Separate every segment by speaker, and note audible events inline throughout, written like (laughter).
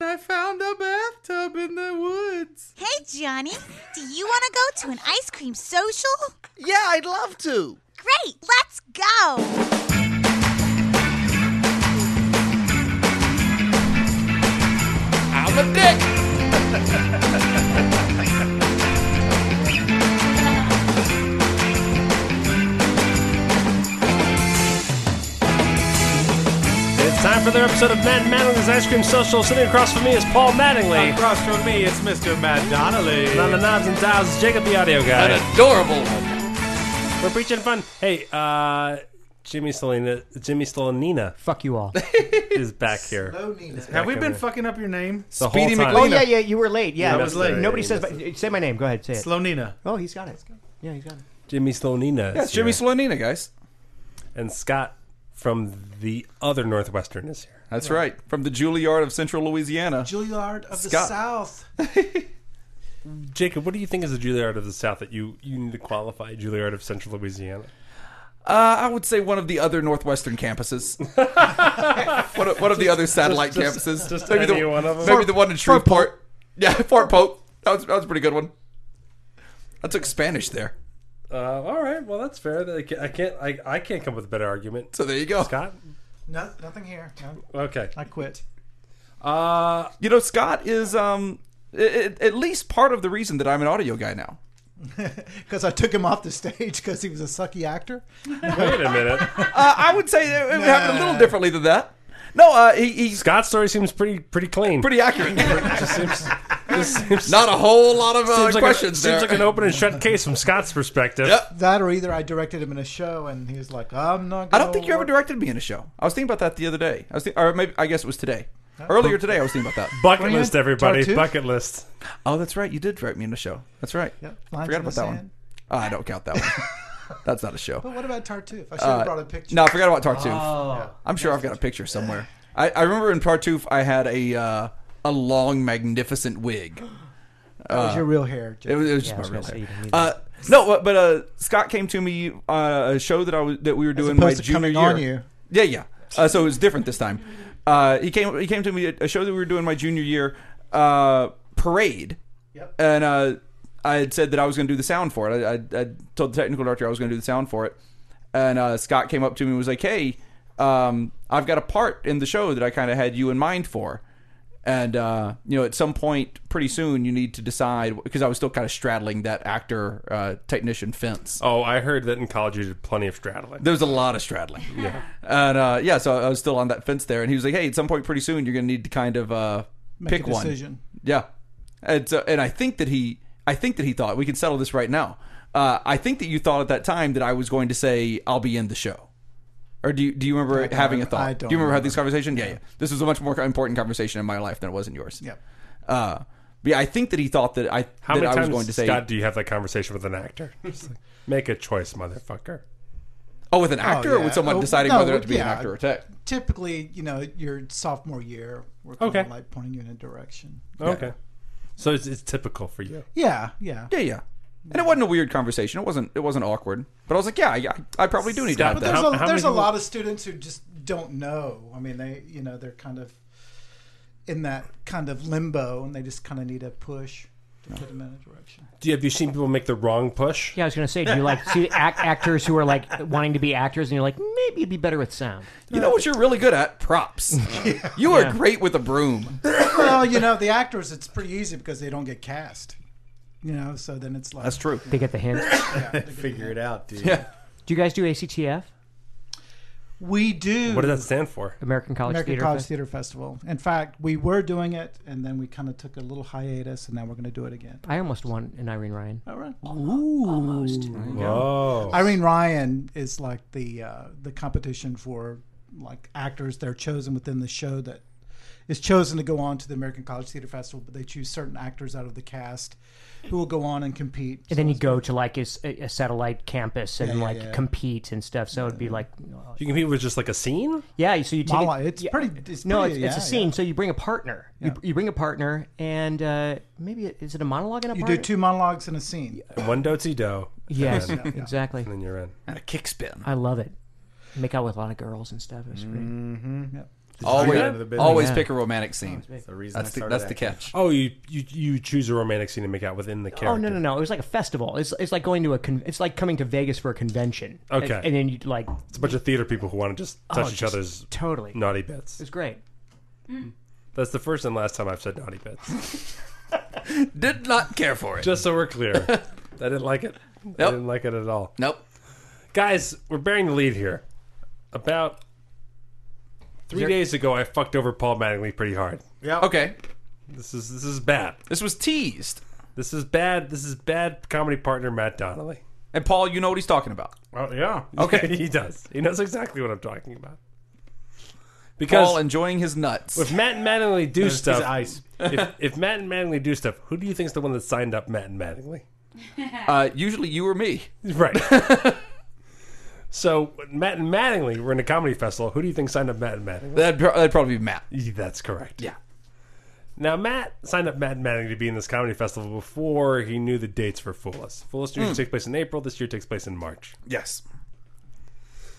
Speaker 1: I found a bathtub in the woods.
Speaker 2: Hey, Johnny, do you want to go to an ice cream social?
Speaker 3: Yeah, I'd love to.
Speaker 2: Great, let's go.
Speaker 4: I'm a dick.
Speaker 5: It's time for another episode of Matt Mattingly's Ice Cream Social. Sitting across from me is Paul Mattingly.
Speaker 1: Across from me, it's Mr. Matt Donnelly.
Speaker 5: And on the knobs and dials is Jacob, the audio guy.
Speaker 4: An adorable one.
Speaker 5: We're preaching fun. Hey, uh, Jimmy Stolina, Jimmy Stolinina
Speaker 1: (laughs)
Speaker 6: Fuck you all.
Speaker 5: is back here.
Speaker 1: Have we been fucking up your name?
Speaker 5: The whole
Speaker 1: Speedy
Speaker 5: time.
Speaker 6: Oh
Speaker 1: McLean.
Speaker 6: yeah, yeah, you were late. Yeah,
Speaker 1: I was late.
Speaker 6: Nobody says. But, uh, say my name. Go ahead, say it.
Speaker 1: Slonina.
Speaker 6: Oh, he's got it. Yeah, he's got it.
Speaker 5: Jimmy Stolina.
Speaker 4: That's Jimmy Slonina, guys.
Speaker 5: and Scott from the other Northwestern is here.
Speaker 4: That's right. From the Juilliard of Central Louisiana.
Speaker 7: Juilliard of
Speaker 4: Scott.
Speaker 7: the South.
Speaker 5: Jacob, what do you think is the Juilliard of the South that you, you need to qualify Juilliard of Central Louisiana?
Speaker 4: Uh, I would say one of the other
Speaker 5: (laughs)
Speaker 4: Northwestern campuses. one, of, one of the other satellite
Speaker 5: just-
Speaker 4: campuses.
Speaker 5: just
Speaker 4: the,
Speaker 5: any one of 'em?
Speaker 4: maybe the one in Shreveport. (laughs) Yeah, Fort Pope. That was, that was a pretty good one. I took Spanish there.
Speaker 5: Uh, all right, well that's fair. I can't I can't, I, I can't come up with a better argument.
Speaker 4: So there you go.
Speaker 5: Scott,
Speaker 7: No, nothing here. No,
Speaker 5: okay.
Speaker 7: I quit.
Speaker 5: Uh,
Speaker 4: You know, Scott is um, i i- at least part of the reason that I'm an audio guy now.
Speaker 7: Because I took him off the stage because he was a sucky actor.
Speaker 5: wait a
Speaker 7: (laughs)
Speaker 5: minute.
Speaker 4: Uh, I would say it, it happened a little differently than that. No, uh, he, he's
Speaker 5: Scott's story seems pretty pretty clean.
Speaker 4: pretty
Speaker 5: (laughs)
Speaker 4: accurate.
Speaker 5: just seems,
Speaker 4: (laughs)
Speaker 5: just seems,
Speaker 4: Not a whole lot of uh,
Speaker 5: seems like
Speaker 4: questions
Speaker 5: a,
Speaker 4: there.
Speaker 5: Seems like an open and
Speaker 4: (laughs)
Speaker 5: shut case from Scott's perspective.
Speaker 4: Yep.
Speaker 7: That or either I directed him in a show and he was like, I'm not
Speaker 4: I
Speaker 7: going
Speaker 4: don't think you ever directed me in a show. I was thinking about that the other day. I was, think, or maybe I guess it was today.
Speaker 7: Oh.
Speaker 4: Earlier today, I was thinking about that.
Speaker 5: Bucket
Speaker 7: Were you
Speaker 5: list,
Speaker 7: in
Speaker 5: everybody.
Speaker 7: Tartuffe?
Speaker 5: Bucket list.
Speaker 4: Oh, that's right. You did direct me in a show. That's right.
Speaker 7: Yep,
Speaker 4: I
Speaker 7: Lines
Speaker 4: forgot
Speaker 7: in the
Speaker 4: about that one.
Speaker 7: Sand.
Speaker 4: Oh, I don't count that (laughs) one. that's not a show.
Speaker 7: (laughs) But what about Tartuffe? I should have
Speaker 4: Uh,
Speaker 7: brought Oh. a picture.
Speaker 4: No, I forgot about Tartuffe. I'm sure I've got a picture somewhere. I, I remember in Tartuffe, I had a uh, a long, magnificent wig.
Speaker 1: Uh,
Speaker 7: That was your real hair.
Speaker 4: It
Speaker 7: Jim.
Speaker 4: was, it was
Speaker 6: Yeah, I
Speaker 4: just
Speaker 6: was
Speaker 4: my real
Speaker 6: gonna say you
Speaker 4: hair.
Speaker 6: didn't need
Speaker 4: Uh, no, but- but uh, Scott came to me uh, a show that I was that we were
Speaker 7: As
Speaker 4: doing my
Speaker 7: opposed to
Speaker 4: junior
Speaker 7: coming
Speaker 4: year.
Speaker 7: on
Speaker 4: Yeah,
Speaker 7: you.
Speaker 4: yeah. Uh, so it was different this time. Uh, he came. He came to me at a show that we were doing my junior year uh, parade,
Speaker 7: Yep.
Speaker 4: and uh, I had said that I was going to do the sound for it. I, I, I told the technical director I was going to do the sound for it, and uh, Scott came up to me and was like, "Hey, um, I've got a part in the show that I kind of had you in mind for." And uh, you know, at some point, pretty soon, you need to decide because I was still kind of straddling that actor uh, technician fence.
Speaker 5: Oh, I heard that in college you did plenty of straddling.
Speaker 4: There was a lot of straddling. Yeah. And uh, yeah, so I was still on that fence there. And he was like, hey, at some point pretty soon, you're going to need to kind of uh,
Speaker 7: Make
Speaker 4: pick
Speaker 7: a decision.
Speaker 4: one. Yeah. And, so, and I think that he, I think that he thought we can settle this right now. Uh, I think that you thought at that time that I was going to say I'll be in the show. Or do you, do you remember having a
Speaker 7: remember.
Speaker 4: thought?
Speaker 7: I
Speaker 4: do
Speaker 7: don't
Speaker 4: you remember, having this conversation? Yeah, yeah. This was a much more important conversation in my life than it was in yours.
Speaker 7: Yep.
Speaker 4: Uh, but yeah, I think that he thought that I
Speaker 5: How
Speaker 4: that
Speaker 5: many
Speaker 4: I was
Speaker 5: times,
Speaker 4: going to say
Speaker 5: Scott, do you have that conversation with an actor? (laughs) Just like, make a choice, motherfucker.
Speaker 4: oh with an actor or
Speaker 7: yeah.
Speaker 4: with someone
Speaker 7: Oh,
Speaker 4: deciding
Speaker 7: no,
Speaker 4: whether or not to be an
Speaker 7: yeah.
Speaker 4: actor or tech.
Speaker 7: Typically, you know, your sophomore year, we're kind
Speaker 5: Okay.
Speaker 7: of like pointing you in a direction.
Speaker 5: Okay. So it's, it's typical for you.
Speaker 7: Yeah, yeah.
Speaker 4: Yeah, yeah. And it wasn't a weird conversation. It wasn't. It wasn't awkward. But I was like, yeah, yeah I probably do need to
Speaker 5: Stop
Speaker 4: have
Speaker 5: that.
Speaker 4: that.
Speaker 7: But there's
Speaker 5: How-
Speaker 7: a,
Speaker 5: how
Speaker 7: there's a
Speaker 5: many people-
Speaker 7: lot of students who just don't know. I mean, they you know they're kind of in that kind of limbo, and they just kind of need a push to put them in a direction.
Speaker 5: Do you, have you seen people make the wrong push?
Speaker 6: Yeah, I was gonna say, do you like
Speaker 1: (laughs)
Speaker 6: see act- actors who are like wanting to be actors, and you're like, maybe it'd be better with sound.
Speaker 4: You know what you're really good at? Props. You are great with a broom.
Speaker 7: well, you know, the actors, it's pretty easy because they don't get cast. You know, so then it's like
Speaker 4: true.
Speaker 6: They get the hint.
Speaker 1: Figure it out, dude.
Speaker 4: (laughs) Yeah.
Speaker 6: Do you guys do ACTF,
Speaker 7: we do
Speaker 5: What does that stand for?
Speaker 6: American College
Speaker 7: American
Speaker 6: Theater?
Speaker 7: College
Speaker 6: Fest?
Speaker 7: Theater Festival. In fact, we were doing it, and then we kind of took a little hiatus, and now we're going to do it again.
Speaker 6: I almost won an Irene Ryan.
Speaker 7: All right.
Speaker 6: Almost.
Speaker 5: Oh.
Speaker 7: Irene Ryan is like the uh, the competition for like actors they're chosen within the show that is chosen to go on to the American College Theater Festival, but they choose certain actors out of the cast who will go on and compete.
Speaker 6: And then you go to like a, s- a satellite campus and
Speaker 7: yeah,
Speaker 6: like
Speaker 7: yeah.
Speaker 6: compete and stuff. So it'd be like,
Speaker 5: You compete with just like a scene?
Speaker 6: yeah. So you take
Speaker 7: Mala,
Speaker 6: it-
Speaker 7: it's
Speaker 6: yeah.
Speaker 7: pretty. It's
Speaker 6: no,
Speaker 7: pretty,
Speaker 6: it's, it's
Speaker 7: yeah,
Speaker 6: a scene. So you bring a partner. You, you bring a partner, and uh, maybe it- is it a monologue and a
Speaker 7: yeah. You
Speaker 6: partner?
Speaker 7: do two monologues in a scene.
Speaker 5: One dotsy do.
Speaker 6: Yes,
Speaker 5: And then-
Speaker 6: exactly.
Speaker 5: and then you're in.
Speaker 4: And a kick spin.
Speaker 5: Mm.
Speaker 6: I love it. Make out with a lot of girls and stuff. It's great.
Speaker 7: Yep.
Speaker 1: Always-
Speaker 4: Always,
Speaker 1: out of the business.
Speaker 4: always
Speaker 6: Yeah.
Speaker 4: pick a romantic scene.
Speaker 1: The reason I
Speaker 4: That's the,
Speaker 1: started
Speaker 4: that's the
Speaker 1: acting.
Speaker 4: catch.
Speaker 5: Oh, you, you you choose a romantic scene to make out within the character.
Speaker 6: Oh no no no! It was like a festival. It's, it's like going to a con- it's like coming to Vegas for a convention.
Speaker 5: Okay.
Speaker 6: and, and then you like
Speaker 5: It's a bunch of theater people who want to just touch
Speaker 6: Oh,
Speaker 5: each
Speaker 6: just
Speaker 5: other's
Speaker 6: totally. It
Speaker 5: naughty bits.
Speaker 6: was great.
Speaker 5: That's the first and last time I've said naughty bits. (laughs)
Speaker 4: Did not care for it.
Speaker 5: Just so we're
Speaker 6: (laughs)
Speaker 5: clear, I didn't like it. I
Speaker 4: Nope.
Speaker 5: didn't like it at all.
Speaker 4: Nope.
Speaker 5: Guys, we're bearing the lead here. About three
Speaker 4: there-
Speaker 5: days ago, I fucked over Paul Mattingly pretty hard.
Speaker 1: Yeah.
Speaker 4: Okay.
Speaker 5: This is this is bad.
Speaker 4: This was teased.
Speaker 5: This is bad. This is bad. Comedy partner Matt Donnelly.
Speaker 4: And Paul, you know what he's talking about.
Speaker 1: Oh,
Speaker 5: (laughs)
Speaker 1: yeah.
Speaker 4: Okay.
Speaker 5: he does. He knows exactly what I'm talking about. Because
Speaker 4: Paul enjoying his nuts.
Speaker 5: if Matt and Mattingly do
Speaker 1: It's
Speaker 5: stuff,
Speaker 1: ice.
Speaker 5: (laughs) if, if Matt and Mattingly do stuff, who do you think's the one that signed up Matt and Mattingly?
Speaker 4: Uh, usually you or me.
Speaker 5: (laughs) Right. (laughs) so Matt and Mattingly were in a comedy festival. Who do you think signed up Matt and Mattingly?
Speaker 4: That'd, pro- that'd probably be Matt.
Speaker 5: Yeah, That's correct.
Speaker 4: Yeah.
Speaker 5: Now Matt signed up Matt and Mattingly to be in this comedy festival before he knew the dates for Foolus. Foolus usually takes place in April. This year takes place in March.
Speaker 4: Yes.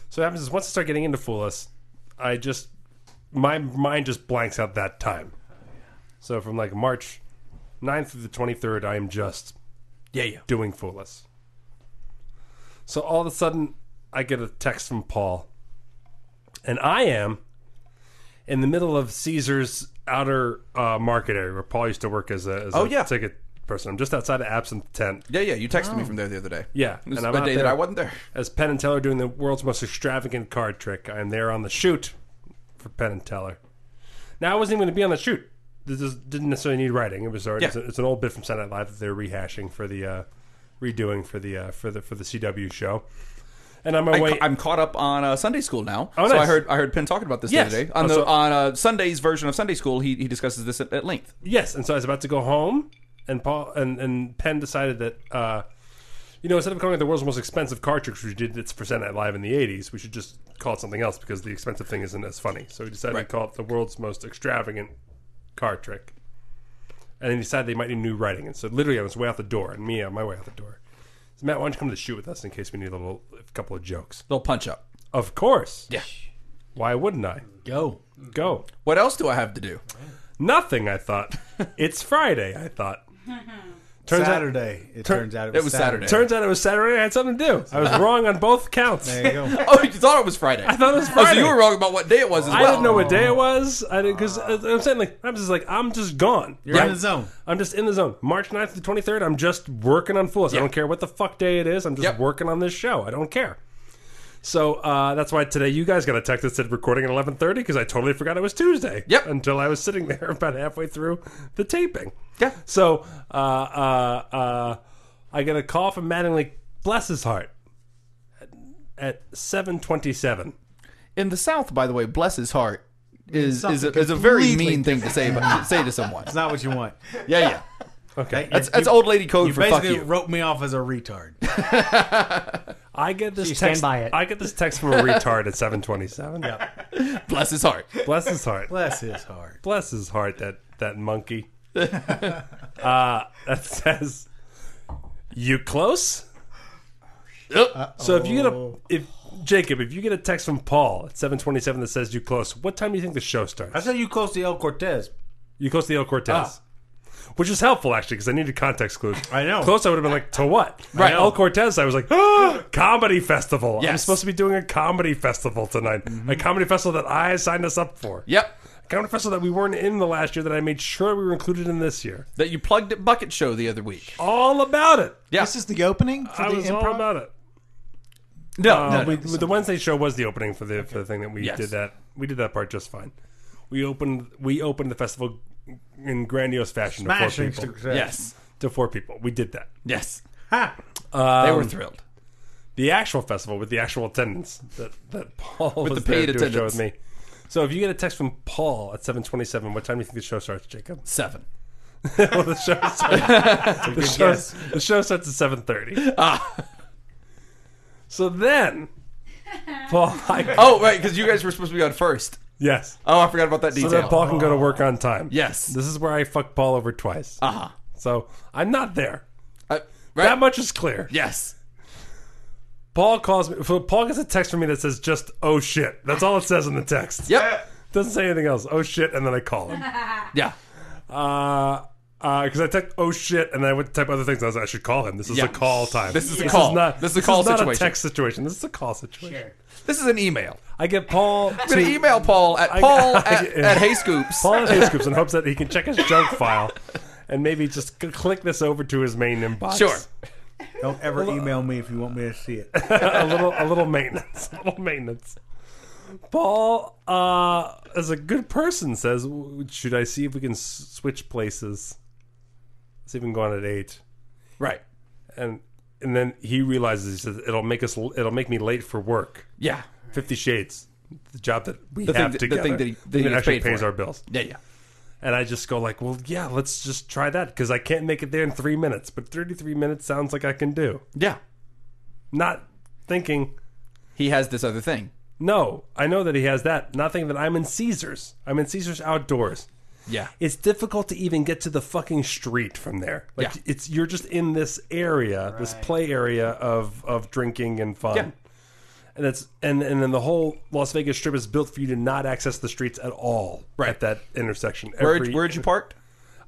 Speaker 5: So what happens is once I start getting into Foolus, I just my mind just blanks out that time. So from like March 9th through the 23rd, I am just
Speaker 4: Yeah, yeah.
Speaker 5: doing Foolus. So all of a sudden, I get a text from Paul, and I am in the middle of Caesar's outer uh, market area where Paul used to work as a, as
Speaker 4: Oh,
Speaker 5: a
Speaker 4: yeah.
Speaker 5: ticket person. I'm just outside of Absinthe Tent.
Speaker 4: Yeah, yeah. You texted me from there the other day.
Speaker 5: Oh. Yeah,
Speaker 4: It was
Speaker 5: and I'm
Speaker 4: the
Speaker 5: out
Speaker 4: day that
Speaker 5: there.
Speaker 4: I wasn't there.
Speaker 5: As Penn and Teller doing the world's most extravagant card trick, I'm there on the shoot for Penn and Teller. Now I wasn't even going to be on the shoot. This is, didn't necessarily need writing. It was already
Speaker 4: Yeah.
Speaker 5: it's, a- it's an old bit from Saturday Night Live that they're rehashing for the uh, redoing for the uh, for the for the CW show. And on my
Speaker 4: I
Speaker 5: way,
Speaker 4: ca- I'm caught up on uh, Sunday school now.
Speaker 5: Oh,
Speaker 4: So I
Speaker 5: nice.
Speaker 4: heard I heard Penn talking about this
Speaker 5: Yes.
Speaker 4: the other day on
Speaker 5: Oh,
Speaker 4: the
Speaker 5: so-
Speaker 4: on uh, Sunday's version of Sunday school. He he discusses this at, at length.
Speaker 5: Yes, and so I was about to go home, and Paul and, and Penn decided that, uh, you know, instead of calling it the world's most expensive car trick, which we did its percent at live in the '80s, we should just call it something else because the expensive thing isn't as funny. So we decided
Speaker 4: Right.
Speaker 5: to call it the world's most extravagant car trick, and then decided they might need new writing. And so literally, I was way out the door, and me on my way out the door. So Matt, why don't you come to the shoot with us in case we need a little, a couple of jokes?
Speaker 4: Little punch up.
Speaker 5: Of course.
Speaker 4: Yeah.
Speaker 5: Why wouldn't I?
Speaker 4: Go.
Speaker 5: Go.
Speaker 4: What else do I have to do?
Speaker 5: Nothing.
Speaker 1: (laughs)
Speaker 5: I thought. it's Friday. I thought. Turns out-
Speaker 1: Saturday. it
Speaker 5: Tur-
Speaker 1: turns out it
Speaker 4: it
Speaker 1: was,
Speaker 4: was Saturday.
Speaker 5: Turns out it was Saturday. I had something to do.
Speaker 1: (laughs)
Speaker 5: I was wrong on both counts.
Speaker 1: There you go.
Speaker 4: Oh, you thought it was Friday. I
Speaker 5: thought it was
Speaker 4: Oh, so
Speaker 5: Friday.
Speaker 4: you were wrong about what day it was as
Speaker 5: I
Speaker 4: well.
Speaker 5: didn't know what day it was. I didn't because I'm saying like I'm just like I'm just gone.
Speaker 1: You're in the zone.
Speaker 5: I'm just in the zone. March 9th to the 23rd. I'm just working on Fools. I don't care what the fuck day it is. I'm just
Speaker 4: Yep.
Speaker 5: working on this show. I don't care. So uh, that's why today you guys got a text that said recording at 11:30 because I totally forgot it was Tuesday.
Speaker 4: Yep.
Speaker 5: Until I was sitting (laughs) there about halfway through the taping.
Speaker 4: Yeah.
Speaker 5: So uh, uh, uh, I get a call from Mattingly. Bless his heart. At 7:27.
Speaker 4: in the South, by the way, bless his heart, is is a,
Speaker 1: Something
Speaker 4: is a very
Speaker 1: completely
Speaker 4: mean thing to say but, say to someone.
Speaker 1: It's not what you
Speaker 4: (laughs)
Speaker 1: want.
Speaker 4: Yeah, yeah.
Speaker 5: Okay.
Speaker 1: That's,
Speaker 4: That's old lady code
Speaker 1: you
Speaker 4: for fuck
Speaker 1: basically
Speaker 4: you.
Speaker 1: wrote me off as a retard.
Speaker 5: I get this
Speaker 6: you stand
Speaker 5: text.
Speaker 6: by it.
Speaker 5: I get this text from a retard at
Speaker 4: (laughs)
Speaker 5: 7:27. Yeah.
Speaker 4: bless his heart.
Speaker 5: Bless his heart.
Speaker 1: Bless his heart.
Speaker 4: (laughs)
Speaker 5: bless his heart, that that monkey. uh, that says, "You close."
Speaker 4: Uh,
Speaker 5: So if you get a if Jacob, if you get a text from Paul at seven twenty seven that says you close, what time do you think the show starts?
Speaker 1: I said you close to El Cortez.
Speaker 5: you close to the El Cortez. Which is helpful actually because I needed context clues.
Speaker 1: I know.
Speaker 5: Close, I would have been like, to what? Right. El Cortez, I was like, ah, comedy festival. I'm
Speaker 4: Yes.
Speaker 5: supposed to be doing a comedy festival tonight. A comedy festival that I signed us up for.
Speaker 4: Yep.
Speaker 5: A comedy festival that we weren't in the last year that I made sure we were included in this year.
Speaker 4: That you plugged at Bucket Show the other week.
Speaker 5: all about it.
Speaker 4: Yeah.
Speaker 7: This is the opening for
Speaker 5: I
Speaker 7: the
Speaker 5: was
Speaker 7: improv.
Speaker 5: all about it.
Speaker 4: No,
Speaker 5: Uh,
Speaker 4: no,
Speaker 5: we-
Speaker 4: no.
Speaker 5: the Wednesday show was the opening for the for the thing that we
Speaker 4: Yes.
Speaker 5: did that we did that part just fine. We opened we opened the festival in grandiose fashion to four
Speaker 1: Smashing
Speaker 5: people.
Speaker 1: success.
Speaker 4: Yes.
Speaker 5: To four people, we did that.
Speaker 4: Yes.
Speaker 1: Ha!
Speaker 4: they were thrilled.
Speaker 5: The actual festival with the actual attendance that that Paul with was
Speaker 4: the paid
Speaker 5: there to do a show
Speaker 4: attendance.
Speaker 5: with me. So if you get a text from Paul at seven twenty seven, what time do you think the show starts,
Speaker 4: (laughs)
Speaker 5: Jacob? (laughs)
Speaker 4: Seven.
Speaker 5: well, the show starts. the, show, the show starts at seven thirty. Ah. So then, Paul. I,
Speaker 4: Oh, right, because you guys were supposed to be on first.
Speaker 5: yes.
Speaker 4: Oh, I forgot about that
Speaker 5: So
Speaker 4: detail.
Speaker 5: that Paul can go to work on time.
Speaker 4: Yes.
Speaker 5: This is where I fucked Paul over twice.
Speaker 4: Uh-huh.
Speaker 5: So I'm not there.
Speaker 4: Uh, right.
Speaker 5: That much is clear.
Speaker 4: Yes.
Speaker 5: Paul calls me. Paul gets a text from me that says just "oh shit." That's all it says in the text.
Speaker 4: Yep.
Speaker 5: Doesn't say anything else. Oh shit, and then I call
Speaker 4: (laughs)
Speaker 5: him.
Speaker 4: Yeah.
Speaker 5: Uh, because I typed oh shit, and then I went to type other things. I was like, I should call him. This is
Speaker 4: Yeah.
Speaker 5: a call time.
Speaker 4: This is a call. This is a call
Speaker 5: Not a
Speaker 4: situation.
Speaker 5: text situation. This is a call situation.
Speaker 4: This is an email.
Speaker 5: I get Paul.
Speaker 4: I'm going to
Speaker 5: to-
Speaker 4: email Paul at
Speaker 5: I-
Speaker 4: paul
Speaker 5: I- (laughs)
Speaker 4: at, at Hey Scoops.
Speaker 5: Paul at Hey
Speaker 4: (laughs)
Speaker 5: Scoops in hopes that he can check his junk file and maybe just c- click this over to his main inbox.
Speaker 4: Sure.
Speaker 1: Don't ever email me if you want me to see it.
Speaker 5: (laughs) a little, a little maintenance, a little maintenance. Paul, uh, as a good person, says, "W- "Should I see if we can s- switch places? See if we can go on at eight.
Speaker 4: Right.
Speaker 5: And and then he realizes he says it'll make us, l- it'll make me late for work.
Speaker 4: Yeah.
Speaker 5: Fifty Shades, the job that we
Speaker 4: The thing
Speaker 5: have
Speaker 4: that- the
Speaker 5: together,
Speaker 4: thing that he- that he gets
Speaker 5: actually
Speaker 4: paid for.
Speaker 5: pays our bills.
Speaker 4: Yeah, yeah.
Speaker 5: And I just go like, well, yeah, let's just try that because I can't make it there in three minutes, but 33 minutes sounds like I can do.
Speaker 4: Yeah.
Speaker 5: Not thinking,
Speaker 4: He has this other thing.
Speaker 5: no, I know that he has that. Not thinking that I'm in Caesars. I'm in Caesars outdoors.
Speaker 4: Yeah.
Speaker 5: It's difficult to even get to the fucking street from there. Like
Speaker 4: Yeah.
Speaker 5: it's you're just in this area, this play area of of drinking and fun.
Speaker 4: Yeah.
Speaker 5: And that's and and then the whole Las Vegas strip is built for you to not access the streets at all
Speaker 4: Right.
Speaker 5: at that intersection.
Speaker 4: Where,
Speaker 5: Every-
Speaker 4: where'd you parked?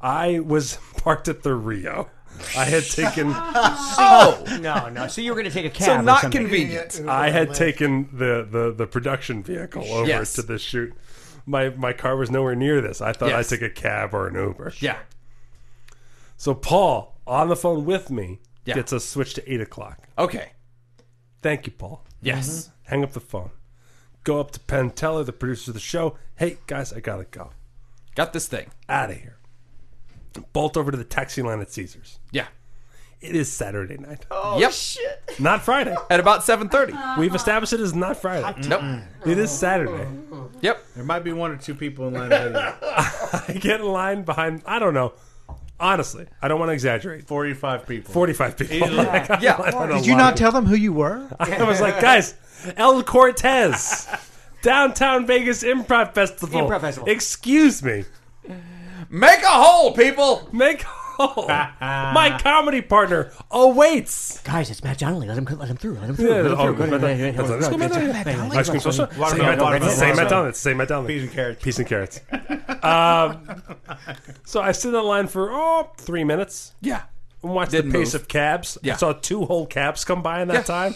Speaker 5: I was (laughs) parked at the Rio. I had
Speaker 4: (laughs)
Speaker 5: taken
Speaker 4: Oh,
Speaker 6: No, no. So you were going to take a cab.
Speaker 4: so
Speaker 6: or
Speaker 4: not
Speaker 6: something.
Speaker 4: convenient.
Speaker 5: I had taken the, the, the production vehicle over
Speaker 4: Yes.
Speaker 5: to this shoot. My my car was nowhere near this. I thought
Speaker 4: Yes.
Speaker 5: I'd take a cab or an Uber.
Speaker 4: Yeah.
Speaker 5: So Paul on the phone with me
Speaker 4: Yeah.
Speaker 5: gets us switched to eight o'clock.
Speaker 4: Okay.
Speaker 5: Thank you, Paul. Mm-hmm.
Speaker 4: Yes.
Speaker 5: Hang up the phone. Go up to Penn Teller, the producer of the show. Hey guys, I gotta go.
Speaker 4: Got this thing.
Speaker 5: Out of here. Bolt over to the taxi line at Caesars.
Speaker 4: Yeah.
Speaker 5: It is Saturday night.
Speaker 4: yep.
Speaker 5: Not Friday.
Speaker 4: (laughs) At about 7:30.
Speaker 5: We've established it is not Friday.
Speaker 4: nope.
Speaker 5: It is Saturday. (laughs)
Speaker 4: Yep.
Speaker 1: (laughs) There might be one or two people in line ahead of you.
Speaker 5: I get in line behind. I don't know. Honestly, I don't want to exaggerate.
Speaker 1: Forty-five people.
Speaker 5: Forty-five (laughs) people.
Speaker 4: Yeah.
Speaker 7: Did you not tell them who you were?
Speaker 5: I was like, guys, El
Speaker 7: (laughs)
Speaker 5: Cortez, downtown Vegas Improv Festival.
Speaker 6: Improv Festival.
Speaker 5: Excuse me.
Speaker 4: Make a hole, people.
Speaker 1: (laughs)
Speaker 5: Make whole. My comedy partner awaits.
Speaker 6: Guys, it's Matt Donnelly. Let him, let him through. Let him through.
Speaker 5: Yeah,
Speaker 6: Let him
Speaker 5: oh,
Speaker 6: through. Go ahead,
Speaker 5: Matt-
Speaker 6: go
Speaker 5: Matt
Speaker 6: ahead, go ahead.
Speaker 5: Donnelly.
Speaker 6: Go ahead.
Speaker 5: Matt
Speaker 6: Go ahead.
Speaker 5: Ice cream
Speaker 6: Go ahead.
Speaker 5: social. Same
Speaker 1: Watermelon,
Speaker 5: Matt Donnelly.
Speaker 1: watermelon,
Speaker 5: Same Matt
Speaker 1: watermelon.
Speaker 5: Donnelly. Same Matt Donnelly.
Speaker 1: Peas and carrots.
Speaker 5: Peas and carrots. um, (laughs) so I sit in line for oh three minutes.
Speaker 4: Yeah.
Speaker 5: and watched
Speaker 4: Didn't
Speaker 5: the pace
Speaker 4: move.
Speaker 5: of cabs.
Speaker 4: Yeah.
Speaker 5: I saw two whole cabs come by in that
Speaker 4: Yeah.
Speaker 5: time,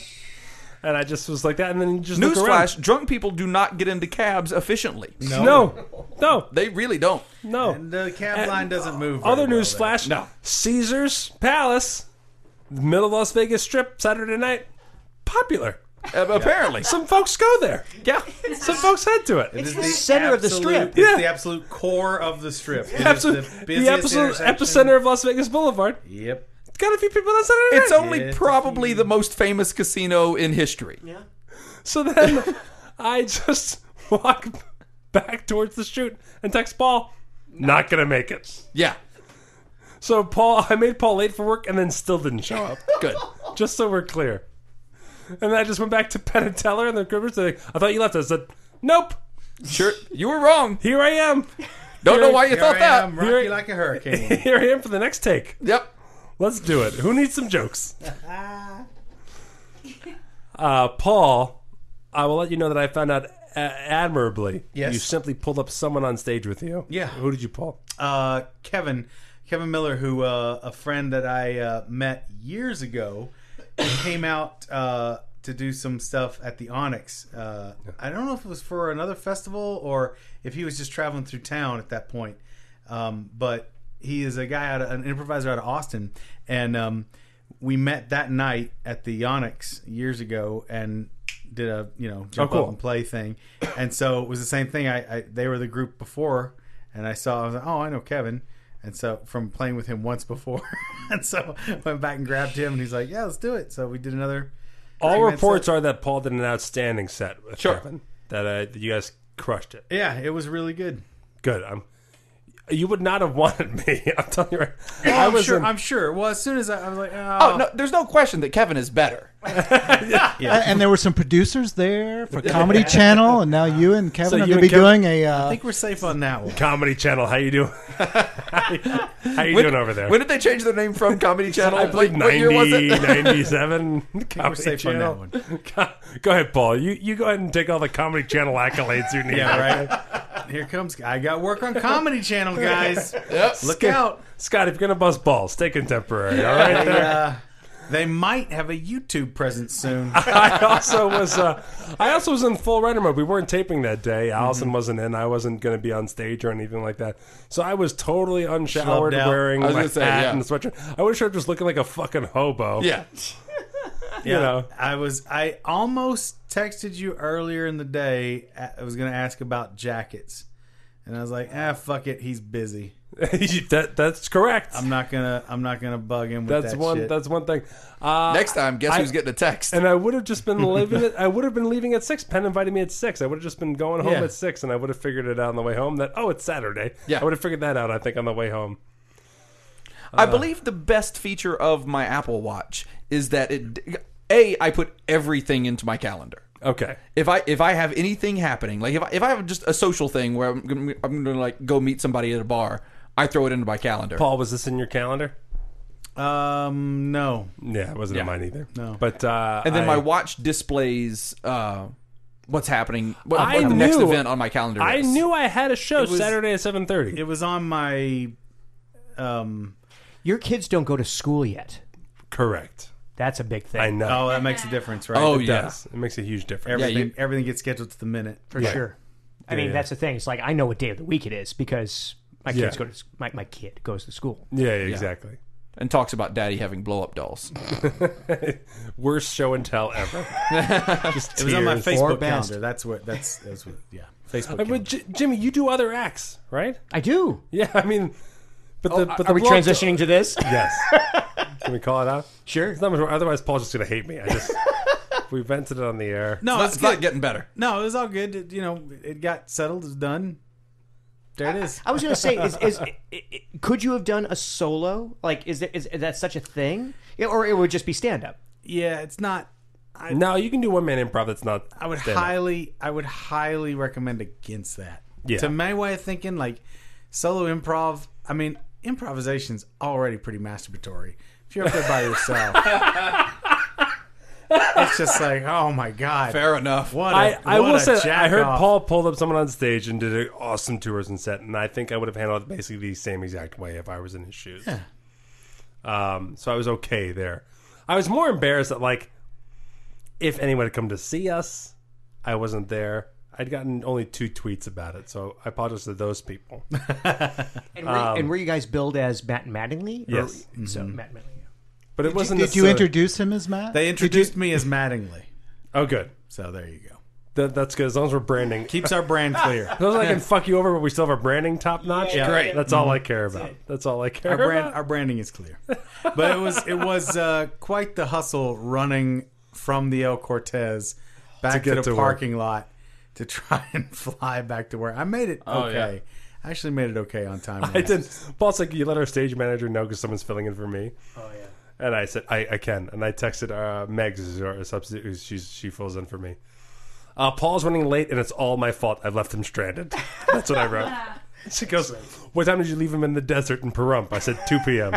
Speaker 5: and I just was like that. And then you just look
Speaker 4: Newsflash: Drunk people do not get into cabs efficiently.
Speaker 5: around. No, no,
Speaker 4: They
Speaker 5: (laughs)
Speaker 4: really don't.
Speaker 5: no.
Speaker 1: And uh, the cab line doesn't move. very
Speaker 5: Other
Speaker 1: well
Speaker 5: news
Speaker 1: there.
Speaker 5: flash:
Speaker 4: No.
Speaker 5: Caesar's Palace, middle of Las Vegas Strip, Saturday night, popular.
Speaker 4: Uh, Apparently.
Speaker 5: Some folks go there.
Speaker 4: Yeah.
Speaker 5: Some folks head to it.
Speaker 1: It is
Speaker 6: the center of the
Speaker 1: It's
Speaker 6: strip.
Speaker 5: Yeah.
Speaker 1: the absolute core of the strip. It is
Speaker 5: Absolute,
Speaker 1: the
Speaker 5: the,
Speaker 1: busiest
Speaker 5: absolute
Speaker 1: intersection.
Speaker 5: epicenter of Las Vegas Boulevard.
Speaker 1: Yep.
Speaker 5: It's got a few people on Saturday night.
Speaker 4: It's only
Speaker 1: Yeah.
Speaker 4: probably the most famous casino in history.
Speaker 5: So then I just (laughs) walk back towards the shoot and text Paul, not gonna make it.
Speaker 4: Yeah.
Speaker 5: So Paul, (laughs) I made Paul late for work and then still didn't show
Speaker 4: (laughs)
Speaker 5: up. (laughs)
Speaker 4: Good.
Speaker 5: just so we're clear. And then I just went back to (laughs) Penn and Teller and the groomers. Like, I thought you left. I said, nope.
Speaker 4: Sure. You were wrong.
Speaker 5: Here I am.
Speaker 4: Don't know why you
Speaker 1: Here I
Speaker 4: thought that.
Speaker 1: am, rocky
Speaker 5: You're- (laughs)
Speaker 1: like a (laughs) hurricane.
Speaker 5: Here I am for the next take.
Speaker 4: Yep.
Speaker 5: Let's do it. Who needs some jokes? Uh, Paul, I will let you know that I found out a- admirably.
Speaker 1: Yes.
Speaker 5: You simply pulled up someone on stage with you.
Speaker 1: Yeah.
Speaker 5: Who did you pull?
Speaker 1: uh, Kevin, Kevin Miller, who uh, a friend that I uh, met years ago, came out uh, to do some stuff at the Onyx. Uh, I don't know if it was for another festival or if he was just traveling through town at that point. Um, but he is a guy out of an improviser out of Austin, and um, we met that night at the Onyx years ago, and did a you know jump
Speaker 5: Oh, cool.
Speaker 1: up and play thing, and so it was the same thing. I, I they were the group before, and I saw I was like, oh, I know Kevin, and so from playing with him once before, (laughs) and so went back and grabbed him, and he's like, yeah, let's do it. So we did another.
Speaker 5: All
Speaker 1: man
Speaker 5: reports
Speaker 1: set.
Speaker 5: are that Paul did an outstanding set with
Speaker 4: Sure.
Speaker 5: Kevin. That, uh, that you guys crushed it.
Speaker 1: Yeah, it was really good.
Speaker 5: Good. I'm. You would not have wanted me. (laughs) I'm telling you right.
Speaker 1: I
Speaker 5: I
Speaker 1: am
Speaker 5: was
Speaker 1: sure.
Speaker 5: in-
Speaker 1: I'm sure. Well, as soon as I, I was like, oh,
Speaker 4: Oh no, there's no question that Kevin is better.
Speaker 7: Uh, and there were some producers there for Comedy Channel, and now you and Kevin
Speaker 5: So
Speaker 7: are
Speaker 5: you
Speaker 7: going to
Speaker 5: and
Speaker 7: be
Speaker 5: Kevin-
Speaker 7: doing a.
Speaker 1: I
Speaker 7: Uh,
Speaker 1: think we're safe on that one.
Speaker 5: Comedy Channel. How you doing? (laughs) how you doing over there?
Speaker 4: When did they change their name
Speaker 5: (laughs)
Speaker 4: from Comedy Channel?
Speaker 5: I played
Speaker 4: Like, what year was
Speaker 5: 90,
Speaker 1: (laughs)
Speaker 4: it?
Speaker 5: 97.
Speaker 1: We're
Speaker 5: Comedy
Speaker 1: safe on that
Speaker 5: Channel.
Speaker 1: one.
Speaker 5: (laughs) Go ahead, Paul. You you go ahead and take all the Comedy Channel accolades you need.
Speaker 1: Yeah, right. Here comes. I got work on Comedy Channel, guys. Look
Speaker 5: Scott-
Speaker 1: out.
Speaker 5: Scott, if you're gonna bust balls, take contemporary.
Speaker 1: (laughs)
Speaker 5: All right.
Speaker 1: They, uh, they might have a YouTube presence soon.
Speaker 5: I also was. Uh, I also was in full writer mode. We weren't taping that day.
Speaker 4: Mm-hmm.
Speaker 5: Allison wasn't in. I wasn't going to be on stage or anything like that. So I was totally unshowered,
Speaker 1: Slubbed out.
Speaker 5: wearing
Speaker 4: I was
Speaker 5: my
Speaker 4: gonna say,
Speaker 5: hat
Speaker 4: yeah.
Speaker 5: and the sweatshirt. I wish I was just looking like a fucking hobo.
Speaker 4: (laughs)
Speaker 5: you
Speaker 4: Yeah.
Speaker 5: know. (laughs)
Speaker 1: I was. I almost texted you earlier in the day. uh, I was going to ask about jackets, and I was like, "Ah, fuck it. He's busy.
Speaker 5: that that's correct.
Speaker 1: I'm not gonna. I'm not gonna bug him with
Speaker 5: that's
Speaker 1: that
Speaker 5: one.
Speaker 1: shit."
Speaker 5: That's one thing. Uh,
Speaker 4: Next time, guess
Speaker 5: I-
Speaker 4: who's getting a text?
Speaker 5: and I would have just
Speaker 4: (laughs)
Speaker 5: been leaving it. I would have been leaving at six. Penn invited me at six. I would have just been going home
Speaker 1: Yeah.
Speaker 5: at six, and I would have figured it out on the way home. That oh, it's Saturday.
Speaker 4: Yeah.
Speaker 5: I would have figured that out. I think on the way home. uh,
Speaker 4: I believe the best feature of my Apple Watch is that it a I put everything into my calendar.
Speaker 5: Okay.
Speaker 4: If I if I have anything happening, like if I, if I have just a social thing where I'm gonna, I'm gonna like go meet somebody at a bar, I throw it into my calendar.
Speaker 5: Paul, was this in your calendar?
Speaker 1: um. No.
Speaker 5: Yeah, it wasn't
Speaker 4: Yeah.
Speaker 5: in mine either. No, but uh,
Speaker 4: and then
Speaker 5: I-
Speaker 4: my watch displays uh, what's happening, what,
Speaker 5: I
Speaker 4: what the next
Speaker 5: knew-
Speaker 4: event on my calendar.
Speaker 5: I
Speaker 4: is.
Speaker 5: knew I had a show
Speaker 1: was-
Speaker 5: Saturday at seven thirty.
Speaker 1: It was on my. Um.
Speaker 6: Your kids don't go to school yet.
Speaker 5: Correct.
Speaker 6: That's a big thing.
Speaker 5: I know.
Speaker 1: Oh, that makes a difference, right?
Speaker 4: Oh
Speaker 5: it
Speaker 4: yeah,
Speaker 5: does. It makes a huge difference.
Speaker 1: Everything,
Speaker 4: you-
Speaker 1: everything gets scheduled to the minute.
Speaker 6: for sure. I mean,
Speaker 5: yeah.
Speaker 6: that's the thing. It's like I know what day of the week it is because my
Speaker 5: Yeah.
Speaker 6: kids go to s- my, my kid goes to school.
Speaker 5: Yeah, yeah, exactly.
Speaker 4: and talks about daddy having blow up
Speaker 5: (laughs)
Speaker 4: dolls.
Speaker 5: Worst show and tell ever. Just
Speaker 1: It was on my
Speaker 5: tears.
Speaker 1: Facebook
Speaker 6: best.
Speaker 1: calendar. That's what. That's that's what. Yeah. Facebook.
Speaker 5: Uh, (laughs) But J- Jimmy, you do other acts, right?
Speaker 6: I do. Uh,
Speaker 5: Yeah, I mean, but
Speaker 4: Oh,
Speaker 5: the but the
Speaker 6: Are we
Speaker 5: blow up
Speaker 6: transitioning to this?
Speaker 5: doll- yes. (laughs) Can we call it out?
Speaker 6: (laughs) sure.
Speaker 5: It's not much more- Otherwise, Paul's just gonna hate me. I
Speaker 4: (laughs)
Speaker 5: just we vented it on the air.
Speaker 1: No,
Speaker 4: That's
Speaker 1: it's
Speaker 4: not
Speaker 1: good.
Speaker 4: getting better.
Speaker 1: No, it was all good. It- you know, it got settled. It's done. There it is.
Speaker 6: I was going to say, is, is i i could you have done a solo? Like, is, there, is that such a thing? Yeah, or it would just be stand up?
Speaker 1: Yeah, it's not.
Speaker 5: No, you can do one man improv. That's not.
Speaker 1: I would
Speaker 5: stand-up.
Speaker 1: highly, I would highly recommend against that.
Speaker 5: Yeah.
Speaker 1: To my way of thinking, like solo improv. I mean, improvisation's already pretty masturbatory. If you're up there by yourself, it's just like, oh my god.
Speaker 4: Fair enough.
Speaker 1: What a-
Speaker 5: I, I
Speaker 1: what
Speaker 5: will
Speaker 1: a
Speaker 5: say that I heard
Speaker 1: jack-off.
Speaker 5: Paul pulled up someone on stage and did an awesome tours and set, and I think I would have handled it basically the same exact way if I was in his shoes. Um, so I was okay there. I was more embarrassed that like if anyone had come to see us, I wasn't there. I'd gotten only two tweets about it, so I apologize to those people.
Speaker 6: And were, and were you guys billed as Matt Mattingly? Or-
Speaker 5: Yes. Mm-hmm.
Speaker 6: So Matt Mattingly.
Speaker 5: But it wasn't.
Speaker 7: Did you
Speaker 5: necessarily-
Speaker 7: introduce him as Matt?
Speaker 1: They introduced me as Mattingly,
Speaker 5: Oh, good.
Speaker 1: so there you go.
Speaker 5: That, that's good. As long as we're
Speaker 1: (laughs)
Speaker 5: branding, keep.
Speaker 1: Keeps our
Speaker 5: (laughs)
Speaker 1: brand clear.
Speaker 5: As long as I can fuck you over, but we still have our branding top notch.
Speaker 1: Yeah. Great.
Speaker 5: That's all I care about. That's all I care
Speaker 1: our
Speaker 5: about.
Speaker 1: brand our branding is clear but it was it was uh, quite the hustle running from the el cortez back to,
Speaker 5: get
Speaker 1: the
Speaker 5: to work.
Speaker 1: parking lot to try (laughs) and fly back to where i made it okay i actually made it okay on time
Speaker 5: Oh, I did. Paul's like, you let our stage manager know because someone's filling in for me. Oh yeah. And I said, I, I can. And I texted uh, Megs, who's our substitute. who's- She's she fills in for me. Uh, Paul's running late, and it's all my fault. I left him stranded. That's what I
Speaker 4: (laughs)
Speaker 5: wrote. She goes, "What time did you leave him in the desert in Pahrump?" I said, "2
Speaker 4: (laughs)
Speaker 5: p.m."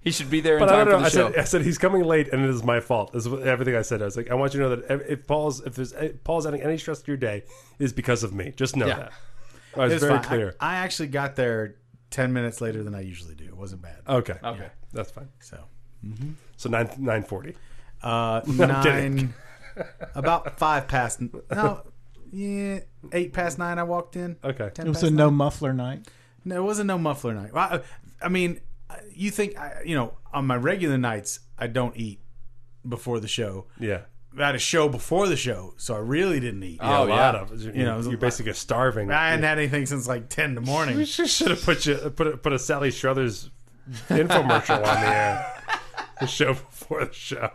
Speaker 4: He should be there in
Speaker 5: But I
Speaker 4: time
Speaker 5: don't know.
Speaker 4: for the
Speaker 5: I
Speaker 4: show.
Speaker 5: said, I said he's coming late, and it is my fault. This is what- everything I said. I was like, I want you to know that ev- if Paul's if there's if Paul's adding any stress to your day, is because of me. Just know
Speaker 4: Yeah.
Speaker 5: that. I was,
Speaker 1: It was
Speaker 5: very
Speaker 1: fine. I-
Speaker 5: clear.
Speaker 1: I, actually got there 10 minutes later than i usually do it wasn't bad
Speaker 5: okay. Okay. That's fine.
Speaker 1: so
Speaker 5: So nine nine forty. (laughs)
Speaker 1: uh,
Speaker 5: kidding.
Speaker 1: nine about five past no yeah eight past nine i walked in
Speaker 5: Okay.
Speaker 1: Ten
Speaker 7: it was
Speaker 1: past
Speaker 7: a
Speaker 1: nine.
Speaker 7: no muffler night.
Speaker 1: No, it wasn't no muffler night. Well, I, I mean, I- you think I- you know on my regular nights I don't eat before the show.
Speaker 5: Yeah.
Speaker 1: I had a show before the show, so I really didn't eat.
Speaker 5: Yeah,
Speaker 4: Oh,
Speaker 5: a lot
Speaker 4: yeah.
Speaker 5: of you,
Speaker 1: know, it was a
Speaker 5: you're
Speaker 1: lot.
Speaker 5: basically starving. (laughs)
Speaker 1: I hadn't had anything since like ten in the
Speaker 5: we (laughs)
Speaker 1: morning.
Speaker 5: should have put you put a, put a Sally Struthers infomercial on the air. The show before the show.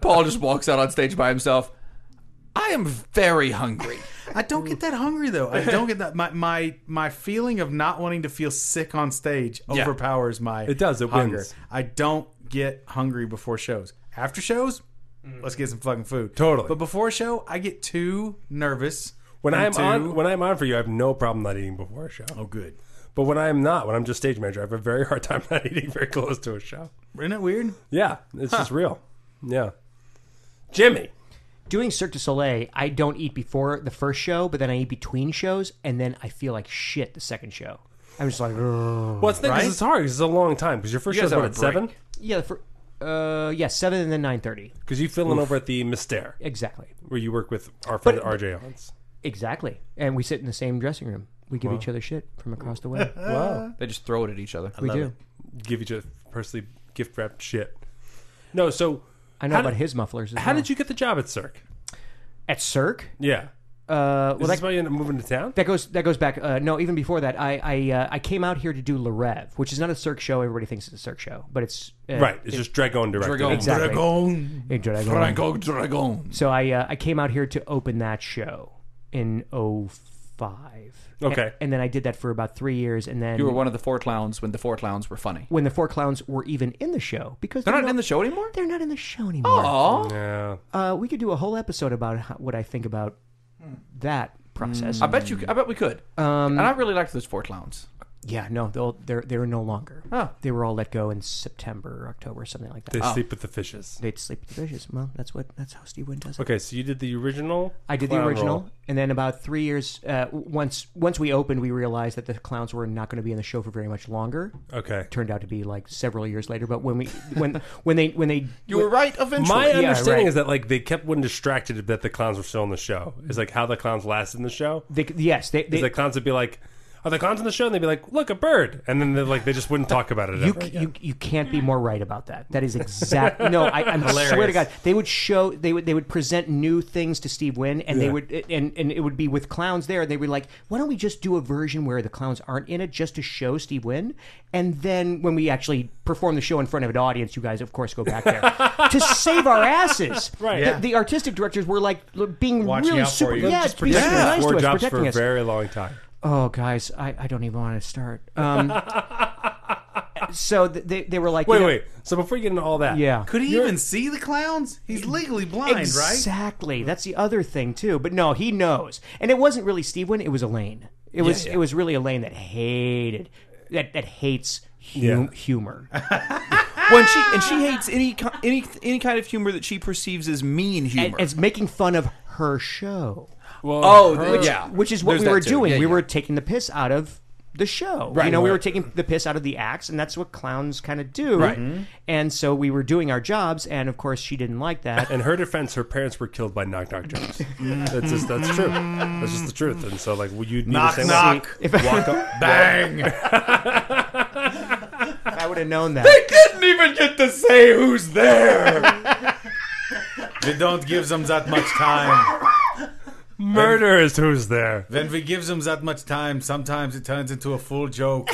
Speaker 4: Paul just walks out on stage by himself. I am very
Speaker 5: (laughs)
Speaker 4: hungry.
Speaker 1: I don't get that hungry though. I don't get that. My my my feeling of not wanting to feel sick on stage overpowers my.
Speaker 5: It does, it
Speaker 1: hunger.
Speaker 5: wins.
Speaker 1: I don't get hungry before shows. After shows, let's get some fucking food.
Speaker 5: Totally.
Speaker 1: But before a show, I get too nervous.
Speaker 5: When
Speaker 1: and
Speaker 5: I'm
Speaker 1: too-
Speaker 5: on when I'm on for you, I have no problem not eating before a show.
Speaker 1: oh good.
Speaker 5: But when I'm not, when I'm just stage manager, I have a very hard time not eating very close to a show.
Speaker 1: Isn't it weird?
Speaker 5: Yeah, it's just real. Yeah, Jimmy,
Speaker 6: doing Cirque du Soleil, I don't eat before the first show, but then I eat between shows, and then I feel like shit the second show. I'm just like, "Ugh."
Speaker 5: Well, it's, the thing, 'cause
Speaker 4: Right?
Speaker 5: it's hard. 'cause It's a long time because your first
Speaker 4: You guys
Speaker 5: show's what,
Speaker 4: have
Speaker 5: at
Speaker 4: a break.
Speaker 5: seven
Speaker 6: yeah, the fir- uh, yeah, seven and then nine thirty,
Speaker 5: because you fill in over at the Mystere
Speaker 6: exactly,
Speaker 5: where you work with our friend
Speaker 6: But-
Speaker 5: RJ Hans.
Speaker 6: exactly, and we sit in the same dressing room. We give each other shit from across
Speaker 5: (laughs)
Speaker 6: the way.
Speaker 5: Wow,
Speaker 4: They just throw it at each other.
Speaker 6: we do.
Speaker 5: give each other personally gift wrapped shit. No, so
Speaker 6: I know
Speaker 5: How
Speaker 6: about
Speaker 5: did-
Speaker 6: his mufflers. As
Speaker 5: how
Speaker 6: well.
Speaker 5: did you get the job at Cirque?
Speaker 6: at Cirque?
Speaker 5: Yeah, is
Speaker 6: Uh, well,
Speaker 5: this
Speaker 6: that,
Speaker 5: why you ended up moving to town?
Speaker 6: that goes that goes back. Uh, no, even before that, I I, uh, I came out here to do La Rev, which is not a Cirque show. Everybody thinks it's a Cirque show, but it's uh,
Speaker 5: Right, it's just Dragon directed.
Speaker 4: Dragon.
Speaker 6: Exactly.
Speaker 1: oh,
Speaker 4: Dragon.
Speaker 6: Hey, Dragon.
Speaker 4: Dragon. Dragon.
Speaker 6: So I uh, I came out here to open that show in 05.
Speaker 5: Okay.
Speaker 6: And, and then I did that for about three years, and then
Speaker 4: You were
Speaker 5: Mm.
Speaker 4: one of the four clowns when the four clowns were funny.
Speaker 6: when the four clowns were even in the show because
Speaker 4: They're not in the show anymore?
Speaker 6: They're not in the show anymore.
Speaker 4: Aw.
Speaker 5: Yeah.
Speaker 6: Uh, we could do a whole episode about how, what I think about that process.
Speaker 4: I bet you. I bet we could. and I really liked those four clowns.
Speaker 6: Yeah, no, they'll, they're they're no longer.
Speaker 4: Oh.
Speaker 6: They were all let go in September or October, something like
Speaker 5: They
Speaker 6: that.
Speaker 5: sleep with the fishes.
Speaker 6: They'd sleep with the fishes. Well, that's what that's how Steve Wynn does it.
Speaker 5: Okay, so you did the original.
Speaker 6: I did the
Speaker 5: clown
Speaker 6: original,
Speaker 5: role.
Speaker 6: and then about three years uh, once once we opened, we realized that the clowns were not going to be in the show for very much longer.
Speaker 5: Okay.
Speaker 6: Turned out to be like several years later, but when we when (laughs) when they when they
Speaker 4: You were right.
Speaker 5: My
Speaker 4: Eventually,
Speaker 6: Yeah,
Speaker 5: understanding
Speaker 6: right.
Speaker 5: is that like they kept one distracted that the clowns were still in the show. Is like how the clowns lasted in the show.
Speaker 6: they yes they, they
Speaker 5: Is the clowns would be like, "Are the clowns in the show?" And they'd be like, "Look, a bird," and then they're like they just wouldn't talk about it.
Speaker 6: you,
Speaker 5: ever.
Speaker 6: you you can't be more right about that. That is exactly no. I, I swear to God, they would show they would they would present new things to Steve Wynn, and they would and and it would be with clowns there. They would be like, why don't we just do a version where the clowns aren't in it, just to show Steve Wynn, and then when we actually perform the show in front of an audience, you guys of course go back there to save our asses. Right. The,
Speaker 1: Yeah.
Speaker 6: the artistic directors were like being
Speaker 1: Watching
Speaker 6: really
Speaker 1: out for
Speaker 6: super.
Speaker 1: you.
Speaker 6: Yeah,
Speaker 1: Just
Speaker 6: being super
Speaker 5: Yeah,
Speaker 6: nice
Speaker 5: four
Speaker 6: to us,
Speaker 5: jobs for
Speaker 6: protecting
Speaker 5: a
Speaker 6: us.
Speaker 5: very long time.
Speaker 6: Oh, guys, I, I don't even want to start. Um, so th- they, they were like, you
Speaker 5: Wait,
Speaker 6: know-
Speaker 5: wait. So before you get into all that,
Speaker 6: Yeah.
Speaker 1: Could he even see the clowns? He's legally blind, right?
Speaker 6: Exactly. That's the other thing too. But no, he knows. And it wasn't really Steve Wynn, it was Elaine. It was it was really Elaine that hated that that hates hum-
Speaker 5: Yeah.
Speaker 6: humor.
Speaker 4: when she and she hates any ki- any any kind of humor that she perceives as mean humor.
Speaker 6: It's making fun of her show.
Speaker 5: Well,
Speaker 4: oh,
Speaker 5: her-
Speaker 4: th- yeah.
Speaker 6: Which is what
Speaker 4: There's
Speaker 6: we were
Speaker 4: that too.
Speaker 6: doing.
Speaker 4: Yeah,
Speaker 6: we
Speaker 4: yeah.
Speaker 6: were taking the piss out of the show.
Speaker 4: Right.
Speaker 6: You know, we were
Speaker 4: Right.
Speaker 6: taking the piss out of the acts, and that's what clowns kind of do.
Speaker 4: Right.
Speaker 6: And so we were doing our jobs, and of course, she didn't like that.
Speaker 5: In her defense, her parents were killed by knock knock (laughs) jokes. that's just that's true. That's just the truth. And so like would you be the
Speaker 1: Knock,
Speaker 5: same way?
Speaker 1: knock.
Speaker 6: If I,
Speaker 5: Walk up-
Speaker 1: Bang.
Speaker 6: I would have known that.
Speaker 4: (laughs)
Speaker 1: Didn't even get to say who's there. we don't give them that much time.
Speaker 5: Murder is who's there.
Speaker 1: When we give them that much time, sometimes it turns into a full joke.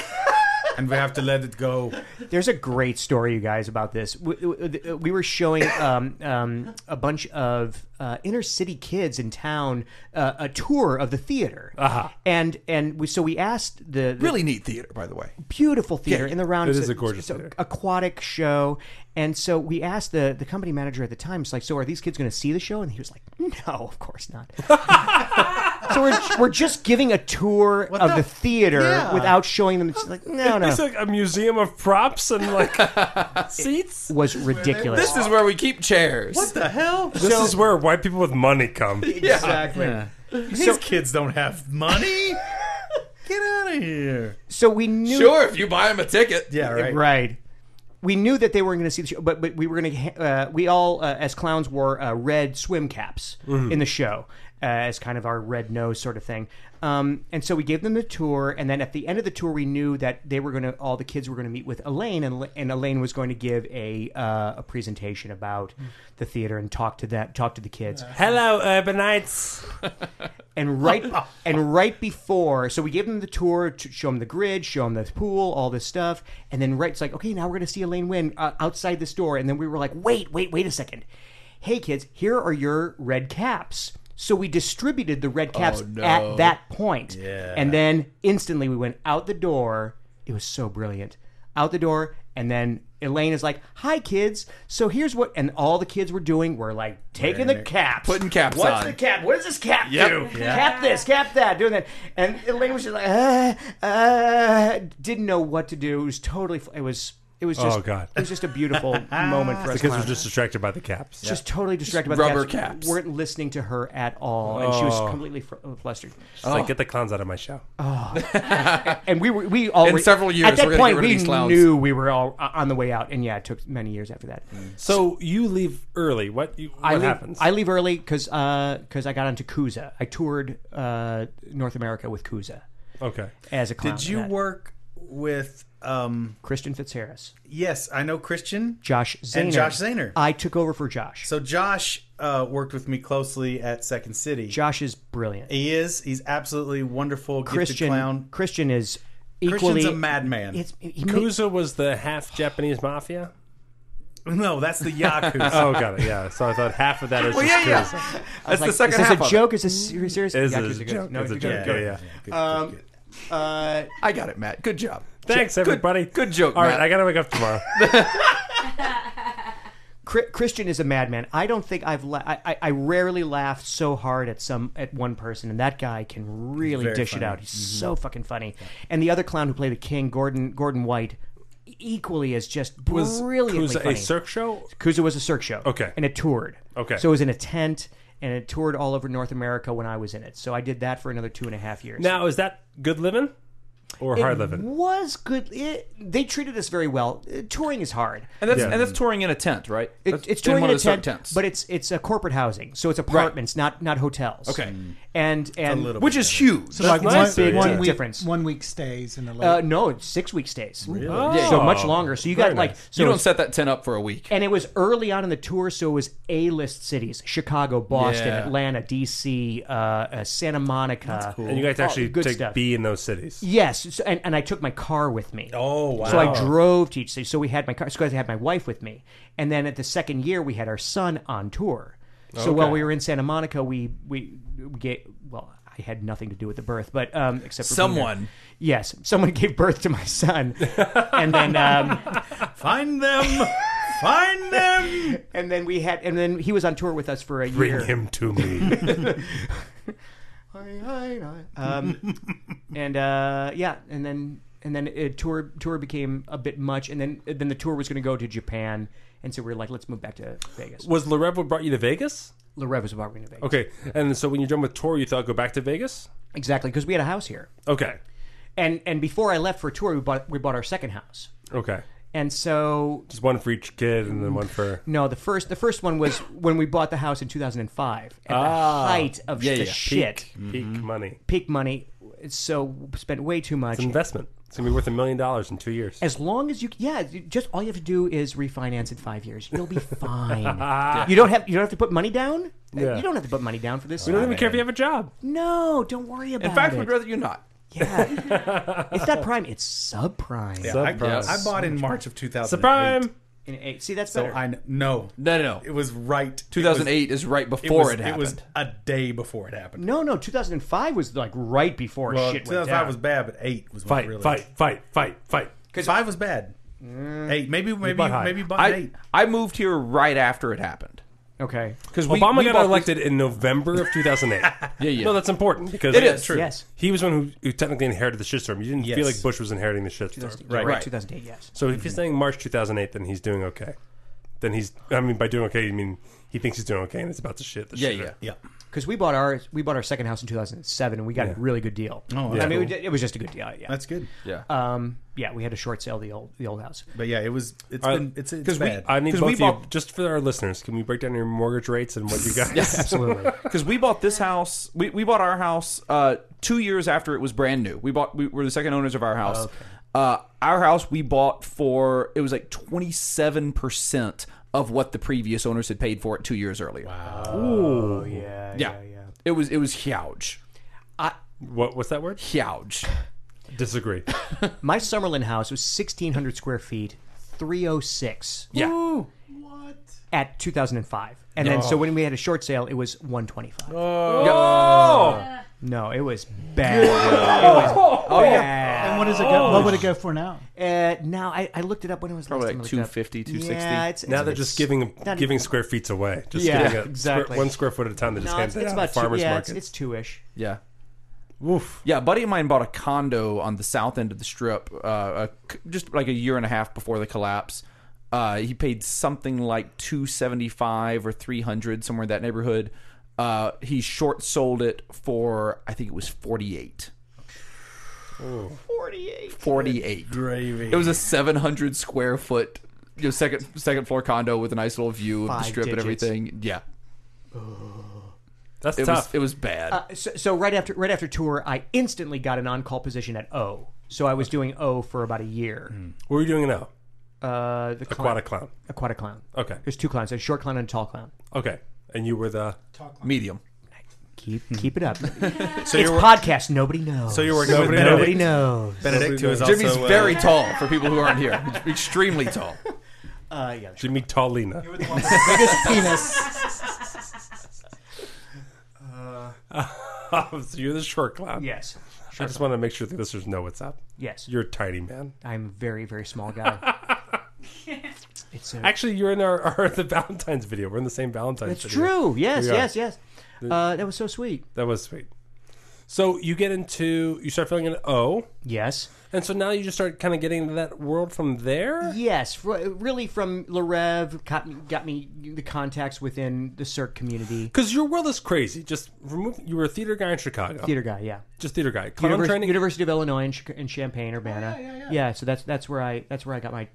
Speaker 1: And we have to let it go.
Speaker 6: There's a great story, you guys, about this. We, we- we were showing um, um, a bunch of uh, inner city kids in town uh, a tour of the theater, uh-huh. and and we, so we asked the, the
Speaker 4: really neat theater, by the way.
Speaker 6: beautiful theater in the round.
Speaker 5: It is a gorgeous
Speaker 6: so-
Speaker 5: theater.
Speaker 6: aquatic show. And so we asked the the company manager at the time, it's like, so are these kids going to see the show? And he was like, no, of
Speaker 5: (laughs)
Speaker 6: course not. so we're we're just giving a tour of the,
Speaker 1: the-
Speaker 6: theater
Speaker 1: Yeah.
Speaker 6: without showing them. It's like, no, no.
Speaker 5: It's like a museum of props and like seats.
Speaker 6: was ridiculous.
Speaker 4: This is where we keep chairs.
Speaker 1: What the hell?
Speaker 5: This is where white people with money come.
Speaker 1: Exactly. These kids don't have money. Get out of here.
Speaker 6: so we knew
Speaker 4: Sure, if you buy him a ticket.
Speaker 1: Yeah, right.
Speaker 6: right. We knew that they weren't going to see the show, but but we were going to. Uh, we all, uh, as clowns, wore uh, red swim caps in the show uh, as kind of our red nose sort of thing. Um, and so we gave them the tour, and then at the end of the tour, we knew that they were going to. All the kids were going to meet with Elaine, and, and Elaine was going to give a uh, a presentation about the theater and talk to that talk to the kids.
Speaker 5: Hello, urbanites.
Speaker 6: and
Speaker 4: (laughs)
Speaker 6: right and right before so we gave them the tour to show them the grid show them the pool all this stuff and then right it's like okay now we're gonna see elaine win uh, outside this door and then we were like wait wait wait a second hey kids here are your red caps so we distributed the red caps
Speaker 4: Oh, no.
Speaker 6: at that point and then instantly we went out the door it was so brilliant out the door and then Elaine is like, "Hi kids. So here's what and all the kids were doing were like taking the caps,
Speaker 4: Putting caps
Speaker 6: What's
Speaker 4: on.
Speaker 6: the cap? What does this cap
Speaker 4: Yep.
Speaker 6: do? Cap this, cap that, doing that. And Elaine was just like, uh, uh, didn't know what to do. It was totally, it was, It was
Speaker 5: Oh,
Speaker 6: just
Speaker 5: God.
Speaker 6: it was just a beautiful moment
Speaker 5: (laughs) The
Speaker 6: for us.
Speaker 5: kids were
Speaker 6: clowns.
Speaker 5: just distracted by the caps.
Speaker 6: just totally distracted by
Speaker 4: rubber
Speaker 6: the caps.
Speaker 4: caps.
Speaker 6: weren't listening to her at all, and she was
Speaker 5: Oh.
Speaker 6: completely fr- uh, flustered.
Speaker 5: It's like, get the clowns out of my show.
Speaker 6: And we were, we all
Speaker 4: In
Speaker 6: were-
Speaker 4: several years,
Speaker 6: At that
Speaker 4: we're gonna
Speaker 6: point,
Speaker 4: get rid of
Speaker 6: we
Speaker 4: these clowns.
Speaker 6: knew we were all uh, on the way out, and yeah, it took many years after that.
Speaker 4: Mm.
Speaker 5: So you leave early. What, you, what
Speaker 6: I leave,
Speaker 5: happens?
Speaker 6: I leave early because I got onto Kuza. I toured uh, North America with Kuza
Speaker 5: okay.
Speaker 6: as a clown.
Speaker 1: Did
Speaker 6: for
Speaker 1: you
Speaker 6: that.
Speaker 1: work with? Um,
Speaker 6: Christian Fitzharris,
Speaker 1: yes, I know Christian
Speaker 6: Josh Zahner,
Speaker 1: and Josh Zahner.
Speaker 6: I took over for Josh.
Speaker 1: so Josh uh, worked with me closely at Second City.
Speaker 6: Josh is brilliant.
Speaker 1: he is. He's absolutely wonderful, gifted
Speaker 6: Christian
Speaker 1: clown. (laughs)
Speaker 6: Christian is
Speaker 1: Christian's
Speaker 6: equally.
Speaker 1: a madman.
Speaker 6: it's, he ma-
Speaker 5: Kuza was the half Japanese mafia.
Speaker 1: no, that's the
Speaker 6: (laughs)
Speaker 1: Yakuza.
Speaker 5: Oh, got it. Yeah. So I thought half of that is just
Speaker 4: yeah, yeah.
Speaker 5: Kuza.
Speaker 4: That's
Speaker 6: like,
Speaker 4: the second
Speaker 6: is
Speaker 4: half.
Speaker 6: this
Speaker 4: of
Speaker 6: a
Speaker 4: it.
Speaker 6: joke? Is this ser- serious?
Speaker 5: It's
Speaker 6: Yeah,
Speaker 5: a
Speaker 6: it's good.
Speaker 5: joke.
Speaker 6: No,
Speaker 5: It's a
Speaker 6: good.
Speaker 5: joke. Yeah, yeah.
Speaker 1: Good, good, good.
Speaker 6: Uh,
Speaker 4: I got it, Matt. Good job.
Speaker 5: Thanks, everybody.
Speaker 4: good joke,
Speaker 5: All right,
Speaker 4: Matt.
Speaker 5: I gotta wake up (laughs) tomorrow.
Speaker 6: Chri- Christian is a madman. I don't think I've la- I, I I rarely laughed so hard at some at one person, and that guy can really
Speaker 1: Very
Speaker 6: dish it
Speaker 1: funny. Mm-hmm.
Speaker 6: out. He's so fucking funny. And the other clown who played the king, Gordon Gordon White, e- equally is just
Speaker 5: Was
Speaker 6: brilliantly
Speaker 5: Kuza
Speaker 6: funny.
Speaker 5: a circ show?
Speaker 6: Kuza was a circ show.
Speaker 5: Okay.
Speaker 6: and it toured.
Speaker 5: Okay.
Speaker 6: so it was in a tent. And it toured all over North America when I was in it. So I did that for another two and a half years.
Speaker 5: Now is that good living or hard living?
Speaker 6: was good. It, they treated us very well. Uh, Touring is hard.
Speaker 4: And that's
Speaker 5: Yeah.
Speaker 4: and that's touring in a tent, right?
Speaker 6: It,
Speaker 4: That's
Speaker 6: it's touring
Speaker 4: in one
Speaker 6: in a
Speaker 4: of the circ
Speaker 6: tent,
Speaker 4: tents,
Speaker 6: but it's it's a corporate housing, so it's apartments, not not hotels.
Speaker 4: Okay.
Speaker 6: and and
Speaker 1: little
Speaker 4: which is huge.
Speaker 7: So like
Speaker 5: nice.
Speaker 7: one,
Speaker 5: Big
Speaker 7: one
Speaker 5: yeah.
Speaker 7: week,
Speaker 6: difference.
Speaker 7: one week stays in a
Speaker 6: uh,
Speaker 7: late.
Speaker 6: no, it's six week stays, really?
Speaker 5: Oh.
Speaker 6: so much longer. So you got
Speaker 5: Very
Speaker 6: like
Speaker 5: nice.
Speaker 6: so it
Speaker 4: you don't
Speaker 6: was-
Speaker 4: set that tent up for a week.
Speaker 6: and it was early on in the tour, so it was A list cities: Chicago, Boston,
Speaker 4: Yeah.
Speaker 6: Atlanta, D.C., uh, uh, Santa Monica.
Speaker 5: And you guys
Speaker 6: Oh,
Speaker 5: actually
Speaker 6: good
Speaker 5: take
Speaker 6: stuff.
Speaker 5: B in those cities.
Speaker 6: Yes, so, and, and I took my car with me.
Speaker 1: Oh wow!
Speaker 6: So I drove to each city. So we had my car. So I had my wife with me, and then at the second year we had our son on tour. So while we were in Santa Monica, we we, we get well. I had nothing to do with the birth, but um, except for being there.
Speaker 4: Someone.
Speaker 6: Yes, someone (laughs) gave birth to my son, and then um,
Speaker 1: Find them,
Speaker 6: (laughs)
Speaker 1: find them.
Speaker 6: and then we had and then he was on tour with us for a
Speaker 5: Bring
Speaker 6: year.
Speaker 5: him to me. (laughs) (laughs)
Speaker 6: Um, and uh, yeah, and then and then it, tour tour became a bit much, and then then the tour was going to go to Japan, and so we were like, let's move back to Vegas.
Speaker 5: was Larev what brought you to Vegas?
Speaker 6: Larev was about to Vegas.
Speaker 5: Okay. And so when you're done with tour, you thought go back to Vegas?
Speaker 6: Exactly, because we had a house here,
Speaker 5: Okay.
Speaker 6: and and before I left for a tour, we bought we bought our second house,
Speaker 5: Okay.
Speaker 6: and so
Speaker 5: Just one for each kid and then one (laughs) for
Speaker 6: no, the first the first one was when we bought the house in 2005 at
Speaker 5: Ah,
Speaker 6: the height of the
Speaker 4: yeah.
Speaker 6: shit peak.
Speaker 5: peak money.
Speaker 6: money, so spent way too much.
Speaker 5: It's an investment. It's gonna be worth a million dollars in two years.
Speaker 6: As long as you, yeah, you- just all you have to do is refinance in five years. You'll
Speaker 1: (laughs)
Speaker 6: be fine. You don't have you don't have to put money down. Uh,
Speaker 5: Yeah.
Speaker 6: You don't have to put money down for this.
Speaker 5: We don't even care if you have a job.
Speaker 6: no, don't worry about
Speaker 4: In fact,
Speaker 6: it.
Speaker 4: we'd rather you not.
Speaker 6: yeah, it's not prime. It's subprime.
Speaker 1: I,
Speaker 5: Subprime.
Speaker 1: I bought in March of 2008.
Speaker 5: Subprime.
Speaker 6: In eight- See, that's
Speaker 1: So
Speaker 6: better.
Speaker 1: I kn- no,
Speaker 4: No, no,
Speaker 1: it
Speaker 4: no.
Speaker 1: was right.
Speaker 4: 2008 is right
Speaker 1: It
Speaker 4: before
Speaker 1: was,
Speaker 4: it, happened.
Speaker 1: it was a day before it happened.
Speaker 6: no, no, 2005 was like right before
Speaker 1: Well,
Speaker 6: shit went
Speaker 1: 2005
Speaker 6: down.
Speaker 1: was bad, but eight was when
Speaker 5: Fight,
Speaker 1: it really.
Speaker 5: fight, fight, fight, fight.
Speaker 1: Five was bad.
Speaker 6: Mm.
Speaker 1: Eight, maybe, maybe,
Speaker 5: bought high.
Speaker 1: maybe bought
Speaker 4: I
Speaker 1: eight.
Speaker 4: I moved here right after it happened.
Speaker 6: okay.
Speaker 5: Because
Speaker 4: we-
Speaker 5: Obama
Speaker 4: we bought
Speaker 5: got
Speaker 4: this-
Speaker 5: elected in November of 2008.
Speaker 4: Yeah, yeah.
Speaker 5: No, that's important because
Speaker 4: It is. True.
Speaker 6: Yes.
Speaker 5: He was one who, who technically inherited the shitstorm. You didn't feel
Speaker 1: Yes.
Speaker 5: like Bush was inheriting the shitstorm.
Speaker 1: Right.
Speaker 4: Right.
Speaker 6: 2008. Yes.
Speaker 5: So if he's saying March 2008, then he's doing okay. Then he's, I mean, by doing okay, you mean he thinks he's doing okay and it's about to shit. The
Speaker 4: Yeah,
Speaker 5: shitter.
Speaker 4: yeah.
Speaker 1: Yeah.
Speaker 6: Because we bought our we bought our second house in 2007, and we got a really good deal.
Speaker 1: Oh,
Speaker 6: I
Speaker 1: that's
Speaker 6: mean,
Speaker 1: cool.
Speaker 6: we did- it was just a good deal. Yeah.
Speaker 1: That's good.
Speaker 4: Yeah.
Speaker 6: um, yeah, we had to short sale the old the
Speaker 1: (laughs)
Speaker 6: old house.
Speaker 1: But yeah, it was. It's
Speaker 5: All right,
Speaker 1: been. It's, it's
Speaker 5: 'cause we-
Speaker 1: bad.
Speaker 5: I need
Speaker 4: 'Cause
Speaker 5: both
Speaker 4: we
Speaker 5: of you,
Speaker 4: bought-
Speaker 5: just for our listeners, can we break down your mortgage rates and what you got?
Speaker 6: Absolutely.
Speaker 4: because we bought this house we, we bought our house uh, two years after it was brand new we bought we were the second owners of our house uh, our house we bought for it was like 27% of what the previous owners had paid for it two years earlier wow
Speaker 6: oh yeah.
Speaker 4: yeah, it was it was huge
Speaker 5: (laughs) What, what's that word?
Speaker 4: huge
Speaker 5: Disagree.
Speaker 6: My Summerlin house was 1,600 square feet, 306
Speaker 4: yeah
Speaker 7: What?
Speaker 6: at 2005, and then so when we had a short sale, it was 125.
Speaker 4: oh
Speaker 6: No, it was bad. it was
Speaker 4: oh yeah
Speaker 7: And what does it go? What would it go for now?
Speaker 6: Uh, now I, I looked it up when it was
Speaker 4: Probably
Speaker 6: last time I
Speaker 4: like
Speaker 6: looked it up.
Speaker 4: 250, 260.
Speaker 6: Yeah,
Speaker 5: now
Speaker 6: it's, it's-
Speaker 5: they're just giving
Speaker 6: not-
Speaker 5: giving square feet away. Just
Speaker 6: Yeah,
Speaker 5: giving a
Speaker 6: exactly.
Speaker 5: square, one square foot at a time. They just
Speaker 6: no,
Speaker 5: hand
Speaker 6: it's,
Speaker 5: it out
Speaker 6: it's
Speaker 5: at
Speaker 6: about two,
Speaker 5: farmers
Speaker 6: yeah,
Speaker 5: markets.
Speaker 6: It's, it's two ish.
Speaker 4: yeah
Speaker 5: Oof.
Speaker 4: Yeah, a buddy of mine bought a condo on the south end of the strip, uh, a c just like a year and a half before the collapse. Uh, he paid something like two seventy five or three hundred somewhere in that neighborhood. Uh, he short sold it for I think it was forty eight. Forty eight.
Speaker 1: Gravy.
Speaker 4: It was a seven hundred square foot, you know, second second floor condo with a nice little view of
Speaker 6: Five
Speaker 4: the strip and
Speaker 6: digits.
Speaker 4: everything. Yeah,
Speaker 5: That's
Speaker 4: it
Speaker 5: tough.
Speaker 4: was it was bad.
Speaker 6: so, so right after right after tour, I instantly got an on call position at O. So I was doing O for about a year.
Speaker 4: Hmm.
Speaker 5: what were you doing now?
Speaker 6: Uh, the clown,
Speaker 5: Aquatic clown.
Speaker 6: aquatic clown.
Speaker 5: Okay.
Speaker 6: There's two clowns: a short clown and a tall clown.
Speaker 5: Okay. And you were the
Speaker 4: Medium.
Speaker 6: Keep keep it up.
Speaker 1: so
Speaker 6: it's
Speaker 1: you're
Speaker 6: podcast. Nobody knows.
Speaker 1: so you're working with
Speaker 5: Nobody
Speaker 1: Benedict.
Speaker 6: Nobody knows.
Speaker 1: Benedict, who is also
Speaker 4: Jimmy's
Speaker 1: uh,
Speaker 4: very tall for people who aren't here. Extremely tall.
Speaker 6: Uh, yeah.
Speaker 5: Jimmy Tallina.
Speaker 7: You're the
Speaker 5: (laughs)
Speaker 7: one with the biggest (laughs) penis.
Speaker 5: Uh, (laughs) so you're the short clown.
Speaker 6: Yes.
Speaker 5: I just want to make sure the listeners know what's up.
Speaker 6: Yes.
Speaker 5: You're a tiny man.
Speaker 6: I'm a very very small
Speaker 1: (laughs)
Speaker 6: guy. it's uh, a,
Speaker 5: Actually, you're in our, (laughs) our the Valentine's video. We're in the same Valentine's.
Speaker 6: it's
Speaker 5: video.
Speaker 6: true. Yes.
Speaker 5: We are.
Speaker 6: Yes. Yes. Uh, that was so sweet.
Speaker 5: That was sweet. So you get into you start feeling an O,
Speaker 6: Yes.
Speaker 5: and so now you just start kind of getting into that world from there.
Speaker 6: Yes, fr- really from Larev got me, got me the contacts within the Cirque community.
Speaker 5: Because your world is crazy. Just remove. You were a theater guy in Chicago.
Speaker 6: Theater guy, yeah.
Speaker 5: Just theater guy. Clown
Speaker 6: Univers-
Speaker 5: training.
Speaker 6: University of Illinois in, Chica- in Champaign, Urbana. Oh, yeah, yeah, So that's that's where I that's where I got my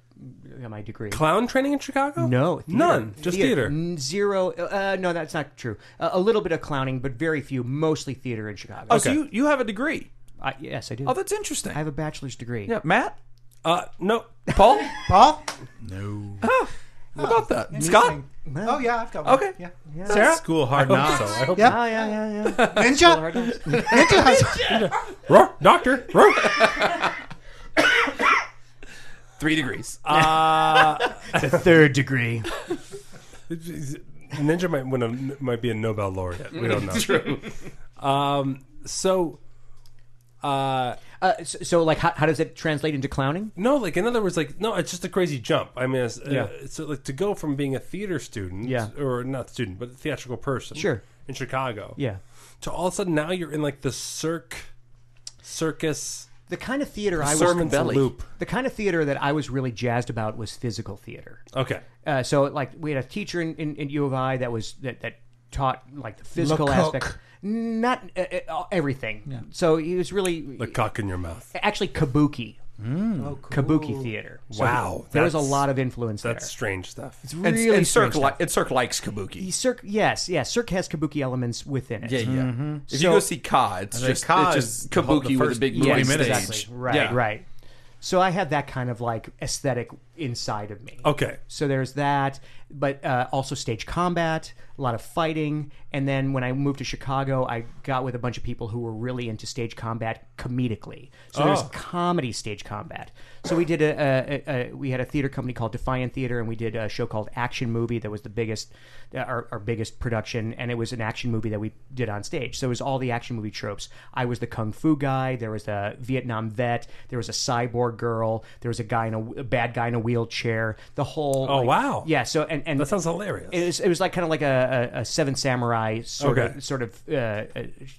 Speaker 6: got my degree.
Speaker 5: Clown training in Chicago?
Speaker 6: no, theater. Mm.
Speaker 5: none. Just theater.
Speaker 6: N- Zero. Uh, no, that's not true. Uh, a little bit of clowning, but very few. Mostly theater in Chicago.
Speaker 4: Oh, so you, you have a degree.
Speaker 6: I, yes, I do.
Speaker 4: Oh, that's interesting.
Speaker 6: I have a bachelor's degree.
Speaker 4: yeah, Matt,
Speaker 5: Uh, no.
Speaker 4: Paul,
Speaker 7: Paul?
Speaker 4: how about that? Scott,
Speaker 7: Interesting. Oh, yeah, I've got one.
Speaker 4: Okay.
Speaker 7: Yeah.
Speaker 4: Sarah,
Speaker 1: school hard knocks.
Speaker 5: I hope
Speaker 6: Oh, yeah, yeah, yeah.
Speaker 4: (laughs)
Speaker 7: Ninja? Ninja has
Speaker 5: Roar, doctor. Roar.
Speaker 4: three degrees.
Speaker 6: The third degree.
Speaker 5: Ninja might win a, might be a Nobel laureate. We don't know. True. Um. So. Uh.
Speaker 6: Uh, so, so, like, how, how does it translate into clowning?
Speaker 4: Mm.
Speaker 5: No, like in other words, like no, it's just a crazy jump. I mean, it's,
Speaker 6: Yeah.
Speaker 5: uh, so like to go from being a theater student,
Speaker 6: Yeah.
Speaker 5: or not student, but a theatrical person,
Speaker 6: Sure.
Speaker 5: in Chicago,
Speaker 6: Yeah.
Speaker 5: to all of a sudden now you're in like the circ, circus,
Speaker 6: The kind of theater I was
Speaker 5: sermons
Speaker 4: belly.
Speaker 5: loop.
Speaker 6: The kind of theater that I was really jazzed about was physical theater.
Speaker 5: Okay,
Speaker 6: Uh, so, like, we had a teacher in, in, in U of I that was that, that taught like the physical
Speaker 7: Lecoq.
Speaker 6: aspect, not uh, uh, everything. So he was really
Speaker 5: the cock in your mouth.
Speaker 6: actually kabuki,
Speaker 4: Mm.
Speaker 6: kabuki theater. So
Speaker 5: Wow,
Speaker 6: there was a
Speaker 5: that's-
Speaker 6: lot of influence
Speaker 5: That's strange stuff.
Speaker 6: there.
Speaker 4: and,
Speaker 6: It's really
Speaker 4: and
Speaker 6: strange
Speaker 4: Cirque,
Speaker 6: stuff.
Speaker 4: li- and Cirque likes Kabuki.
Speaker 6: Cirque, yes, yes. Cirque has kabuki elements within it.
Speaker 4: Yeah, yeah. If
Speaker 6: So-
Speaker 4: you go see Ka, it's just,
Speaker 1: Ka
Speaker 4: it's
Speaker 1: is
Speaker 4: just
Speaker 1: the whole- the
Speaker 4: Kabuki with a
Speaker 1: first
Speaker 4: big movie
Speaker 1: 20
Speaker 6: Yes,
Speaker 1: minutes.
Speaker 4: stage.
Speaker 6: exactly. Right,
Speaker 4: Yeah.
Speaker 6: right. So I had that kind of like aesthetic inside of me.
Speaker 5: Okay,
Speaker 6: So there's that, but uh, also stage combat, a lot of fighting. And then when I moved to Chicago, I got with a bunch of people who were really into stage combat comedically. So there's
Speaker 5: Oh.
Speaker 6: comedy stage combat. So we did a, a, a, a we had a theater company called Defiant Theater, and we did a show called Action Movie that was the biggest uh, our, our biggest production, and it was an action movie that we did on stage. So it was all the action movie tropes. I was the kung fu guy. There was a Vietnam vet. There was a cyborg girl. There was a guy in a, a bad guy in a wheelchair. The whole
Speaker 5: Oh, wow.
Speaker 6: yeah. So and and
Speaker 5: that sounds hilarious.
Speaker 6: it was, it was like kind of like a, a, a Seven Samurai sort
Speaker 5: Okay.
Speaker 6: of sort of uh, uh,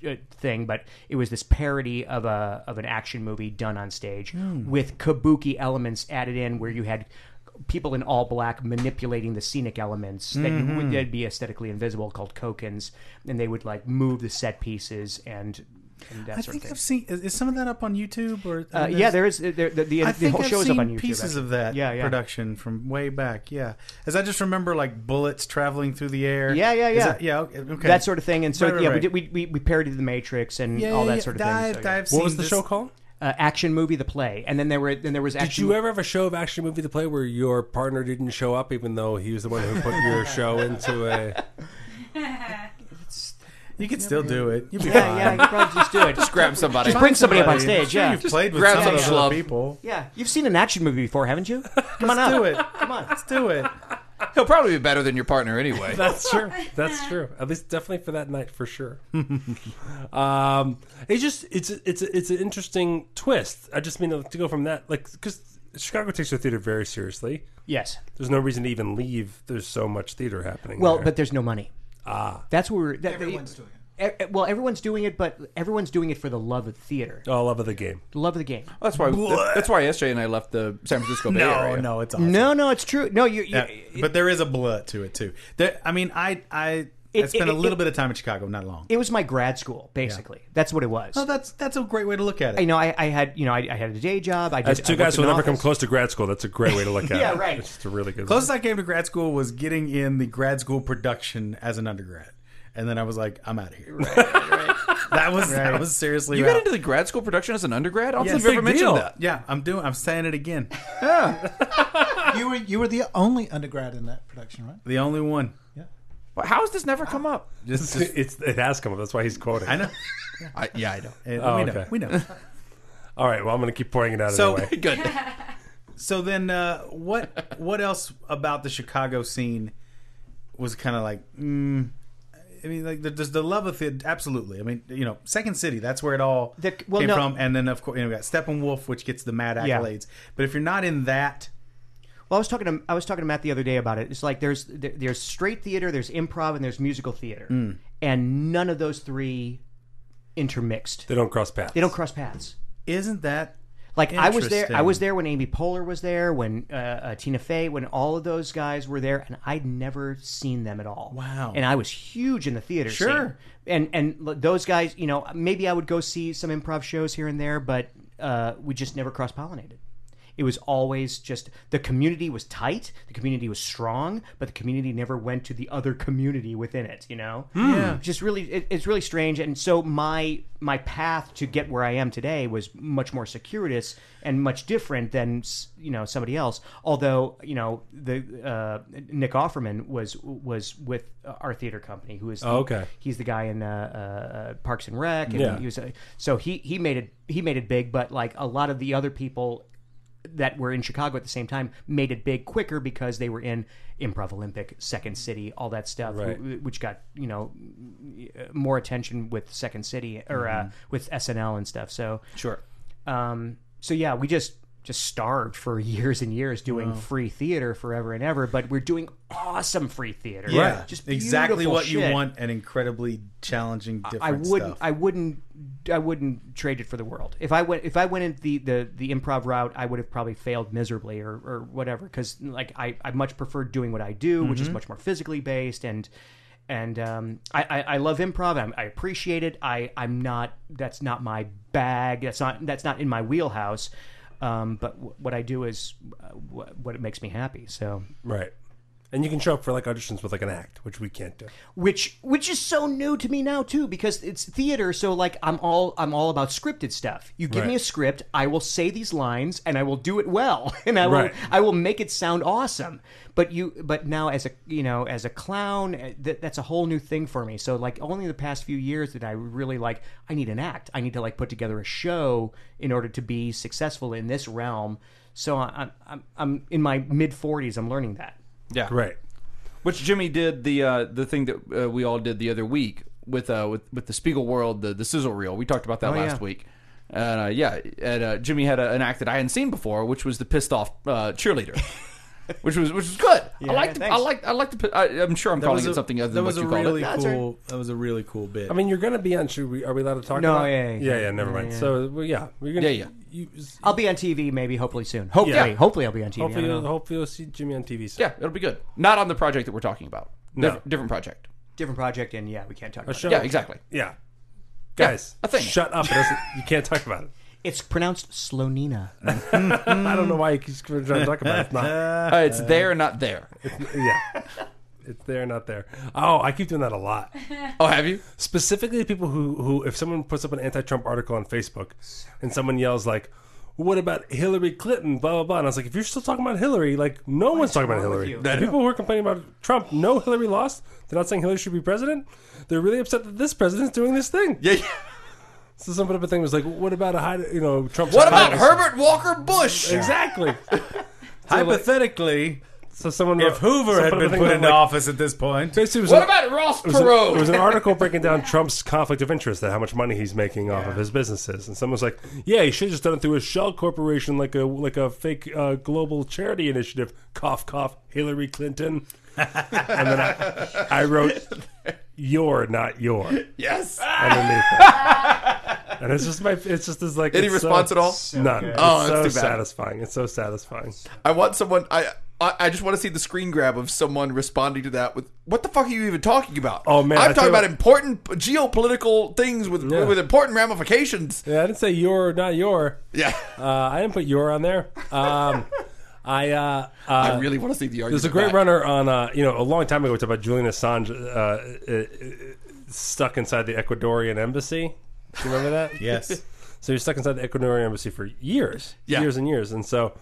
Speaker 6: uh, thing, but it was this parody of a of an action movie done on stage
Speaker 1: Hmm.
Speaker 6: with kabuki elements added in, where you had people in all black manipulating the scenic elements that you
Speaker 1: Mm-hmm.
Speaker 6: would that'd be aesthetically invisible, called kokens, and they would like move the set pieces and. And that
Speaker 1: I
Speaker 6: sort
Speaker 1: think
Speaker 6: of
Speaker 1: I've
Speaker 6: thing.
Speaker 1: seen. Is, is some of that up on YouTube or?
Speaker 6: Uh, yeah, there is. There, the the,
Speaker 1: I
Speaker 6: the
Speaker 1: think
Speaker 6: whole
Speaker 1: I've
Speaker 6: show is
Speaker 1: seen
Speaker 6: up on YouTube.
Speaker 1: pieces
Speaker 6: actually.
Speaker 1: of that
Speaker 6: Yeah, yeah.
Speaker 1: production from way back. Yeah, as I just remember, like bullets traveling through the air.
Speaker 6: Yeah, yeah,
Speaker 1: Is
Speaker 6: yeah.
Speaker 1: that- yeah. Okay. okay.
Speaker 6: That sort of thing, and so
Speaker 1: Right, right,
Speaker 6: yeah,
Speaker 1: right.
Speaker 6: We, did, we, we we parodied the Matrix and
Speaker 1: Yeah,
Speaker 6: all
Speaker 1: yeah,
Speaker 6: that
Speaker 1: yeah.
Speaker 6: sort of
Speaker 1: That I've-
Speaker 6: thing. so, yeah.
Speaker 1: that I've
Speaker 5: what was
Speaker 1: seen
Speaker 5: the
Speaker 1: this-
Speaker 5: show called?
Speaker 6: uh, action movie the play and then there were then there was
Speaker 5: Did
Speaker 6: action
Speaker 5: you ever have a show of action movie the play where your partner didn't show up, even though he was the one who put your show into a?
Speaker 1: You could still do it. You'd be
Speaker 6: yeah
Speaker 1: fine.
Speaker 6: yeah you could probably just do it
Speaker 4: Just grab somebody.
Speaker 6: bring somebody up on stage
Speaker 1: Sure
Speaker 6: yeah
Speaker 1: you've played with
Speaker 4: grab
Speaker 1: some of
Speaker 4: some
Speaker 1: those other
Speaker 4: schlub.
Speaker 1: people.
Speaker 6: yeah you've seen an action movie before haven't you come on
Speaker 1: Let's
Speaker 6: up
Speaker 1: do it.
Speaker 6: come on
Speaker 1: Let's do it.
Speaker 4: He'll probably be better than your partner anyway.
Speaker 5: That's true. That's true. At least definitely for that night for sure. (laughs) um, it's just it's a- it's a, it's an interesting twist. I just mean to go from that like because Chicago takes their theater very seriously.
Speaker 6: yes
Speaker 5: There's no reason to even leave. There's so much theater happening.
Speaker 6: well
Speaker 5: there.
Speaker 6: but there's no money ah that's where we're that,
Speaker 7: Everyone's doing it.
Speaker 6: e- e- well, everyone's doing it, but everyone's doing it for the love of theater,
Speaker 5: Oh, love of the game.
Speaker 6: the love of the game.
Speaker 4: That's why. That's why SJ and I left the San Francisco Bay
Speaker 1: No,
Speaker 4: Area.
Speaker 1: no, it's awesome.
Speaker 6: No, no, it's true. No, you, you
Speaker 1: Yeah, but there is a blood to it too. There, I mean, I I, I
Speaker 6: It-
Speaker 1: spent
Speaker 6: it-
Speaker 1: a little
Speaker 6: it-
Speaker 1: bit of time in Chicago, not long.
Speaker 6: it was my grad school basically. That's what it was.
Speaker 1: Oh, that's that's a great way to look at it.
Speaker 6: you know, I, I had you know I, I had a day job. I did,
Speaker 5: As two
Speaker 6: I
Speaker 5: guys
Speaker 6: worked
Speaker 5: who
Speaker 6: in an
Speaker 5: never come
Speaker 6: office.
Speaker 5: close to grad school, that's a great way to
Speaker 6: (laughs)
Speaker 5: look at
Speaker 6: Yeah,
Speaker 5: it.
Speaker 6: right.
Speaker 5: It's just a really good.
Speaker 1: Closest I came to grad school was getting in the grad school production as an undergrad, and then I was like, I'm out of here. (laughs) that was that was seriously.
Speaker 4: You got
Speaker 1: route.
Speaker 4: into the grad school production as an undergrad. I don't
Speaker 1: Yes.
Speaker 4: think you've ever
Speaker 5: Big deal.
Speaker 4: mentioned that.
Speaker 1: yeah, I'm doing. I'm saying it again.
Speaker 7: You were you were the only undergrad in that production, right?
Speaker 1: The only one.
Speaker 4: But How has this never come up?
Speaker 1: Just, just
Speaker 5: (laughs) It's it has come up. That's why he's quoting.
Speaker 1: I know.
Speaker 4: I, yeah, I know.
Speaker 1: And
Speaker 5: Oh,
Speaker 1: we know.
Speaker 5: okay.
Speaker 1: We know.
Speaker 5: All right. Well, I'm going to keep pouring it out
Speaker 1: So-
Speaker 6: (laughs)
Speaker 5: anyway.
Speaker 4: (laughs) Good.
Speaker 1: So then, uh, what (laughs) what else about the Chicago scene was kind of like? Mm, I mean, like there- there's the love of it. Absolutely. I mean, you know, Second City. That's where it all
Speaker 6: The- well,
Speaker 1: came
Speaker 6: no.
Speaker 1: from. And then of course, you know, we got Steppenwolf, which gets the mad
Speaker 6: Yeah.
Speaker 1: accolades. But if you're not in that,
Speaker 6: Well, I was talking to I was talking to Matt the other day about it. It's like there's there- there's straight theater, there's improv, and there's musical theater,
Speaker 1: Mm.
Speaker 6: and none of those three intermixed.
Speaker 5: They don't cross paths.
Speaker 6: They don't cross paths.
Speaker 1: isn't that
Speaker 6: Like I was there, I
Speaker 1: Interesting.
Speaker 6: was there when Amy Poehler was there, when uh, uh, Tina Fey, when all of those guys were there, and I'd never seen them at all.
Speaker 1: Wow.
Speaker 6: And I was huge in the theater. scene.
Speaker 1: Sure.
Speaker 6: And and l- those guys, you know, maybe I would go see some improv shows here and there, but uh, we just never cross pollinated. It was always just the community was tight, the community was strong, but the community never went to the other community within it. You know,
Speaker 5: Hmm.
Speaker 6: yeah. Just really, it, it's really strange. And so my my path to get where I am today was much more circuitous and much different than s- you know somebody else. Although you know the uh, Nick Offerman was was with our theater company, who is the,
Speaker 5: Oh, okay.
Speaker 6: He's the guy in uh, uh, uh, Parks and Rec, and
Speaker 5: Yeah.
Speaker 6: he was a, so he he made it he made it big. But like a lot of the other people that were in Chicago at the same time made it big quicker because they were in Improv Olympic, Second City, all that stuff,
Speaker 5: Right.
Speaker 6: wh- which got you know uh, more attention with Second City or
Speaker 1: Mm-hmm.
Speaker 6: uh, with SNL and stuff. So
Speaker 4: Sure.
Speaker 6: um, so yeah, we just just starved for (laughs) years and years doing free theater forever and ever, but we're doing awesome free theater.
Speaker 1: yeah,
Speaker 6: just
Speaker 1: exactly
Speaker 6: beautiful
Speaker 1: what you
Speaker 6: shit.
Speaker 1: want and incredibly challenging different
Speaker 6: I wouldn't.
Speaker 1: stuff.
Speaker 6: I wouldn't. I wouldn't trade it for the world. If I went, if I went in the the, the improv route, I would have probably failed miserably or, or whatever. Because like I, I much prefer doing what I do, which is
Speaker 1: Mm-hmm.
Speaker 6: much more physically based and and um, I, I I love improv. I'm, I appreciate it. I I'm not. That's not my bag. That's not that's not in my wheelhouse. Um, but w- what I do is uh, wh- what it makes me happy. So
Speaker 5: Right. And you can show up for like auditions with like an act, which we can't do.
Speaker 6: which which is so new to me now too because it's theater so like i'm all i'm all about scripted stuff you give
Speaker 5: Right.
Speaker 6: me a script i will say these lines and i will do it well (laughs) and i will
Speaker 5: Right.
Speaker 6: i will make it sound awesome but you but now as a you know as a clown uh, th- that's a whole new thing for me so like only the past few years that i really like i need an act i need to like put together a show in order to be successful in this realm so I- i'm i'm, I'm in my mid 40s i'm learning that
Speaker 4: Yeah.
Speaker 5: Right.
Speaker 4: Which Jimmy did the uh, the thing that uh, we all did the other week with uh, with with the Spiegel World the the sizzle reel. We talked about that last
Speaker 6: yeah.
Speaker 4: week. And uh, yeah, and uh, Jimmy had a, an act that I hadn't seen before, which was the pissed off uh, cheerleader, which was which was good. I liked the, I
Speaker 6: thanks.
Speaker 4: liked I liked the. pi- I, I'm sure I'm calling it something other
Speaker 1: that
Speaker 4: than what
Speaker 1: was a
Speaker 4: you called
Speaker 1: really
Speaker 4: it.
Speaker 1: cool. That was a really cool bit.
Speaker 5: I mean, you're going to be on. Should we? Are we allowed to talk?
Speaker 6: No,
Speaker 5: about it?
Speaker 6: yeah, yeah,
Speaker 5: yeah,
Speaker 6: yeah.
Speaker 5: Never
Speaker 6: Yeah,
Speaker 5: mind.
Speaker 6: yeah.
Speaker 5: So we're, yeah, we're gonna.
Speaker 4: Yeah, yeah.
Speaker 5: You,
Speaker 6: I'll be on TV maybe hopefully soon. Hopefully,
Speaker 5: Yeah.
Speaker 6: hopefully I'll be on TV. I
Speaker 5: hopefully, you'll,
Speaker 6: don't know.
Speaker 5: hopefully you'll see Jimmy on TV. Soon.
Speaker 4: Yeah, it'll be good. Not on the project that we're talking about.
Speaker 5: No. Oh.
Speaker 4: Dif- different project.
Speaker 6: Different project and yeah, we can't talk about
Speaker 5: show-
Speaker 6: it.
Speaker 4: Yeah, exactly.
Speaker 5: Yeah. Guys,
Speaker 4: a thing.
Speaker 5: shut up. It doesn't- you can't talk about it.
Speaker 6: It's pronounced
Speaker 5: (laughs)
Speaker 6: Slonina.
Speaker 5: I don't know why you keep trying to talk about it. It's not.
Speaker 4: (laughs) Uh, it's there, not there.
Speaker 5: Yeah. It's there, not there. Oh, I keep doing that a lot.
Speaker 4: Oh, have you?
Speaker 5: Specifically, people who, who if someone puts up an anti Trump article on Facebook and someone yells, like, what about Hillary Clinton? Blah, blah, blah. And I was like, if you're still talking about Hillary, like, no one's talking about
Speaker 6: wrong with
Speaker 5: Hillary.
Speaker 6: you?
Speaker 5: The people who are complaining about Trump know Hillary lost. They're not saying Hillary should be president. They're really upset that this president's doing this thing.
Speaker 4: Yeah. yeah.
Speaker 5: So someone put up a thing that was like, what about a high, you know, Trump's
Speaker 4: What about
Speaker 5: highness?
Speaker 4: Herbert Walker Bush?
Speaker 5: Exactly.
Speaker 1: Hypothetically,
Speaker 5: So someone
Speaker 1: if Hoover had been put into office at this
Speaker 6: (laughs)
Speaker 1: point,
Speaker 5: Basically, it was
Speaker 4: What
Speaker 5: an-
Speaker 4: about Ross
Speaker 5: It was, an,
Speaker 3: (laughs)
Speaker 4: Perot?
Speaker 5: it was an article breaking down Trump's conflict of interest, that how much money he's making off of his businesses, and someone's like, "Yeah, he should have just done it through a shell corporation, like a like a fake uh, global charity initiative." Cough, cough. Hillary Clinton. and then I, I wrote, "You're not your" underneath
Speaker 3: Yes.
Speaker 5: it. And it's just my. It's just as like
Speaker 3: Any
Speaker 5: it's
Speaker 3: response
Speaker 5: so,
Speaker 3: at all?
Speaker 5: None. It's
Speaker 3: Oh,
Speaker 5: so
Speaker 3: that's too bad.
Speaker 5: satisfying. It's so satisfying.
Speaker 3: I want someone. I, I I just want to see the screen grab of someone responding to that with "What the fuck are you even talking about?"
Speaker 5: Oh, man, I
Speaker 3: I'm
Speaker 5: tell
Speaker 3: talking
Speaker 5: you
Speaker 3: about
Speaker 5: what-
Speaker 3: important p- geopolitical things with
Speaker 5: Yeah.
Speaker 3: with important ramifications. (laughs)
Speaker 5: Yeah, I didn't say "you're not your."
Speaker 3: Yeah,
Speaker 5: Uh, I didn't put "your" on there. Um, I. Uh, uh,
Speaker 3: I really want to see the argument.
Speaker 5: There's a great
Speaker 3: back.
Speaker 5: runner on, uh, you know, a long time ago. We talked about Julian Assange uh, uh, uh, stuck inside the Ecuadorian embassy. Do you remember that?
Speaker 1: Yes.
Speaker 5: So you're stuck inside the Ecuadorian embassy for years,
Speaker 3: Yeah.
Speaker 5: years and years. And so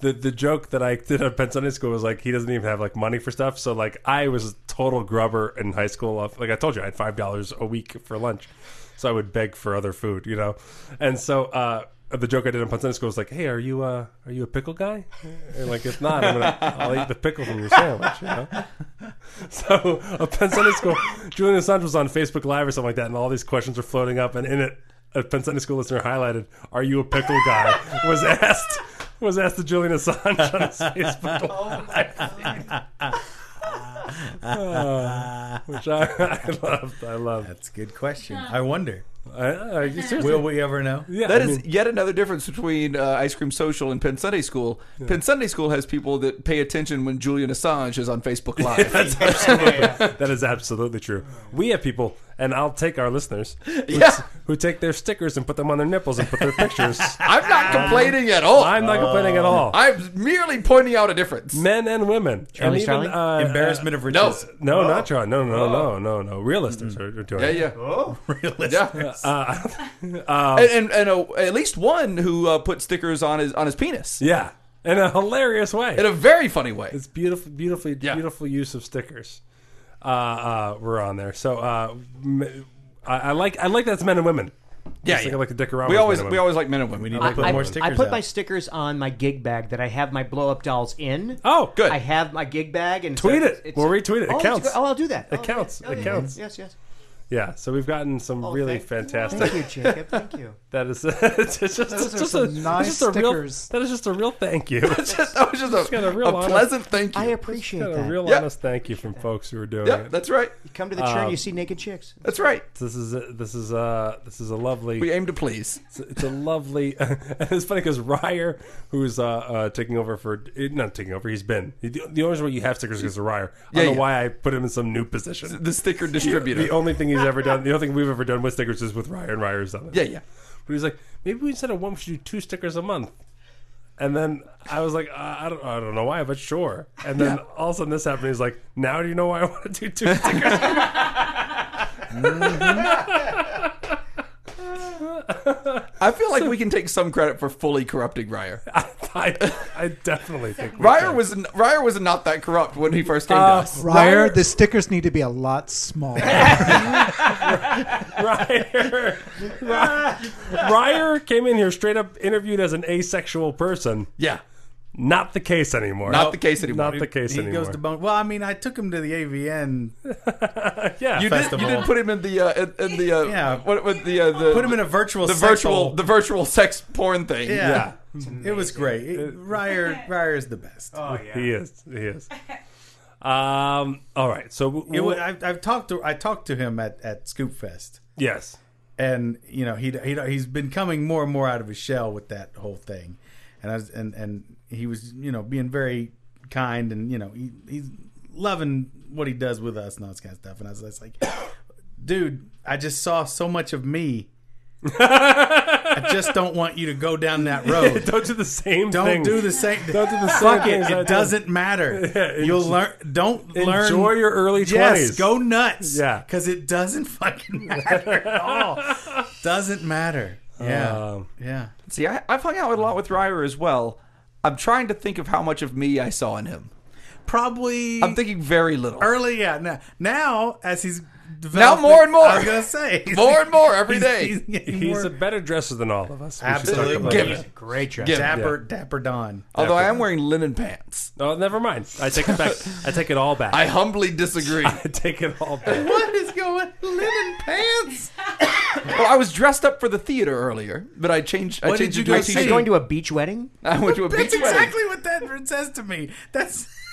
Speaker 5: the the joke that I (laughs) did at Penn Sunday School was like he doesn't even have like money for stuff. So like I was a total grubber in high school. Off like I told you, I had five dollars a week for lunch, so I would beg for other food, you know. And so uh, the joke I did in Penn Sunday School was like, "Hey, are you uh, are you a pickle guy?" And like if not, I'm gonna I'll eat the pickle from your sandwich, you know. So (laughs) a Penn Sunday School, Julian Assange was on Facebook Live or something like that, and all these questions were floating up, and in it, a Penn Sunday School listener highlighted, "Are you a pickle guy?" (laughs) was asked was asked to Julian Assange on his
Speaker 6: (laughs)
Speaker 5: Facebook
Speaker 6: Oh
Speaker 5: Live. Uh, (laughs) which I, I loved. I loved.
Speaker 1: That's a good question. I wonder.
Speaker 5: I, I, seriously,
Speaker 1: Will we ever (laughs) know?
Speaker 5: yeah,
Speaker 4: That
Speaker 5: I
Speaker 4: is
Speaker 5: mean,
Speaker 4: yet another difference between uh, Ice Cream Social and Penn Sunday School. Penn Sunday School has people that pay attention when Julian Assange is
Speaker 5: (laughs)
Speaker 4: on Facebook Live.
Speaker 5: that's absolutely, that is absolutely true. We have people, and I'll take our listeners who,
Speaker 3: Yeah.
Speaker 5: who take their stickers and put them on their nipples and put their
Speaker 6: (laughs)
Speaker 5: pictures. (laughs)
Speaker 3: I'm not complaining at all. I'm,
Speaker 5: I'm not complaining at all.
Speaker 3: merely pointing out a difference.
Speaker 5: men and women.
Speaker 6: Uh, Charlie
Speaker 5: and
Speaker 6: Starling?
Speaker 5: uh,
Speaker 1: Embarrassment of riches.
Speaker 3: no.
Speaker 5: No, not John. No, no, no, no, no. Real listeners are, are doing
Speaker 3: yeah,
Speaker 5: it.
Speaker 3: yeah,
Speaker 1: Oh. (laughs) Really?
Speaker 5: Uh,
Speaker 3: yeah.
Speaker 5: (laughs) um,
Speaker 3: and and, and uh, at least one who uh, put stickers on his on his penis
Speaker 5: Yeah. In a hilarious way.
Speaker 3: in a very funny way.
Speaker 5: it's beautiful, beautifully,
Speaker 3: Yeah.
Speaker 5: beautiful use of stickers. Uh, uh, we're on there. So uh, m- I, I like I like that it's men and women.
Speaker 3: yeah,
Speaker 5: Just like
Speaker 3: yeah.
Speaker 5: I like to dick around
Speaker 4: we
Speaker 5: with
Speaker 4: always
Speaker 5: men and
Speaker 4: we
Speaker 5: women.
Speaker 4: always like men and women.
Speaker 1: We need
Speaker 6: I,
Speaker 1: to put
Speaker 6: I-
Speaker 1: more stickers
Speaker 6: I put
Speaker 1: out.
Speaker 6: my stickers on my gig bag that I have my blow up dolls in.
Speaker 5: Oh, good.
Speaker 6: I have my gig bag and
Speaker 5: Tweet
Speaker 6: it's-
Speaker 5: it.
Speaker 6: it's-
Speaker 5: We'll retweet it. It
Speaker 6: Oh, that's
Speaker 5: counts.
Speaker 6: good. Oh, I'll do that.
Speaker 5: It
Speaker 6: Oh,
Speaker 5: counts.
Speaker 6: yeah. Oh,
Speaker 5: It
Speaker 6: yeah.
Speaker 5: counts.
Speaker 6: Yes, yes.
Speaker 5: Yeah. So we've gotten some
Speaker 6: Oh,
Speaker 5: really
Speaker 6: thank you.
Speaker 5: fantastic.
Speaker 6: Thank you, Jacob. Thank
Speaker 5: (laughs)
Speaker 6: you.
Speaker 5: That is it's just,
Speaker 7: Those are
Speaker 5: just a,
Speaker 7: some
Speaker 5: it's
Speaker 7: nice
Speaker 5: just a real.
Speaker 7: stickers.
Speaker 5: That is just a real thank you.
Speaker 3: (laughs) It's just, that was just a,
Speaker 5: got a real
Speaker 3: a
Speaker 5: honest-
Speaker 3: pleasant thank you.
Speaker 6: I appreciate
Speaker 5: Got (laughs) a
Speaker 6: that.
Speaker 5: real
Speaker 3: Yeah.
Speaker 5: honest thank you from folks who are doing
Speaker 3: yeah,
Speaker 5: it.
Speaker 3: that's right.
Speaker 6: you come to the churn,
Speaker 5: um,
Speaker 6: you see naked chicks.
Speaker 3: That's right.
Speaker 5: This is a, this is a this is a lovely.
Speaker 3: We aim to please.
Speaker 5: It's, it's a lovely. (laughs) and it's funny because Ryer, who's uh, uh, taking over for eh, not taking over, he's been the, the only reason why you have stickers is because of Ryer. I
Speaker 3: Yeah,
Speaker 5: don't know
Speaker 3: yeah.
Speaker 5: why I put him in some new position.
Speaker 3: The sticker distributor.
Speaker 5: The only thing he's ever done, the only thing we've ever done with stickers is with Ryer and Ryer's done it.
Speaker 3: yeah, yeah.
Speaker 5: But he's like, maybe we instead of one, we should do two stickers a month. And then I was like, I I don't, I don't know why, but sure. And then all of a sudden this happened. He's like, now do you know why I want to do two
Speaker 3: (laughs)
Speaker 5: stickers?
Speaker 3: I feel like we can take some credit for fully corrupting Ryer.
Speaker 5: I, I definitely think we
Speaker 3: Ryer
Speaker 5: can.
Speaker 3: was Ryer was not that corrupt when he first came to
Speaker 5: Uh,
Speaker 3: us.
Speaker 7: Ryer, the stickers need to be a lot smaller.
Speaker 5: Ryer, Ryer, Ryer came in here straight up interviewed as an asexual person.
Speaker 3: Yeah,
Speaker 5: Not the case anymore.
Speaker 3: Not the case anymore.
Speaker 5: Not the case
Speaker 1: He
Speaker 5: anymore.
Speaker 1: goes to bone. Well, I mean, I took him to the AVN.
Speaker 5: yeah,
Speaker 3: you did. You
Speaker 1: Festival.
Speaker 3: did put him in the uh, in, in the uh,
Speaker 1: Yeah.
Speaker 3: What with the uh, the
Speaker 1: Put him in a virtual.
Speaker 3: the
Speaker 1: sex
Speaker 3: virtual
Speaker 1: hole.
Speaker 3: the virtual sex porn thing.
Speaker 1: yeah. It was great. It, Ryer Ryer is the best.
Speaker 5: he is. He is. Um. All right. So we,
Speaker 1: It wa- I've, I've talked to I talked to him at at Scoop Fest,
Speaker 5: yes.
Speaker 1: and you know he he he's been coming more and more out of his shell with that whole thing, and I was, and and he was you know being very kind and you know he, he's loving what he does with us and all this kind of stuff, and I was just like, (coughs) dude, I just saw so much of me. I just don't want you to go down that road.
Speaker 5: Don't do the same
Speaker 1: Don't
Speaker 5: thing.
Speaker 1: do the same.
Speaker 5: (laughs) Don't do the same
Speaker 1: Fuck
Speaker 5: things
Speaker 1: it.
Speaker 5: I
Speaker 1: It
Speaker 5: did.
Speaker 1: doesn't (laughs) matter. You'll learn. Don't learn.
Speaker 5: Enjoy your early twenties.
Speaker 1: Yes, go nuts.
Speaker 5: Yeah.
Speaker 1: because it doesn't (laughs) fucking matter at all. Doesn't matter. Yeah,
Speaker 5: Um,
Speaker 1: yeah.
Speaker 4: See, I, I've hung out with a lot with Ryer as well. I'm trying to think of how much of me I saw in him.
Speaker 1: Probably
Speaker 4: I'm thinking very little.
Speaker 1: early. Yeah. Now, now as he's
Speaker 4: Now more and more.
Speaker 1: I was gonna
Speaker 4: (laughs)
Speaker 1: say
Speaker 3: More and more every day.
Speaker 1: He's, he's, getting
Speaker 5: He's
Speaker 1: more
Speaker 5: a better dresser than all of us. We should talk
Speaker 1: Absolutely.
Speaker 5: about
Speaker 3: Give
Speaker 5: that.
Speaker 3: it.
Speaker 6: Great job.
Speaker 3: Give it.
Speaker 1: dapper, dapper Don.
Speaker 4: Oh,
Speaker 3: Although I am wearing linen pants,
Speaker 5: Oh, never mind. I take it back. I take it all back.
Speaker 3: I humbly
Speaker 4: (laughs)
Speaker 3: disagree. well,
Speaker 5: (laughs) I take it all back.
Speaker 1: What is going? Linen pants.
Speaker 3: I was dressed up for the theater earlier, but I changed. I
Speaker 1: What did
Speaker 3: changed
Speaker 1: you
Speaker 3: into a
Speaker 1: guys
Speaker 4: (laughs)
Speaker 3: t-shirt.
Speaker 6: Are you going to a beach wedding?
Speaker 3: I went to a
Speaker 1: That's
Speaker 3: beach wedding.
Speaker 1: exactly what that says to me. That's (laughs)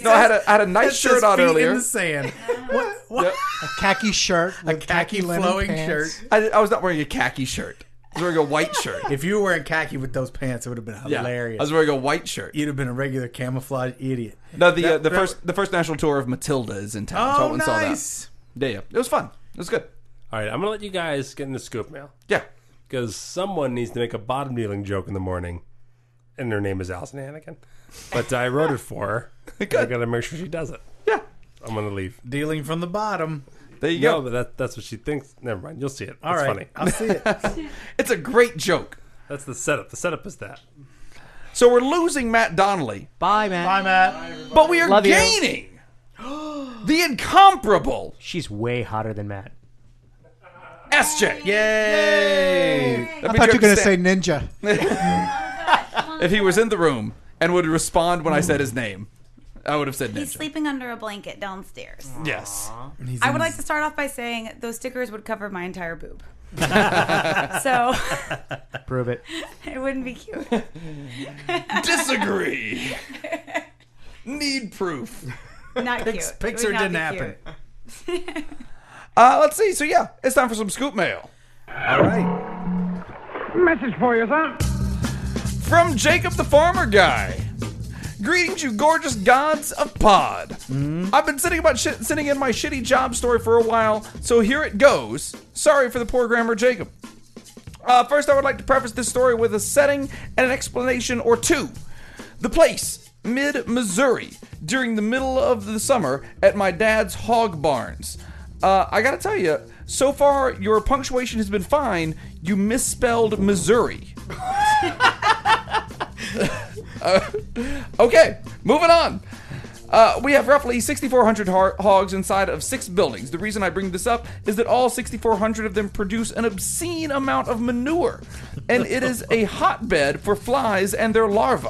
Speaker 4: No, I had a, I had a nice
Speaker 1: That's
Speaker 4: shirt
Speaker 1: just
Speaker 4: on
Speaker 1: feet
Speaker 4: earlier.
Speaker 1: In the
Speaker 4: (laughs)
Speaker 1: sand. what? what?
Speaker 7: A khaki shirt, with
Speaker 1: A
Speaker 7: khaki,
Speaker 1: khaki
Speaker 7: linen
Speaker 1: flowing
Speaker 7: pants.
Speaker 1: shirt.
Speaker 4: I, I was not wearing a khaki shirt. I was wearing a
Speaker 1: (laughs)
Speaker 4: white shirt.
Speaker 1: If you were wearing khaki with those pants, it would have been
Speaker 4: Yeah,
Speaker 1: hilarious.
Speaker 4: I was wearing a white shirt.
Speaker 1: You'd have been a regular camouflage idiot.
Speaker 4: No, the uh,
Speaker 1: That-
Speaker 4: the
Speaker 1: that-
Speaker 4: first the first national tour of Matilda is in town. so I
Speaker 1: Oh,
Speaker 4: went and saw
Speaker 1: nice.
Speaker 4: that. Yeah, yeah, it was fun. It was good.
Speaker 5: All right, I'm gonna let you guys get into scoop mail
Speaker 4: Yeah,
Speaker 5: because someone needs to make a bottom dealing joke in the morning, and her name is Allison Hannigan. But I wrote it
Speaker 1: (laughs)
Speaker 5: for her. I gotta make sure she does it.
Speaker 4: yeah.
Speaker 5: I'm gonna leave.
Speaker 1: Dealing from the bottom.
Speaker 4: There you
Speaker 5: No,
Speaker 4: go.
Speaker 5: but that, that's what she thinks. Never mind. You'll see it.
Speaker 1: All
Speaker 5: That's
Speaker 1: right,
Speaker 5: funny.
Speaker 1: I'll
Speaker 4: (laughs)
Speaker 1: see it.
Speaker 4: It's a great joke.
Speaker 5: That's the setup. The setup is that.
Speaker 4: So we're losing Matt Donnelly,
Speaker 6: Bye, man.
Speaker 1: Bye, Matt.
Speaker 4: but we are
Speaker 6: Love you.
Speaker 4: gaining the incomparable
Speaker 6: She's way hotter than Matt.
Speaker 4: SJ.
Speaker 1: Yay!
Speaker 4: That
Speaker 7: I
Speaker 4: means
Speaker 7: thought you were going
Speaker 4: have to
Speaker 7: to say ninja.
Speaker 4: if he was in the room and would respond when I said his name, I would have said
Speaker 8: He's
Speaker 4: ninja.
Speaker 8: sleeping under a blanket downstairs.
Speaker 4: Yes.
Speaker 8: I would like to start off by saying those stickers would cover my entire boob. so
Speaker 6: Prove it.
Speaker 8: it wouldn't be cute. (laughs)
Speaker 4: Disagree. Need proof.
Speaker 8: Not cute.
Speaker 1: Picture
Speaker 8: It would not
Speaker 1: didn't
Speaker 8: be
Speaker 1: happen.
Speaker 8: cute.
Speaker 4: Uh, let's see. So yeah, it's time for some scoop mail
Speaker 1: All right.
Speaker 4: from Jacob the farmer guy. Greetings, you gorgeous gods of pod.
Speaker 1: Mm-hmm.
Speaker 4: I've been sitting about shit, sitting in my shitty job story for a while, so here it goes. Sorry for the poor grammar, Jacob. Uh, first, I would like to preface this story with a setting and an explanation or two. The place, mid Missouri, during the middle of the summer at my dad's hog barns. Uh, I gotta tell you, so far your punctuation has been fine. You misspelled Missouri. Uh, okay, moving on. Uh, we have roughly 6,400 har- hogs inside of six buildings. The reason I bring this up is that all 6,400 of them produce an obscene amount of manure, and it is a hotbed for flies and their larvae.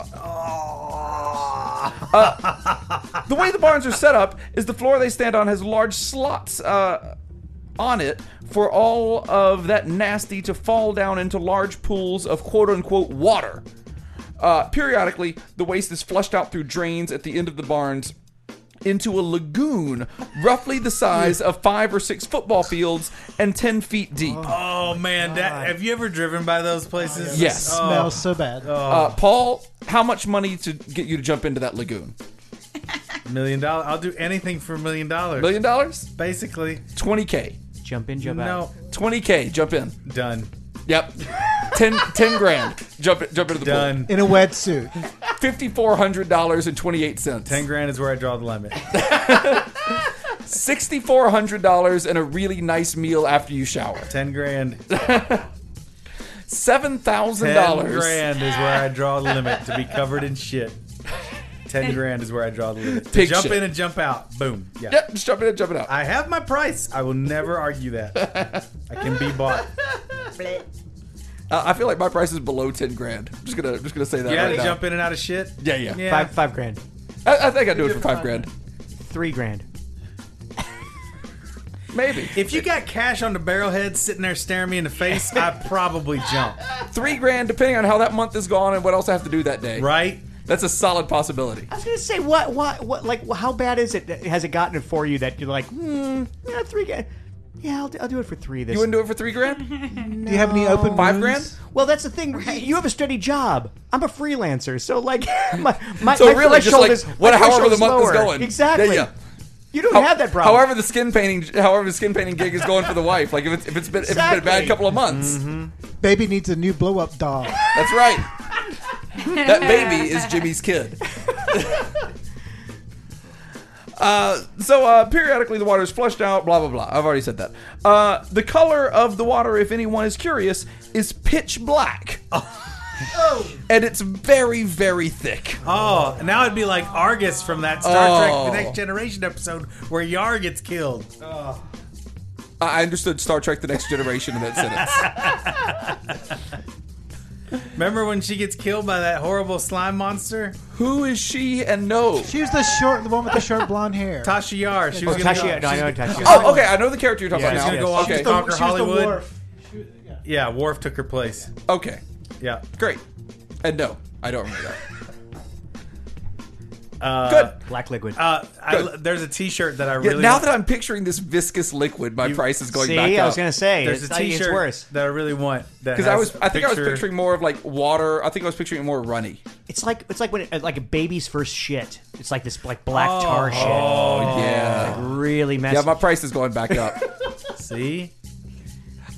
Speaker 4: Uh, the way the barns are set up is the floor they stand on has large slots. Uh, on it for all of that nasty to fall down into large pools of quote unquote water. Uh, periodically, the waste is flushed out through drains at the end of the barns into a lagoon roughly the size of five or six football fields and 10 feet deep.
Speaker 1: Oh man, that, have you ever driven by those places?
Speaker 4: Yes.
Speaker 1: Oh,
Speaker 7: Smells so bad.
Speaker 4: Uh, Paul, how much money to get you to jump into that lagoon?
Speaker 1: million dollar. I'll do anything for a million dollars.
Speaker 4: Million dollars?
Speaker 1: Basically,
Speaker 4: 20K.
Speaker 6: Jump in, jump
Speaker 1: no.
Speaker 6: out.
Speaker 4: 20K, jump in.
Speaker 1: Done. (laughs)
Speaker 4: Yep. 10, 10 grand. Jump, jump into the pool.
Speaker 1: Done.
Speaker 7: In a wetsuit.
Speaker 4: $5,400.28.
Speaker 1: Ten grand is where I draw the
Speaker 4: (laughs)
Speaker 1: limit.
Speaker 4: $6,400 and a really nice meal after you shower.
Speaker 1: Ten grand. Ten
Speaker 4: $7,000.
Speaker 1: grand is where I draw the limit to be covered in shit. Ten
Speaker 4: (laughs)
Speaker 1: grand is where I draw the limit. To
Speaker 4: Pig
Speaker 1: jump
Speaker 4: shit.
Speaker 1: in and jump out. Boom. Yeah.
Speaker 4: Yep, just jump in, jump it out.
Speaker 1: I have my price. I will never argue that. I can be bought.
Speaker 4: Uh, I feel like my price is below ten grand. I'm just gonna just gonna say that.
Speaker 1: You
Speaker 4: right
Speaker 1: gotta
Speaker 4: now.
Speaker 1: jump in and out of shit.
Speaker 4: Yeah, yeah.
Speaker 1: Yeah.
Speaker 6: Five, five grand.
Speaker 4: I, I think I'd do it for five grand,
Speaker 6: Three grand.
Speaker 4: maybe.
Speaker 1: If you got cash on the barrel head sitting there staring me in the face, I probably jump.
Speaker 4: Three grand, depending on how that month is gone and what else I have to do that day.
Speaker 1: Right?
Speaker 4: That's a solid possibility.
Speaker 6: I was gonna say, what, what, what, like, how bad is it? Has it gotten it for you that you're like, hmm, yeah, three grand? Yeah, I'll, do- I'll do it for three this.
Speaker 4: You wouldn't do it for three
Speaker 1: Mm-hmm.
Speaker 4: grand?
Speaker 7: Do you have any open
Speaker 4: Five grand?
Speaker 7: wounds?
Speaker 6: well, that's the thing. You have a steady job. I'm a freelancer, so like, (laughs) my, my
Speaker 4: So
Speaker 6: my
Speaker 4: really, just like
Speaker 6: threshold is-
Speaker 4: what
Speaker 6: my
Speaker 4: however
Speaker 6: threshold
Speaker 4: the month is
Speaker 6: lower.
Speaker 4: going.
Speaker 6: Exactly.
Speaker 4: Yeah, yeah.
Speaker 6: You don't
Speaker 4: How-
Speaker 6: have that problem.
Speaker 4: However, the skin painting, however the skin painting gig is going for the wife. Like if it's if it's been, if it's been a bad
Speaker 6: Exactly.
Speaker 4: couple of months,
Speaker 7: Baby needs a new blow up doll.
Speaker 4: that's right. that baby is Jimmy's kid. so (laughs) uh, periodically the water is flushed out blah blah blah i've already said that uh, the color of the water if anyone is curious is pitch
Speaker 1: (laughs)
Speaker 4: black and it's very very thick
Speaker 1: Oh, now it'd be like Argus from that Star
Speaker 4: Oh.
Speaker 1: Trek The Next Generation episode where Yar gets killed.
Speaker 4: i I understood star trek the next generation in that sentence
Speaker 1: Remember when she gets killed by that horrible slime monster?
Speaker 4: (laughs) who is she and no
Speaker 7: She was the short, the one with the short blonde hair.
Speaker 1: Tasha Yar. She was
Speaker 6: Oh,
Speaker 1: gonna
Speaker 6: Tasha-
Speaker 1: go,
Speaker 6: no, I know
Speaker 1: she's-
Speaker 6: Tasha.
Speaker 4: oh okay i know the character you're talking
Speaker 1: She's
Speaker 4: about
Speaker 1: gonna
Speaker 4: now
Speaker 1: go off
Speaker 4: okay
Speaker 1: and conquer
Speaker 7: she was the
Speaker 1: Hollywood.
Speaker 7: wharf.
Speaker 1: yeah, Worf took her place.
Speaker 4: okay
Speaker 1: Yeah.
Speaker 4: great and no i don't remember that
Speaker 1: Uh,
Speaker 3: Good.
Speaker 6: Black liquid.
Speaker 4: Oh,
Speaker 1: Uh, I, there's a T-shirt that I
Speaker 3: Yeah,
Speaker 1: really
Speaker 3: now
Speaker 1: want-
Speaker 3: that I'm picturing this viscous liquid, my price is going
Speaker 6: See,
Speaker 3: back
Speaker 6: I was
Speaker 3: up.
Speaker 6: gonna say
Speaker 1: there's
Speaker 6: it's,
Speaker 1: a
Speaker 6: not- it's
Speaker 1: T-shirt
Speaker 6: worse.
Speaker 1: that I really want.
Speaker 3: Because I was, I think I was picturing more of like water. I think I was picturing it more runny.
Speaker 6: It's like it's like when it, like a baby's first shit. It's like this like black tar shit. Oh
Speaker 3: yeah,
Speaker 6: really messed.
Speaker 3: yeah.
Speaker 6: up.
Speaker 3: My price is going back
Speaker 6: (laughs)
Speaker 3: up.
Speaker 1: See,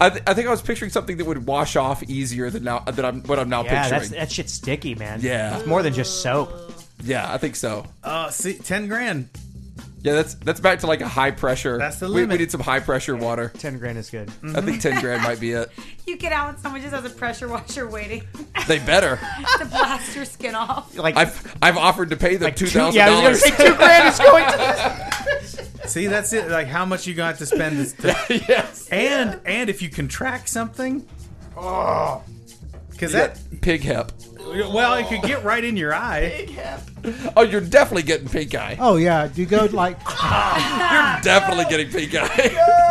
Speaker 3: I, th- I think I was picturing something that would wash off easier than now than I'm what I'm now
Speaker 6: Yeah, that's,
Speaker 3: picturing.
Speaker 6: that shit's sticky, man.
Speaker 3: Yeah.
Speaker 6: It's more than just soap.
Speaker 3: yeah, I think so.
Speaker 1: uh, see, ten grand.
Speaker 3: Yeah, that's that's back to like a high pressure.
Speaker 1: That's the
Speaker 3: We- We,
Speaker 1: limit.
Speaker 3: need some high pressure water.
Speaker 6: 10 grand is good.
Speaker 3: I think
Speaker 6: Mm-hmm.
Speaker 3: ten grand might be it.
Speaker 8: You get out and someone just has a pressure washer waiting (laughs)
Speaker 3: They better.
Speaker 8: to blast your skin off.
Speaker 6: Like,
Speaker 3: I've I've offered to pay them two
Speaker 6: two-
Speaker 3: thousand
Speaker 6: yeah, I was going to
Speaker 3: dollars.
Speaker 6: say 2 grand is going to.
Speaker 1: See, that's it. Like how much you got to spend this. To,
Speaker 3: (laughs) yes.
Speaker 1: and and if you contract something,
Speaker 3: Oh.
Speaker 1: because that
Speaker 3: Pig hep.
Speaker 1: well, it could get right in your
Speaker 3: (laughs)
Speaker 1: eye.
Speaker 3: Oh, you're definitely getting pink eye.
Speaker 7: Oh yeah, do you go like
Speaker 3: You're definitely getting pink
Speaker 6: (laughs)
Speaker 3: eye.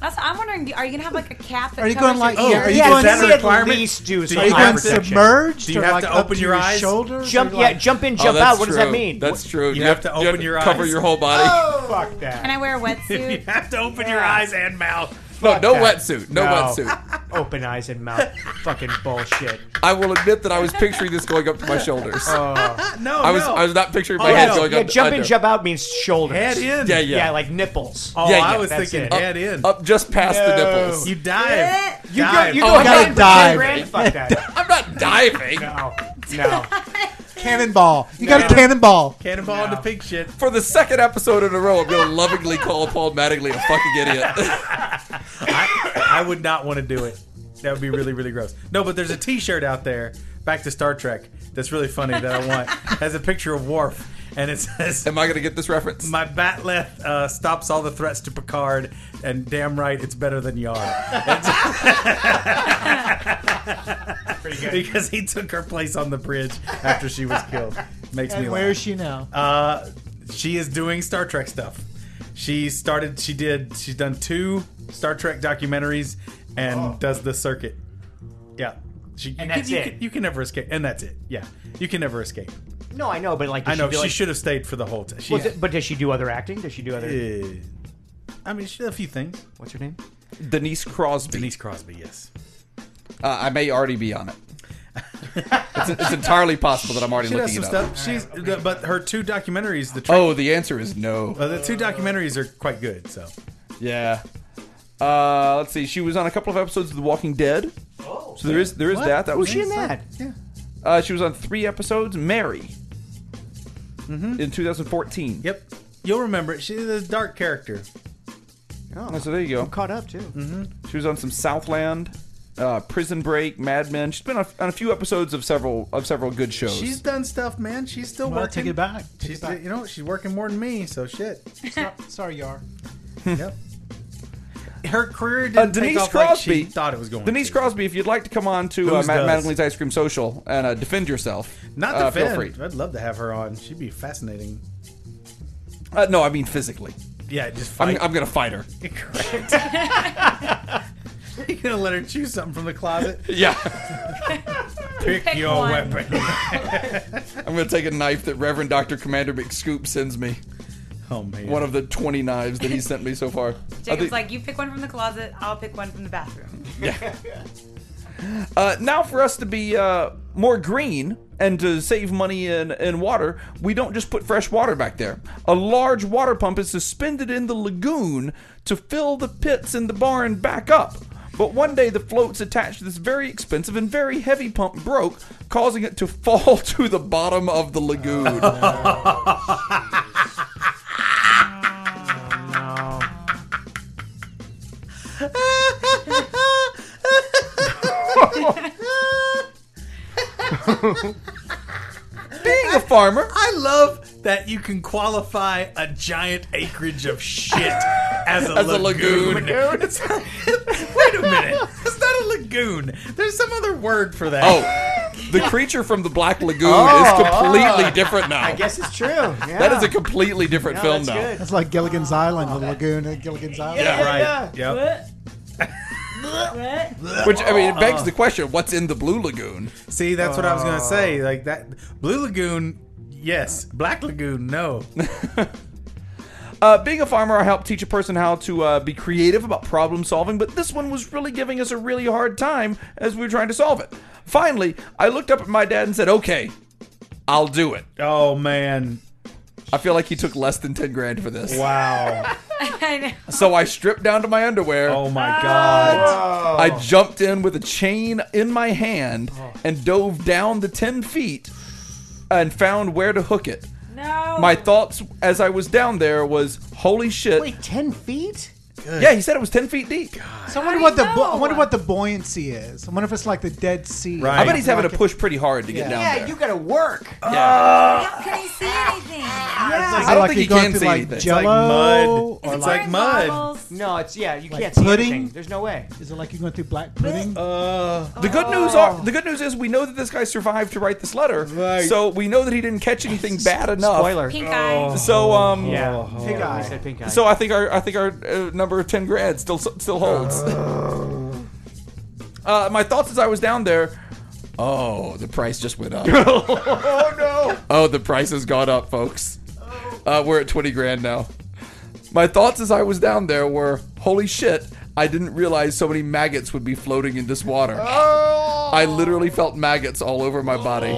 Speaker 8: That's, I'm wondering, are you gonna have like a cap? That
Speaker 7: Are you
Speaker 8: covers
Speaker 7: going like-
Speaker 8: your
Speaker 7: oh,
Speaker 8: ears?
Speaker 1: are you
Speaker 6: yeah,
Speaker 1: going
Speaker 6: you
Speaker 1: down to
Speaker 6: should at
Speaker 1: requirement?
Speaker 6: least do
Speaker 1: Do
Speaker 6: some
Speaker 1: you
Speaker 6: high
Speaker 1: want
Speaker 6: protection.
Speaker 7: submerged?
Speaker 1: Do you
Speaker 7: or,
Speaker 1: have
Speaker 7: like,
Speaker 1: to
Speaker 7: up
Speaker 1: open your
Speaker 7: your
Speaker 1: eyes?
Speaker 7: shoulders?
Speaker 6: Jump,
Speaker 7: Or,
Speaker 6: yeah,
Speaker 7: like-
Speaker 6: jump in,
Speaker 3: Oh,
Speaker 6: jump
Speaker 3: that's
Speaker 6: out. What does that
Speaker 3: true.
Speaker 6: mean?
Speaker 3: That's true. You,
Speaker 1: have to
Speaker 3: you
Speaker 1: open your
Speaker 3: cover
Speaker 1: eyes.
Speaker 3: your whole body.
Speaker 6: fuck that.
Speaker 8: Can I wear
Speaker 1: (laughs)
Speaker 8: a (laughs)
Speaker 1: You
Speaker 8: wetsuit?
Speaker 1: have to open your eyes and mouth.
Speaker 3: no, no
Speaker 6: that.
Speaker 3: wetsuit. No,
Speaker 6: No.
Speaker 3: wetsuit.
Speaker 6: Open eyes and mouth. Fucking bullshit.
Speaker 3: I will admit that I was picturing this going up to my shoulders.
Speaker 6: (laughs)
Speaker 1: No,
Speaker 3: I was
Speaker 1: no.
Speaker 3: I was not picturing my
Speaker 1: Oh,
Speaker 3: head
Speaker 1: no.
Speaker 3: going
Speaker 6: yeah,
Speaker 3: up. uh,
Speaker 6: jump in,
Speaker 3: under.
Speaker 6: jump out means shoulders.
Speaker 1: head in.
Speaker 3: Yeah,
Speaker 6: Yeah,
Speaker 3: yeah.
Speaker 6: like nipples.
Speaker 1: Oh,
Speaker 3: Yeah,
Speaker 1: I
Speaker 3: yeah,
Speaker 1: was
Speaker 6: that's
Speaker 1: thinking
Speaker 6: it.
Speaker 1: head in.
Speaker 3: up just past the nipples.
Speaker 1: You dive.
Speaker 8: You
Speaker 6: you go,
Speaker 1: dive.
Speaker 6: you
Speaker 1: Oh,
Speaker 6: go
Speaker 3: Oh,
Speaker 6: down
Speaker 3: yeah.
Speaker 6: and dive.
Speaker 8: Dive.
Speaker 6: Fuck that.
Speaker 3: I'm not diving
Speaker 6: No, no.
Speaker 7: cannonball. You got a cannonball.
Speaker 1: cannonball into pig shit.
Speaker 3: for the second episode in a row. I'm gonna lovingly call Paul Mattingly a fucking idiot. (laughs)
Speaker 1: I would not want to do it. That would be really, really gross. No, but there's a T-shirt out there. Back to Star Trek. That's really funny that I want. Has a picture of Worf, and it says,
Speaker 3: Am I gonna get this reference?
Speaker 1: "My batleth uh, stops all the threats to Picard, and damn right, it's better than Yar."
Speaker 6: (laughs)
Speaker 1: It's- because he took her place on the bridge after she was killed. Makes me
Speaker 7: And
Speaker 1: laugh.
Speaker 7: where is she now?
Speaker 1: Uh, she is doing Star Trek stuff. She started. She did. She's done two Star Trek documentaries and does the circuit. Yeah. She,
Speaker 6: Oh. And
Speaker 1: you
Speaker 6: that's
Speaker 1: can, you
Speaker 6: it.
Speaker 1: Can, you can never escape, and that's it. Yeah, you can never escape.
Speaker 6: No, I know, but like,
Speaker 1: I know she
Speaker 6: do, like-
Speaker 1: should have stayed for the whole time. She,
Speaker 6: Well, th- but does she do other acting? Does she do other?
Speaker 1: Eh, I mean, she did a few things.
Speaker 6: What's her name?
Speaker 3: Denise Crosby.
Speaker 1: Denise Crosby, yes.
Speaker 3: Uh, I may already be on it. it's, it's entirely possible that I'm already
Speaker 1: She does
Speaker 3: looking
Speaker 1: some
Speaker 3: it up.
Speaker 1: stuff. She's, but her two documentaries, the tra-
Speaker 3: Oh, the answer is no.
Speaker 1: uh, the two documentaries are quite good. So
Speaker 3: Yeah. Uh, let's see. She was on a couple of episodes of The Walking Dead. Oh. So there is there is that. That
Speaker 6: Who's
Speaker 3: was
Speaker 6: she in that?
Speaker 3: Uh, she was on three episodes. Mary. In 2014.
Speaker 1: yep, you'll remember it. She's a dark character.
Speaker 3: Oh, so there you go.
Speaker 6: Caught up too.
Speaker 3: She was on some Southland, uh, Prison Break, Mad Men. She's been on, on a few episodes of several of several good shows.
Speaker 1: She's done stuff, man. She's still
Speaker 7: Well,
Speaker 1: working.
Speaker 7: take it back. Take
Speaker 1: she's
Speaker 7: it back.
Speaker 1: you know she's working more than me, so shit.
Speaker 3: (laughs)
Speaker 7: So- Sorry, Yar.
Speaker 1: yep. Her career didn't
Speaker 3: Uh,
Speaker 1: take
Speaker 3: Denise
Speaker 1: off
Speaker 3: Crosby
Speaker 1: like she thought it was going.
Speaker 3: Denise
Speaker 1: to.
Speaker 3: Crosby, if you'd like to come on to uh,
Speaker 1: Who's
Speaker 3: Matt
Speaker 1: does?
Speaker 3: Mattingly's Ice Cream Social and uh, defend yourself,
Speaker 1: Not
Speaker 3: uh,
Speaker 1: defend.
Speaker 3: feel free.
Speaker 1: I'd love to have her on. She'd be fascinating. (laughs)
Speaker 3: Uh, no, I mean physically.
Speaker 1: Yeah, just
Speaker 3: I'm,
Speaker 1: fight.
Speaker 3: I'm gonna
Speaker 6: (laughs)
Speaker 3: fight her.
Speaker 1: You're gonna let her choose something from the
Speaker 3: (laughs)
Speaker 1: closet.
Speaker 3: Yeah,
Speaker 1: Pick,
Speaker 8: Pick
Speaker 1: your
Speaker 8: one.
Speaker 1: weapon. (laughs)
Speaker 3: I'm gonna take a knife that Reverend Doctor Commander McScoop sends me.
Speaker 1: Oh man.
Speaker 3: One of the 20 knives that he sent me so
Speaker 8: (laughs)
Speaker 3: far. I
Speaker 8: Jacob's
Speaker 3: think-
Speaker 8: like, you pick one from the closet. I'll pick one from the bathroom. (laughs)
Speaker 3: Uh, now, for us to be uh, more green and to save money in, in water, we don't just put fresh water back there. A large water pump is suspended in the lagoon to fill the pits in the barn back up. But one day, the floats attached to this very expensive and very heavy pump broke, causing it to (laughs) fall to the bottom of the lagoon.
Speaker 6: (laughs)
Speaker 3: Being a farmer,
Speaker 1: I love that you can qualify a giant acreage of shit as a
Speaker 3: As a
Speaker 1: lagoon.
Speaker 3: lagoon.
Speaker 1: It's- Wait a minute. It's not a lagoon. There's some other word for that.
Speaker 3: Oh, the creature from the Black Lagoon is completely different now.
Speaker 6: Oh. I guess it's true.
Speaker 3: (laughs)
Speaker 6: Yeah.
Speaker 3: that is a completely different
Speaker 6: No,
Speaker 3: film
Speaker 6: that's
Speaker 3: now.
Speaker 6: good.
Speaker 7: That's like Gilligan's Island, the lagoon at Gilligan's Island.
Speaker 1: Yeah, right.
Speaker 6: Yeah.
Speaker 1: Yep.
Speaker 3: Which I mean, it begs
Speaker 1: Uh-huh.
Speaker 3: the question: What's in the Blue Lagoon? Oh.
Speaker 1: See, that's what I was gonna say. Like that Blue Lagoon, Yes, Black Lagoon. No,
Speaker 3: Uh, being a farmer, I help teach a person how to uh, be creative about problem solving, but this one was really giving us a really hard time as we were trying to solve it. Finally, I looked up at my dad and said, "Okay, I'll do it."
Speaker 1: oh man,
Speaker 3: I feel like he took less than ten grand for this,
Speaker 1: wow,
Speaker 8: I know.
Speaker 3: so I stripped down to my underwear.
Speaker 1: oh my god,
Speaker 3: I jumped in with a chain in my hand
Speaker 1: Oh.
Speaker 3: and dove down the 10 feet and found where to hook it.
Speaker 8: No.
Speaker 3: My thoughts as I was down there was, holy shit.
Speaker 6: Wait, ten feet?
Speaker 3: Yeah, he said it was 10 feet deep.
Speaker 7: So I wonder
Speaker 8: do
Speaker 7: what
Speaker 8: you
Speaker 7: the bo- I
Speaker 8: know?
Speaker 7: wonder what the buoyancy is. I wonder if it's like the Dead Sea.
Speaker 1: Right.
Speaker 3: I bet he's having to push pretty hard to get
Speaker 7: Yeah.
Speaker 3: down
Speaker 6: Yeah,
Speaker 3: there.
Speaker 6: you gotta work.
Speaker 8: How can he see anything?
Speaker 7: Is it
Speaker 3: I don't
Speaker 7: like
Speaker 3: think
Speaker 7: you're
Speaker 3: he
Speaker 7: going
Speaker 3: can
Speaker 7: through,
Speaker 3: see
Speaker 7: like
Speaker 3: anything. It's
Speaker 1: like
Speaker 7: Jello,
Speaker 1: mud.
Speaker 7: or
Speaker 1: It's
Speaker 7: like,
Speaker 1: like mud.
Speaker 6: No, it's yeah, you can't
Speaker 7: pudding?
Speaker 6: see anything. There's no way.
Speaker 7: is it like you're going through black pudding?
Speaker 3: The good news are the good news is we know that this guy survived to write this letter.
Speaker 1: Right.
Speaker 3: So we know that he didn't catch
Speaker 7: (laughs)
Speaker 3: anything bad enough.
Speaker 6: Spoiler.
Speaker 8: Pink eye.
Speaker 3: So um
Speaker 6: Yeah,
Speaker 7: Pig
Speaker 6: we
Speaker 7: eye.
Speaker 6: Oh, said pink eye.
Speaker 3: so I think our I think our uh, number of 10 grand still still holds. (laughs) Uh, my thoughts as I was down there, oh, the price just went up.
Speaker 6: (laughs) oh no.
Speaker 3: Oh, the price has gone up, folks. Uh, we're at 20 grand now. My thoughts as I was down there were holy shit, I didn't realize so many maggots would be floating in this water.
Speaker 6: Oh.
Speaker 3: I literally felt maggots all over my body.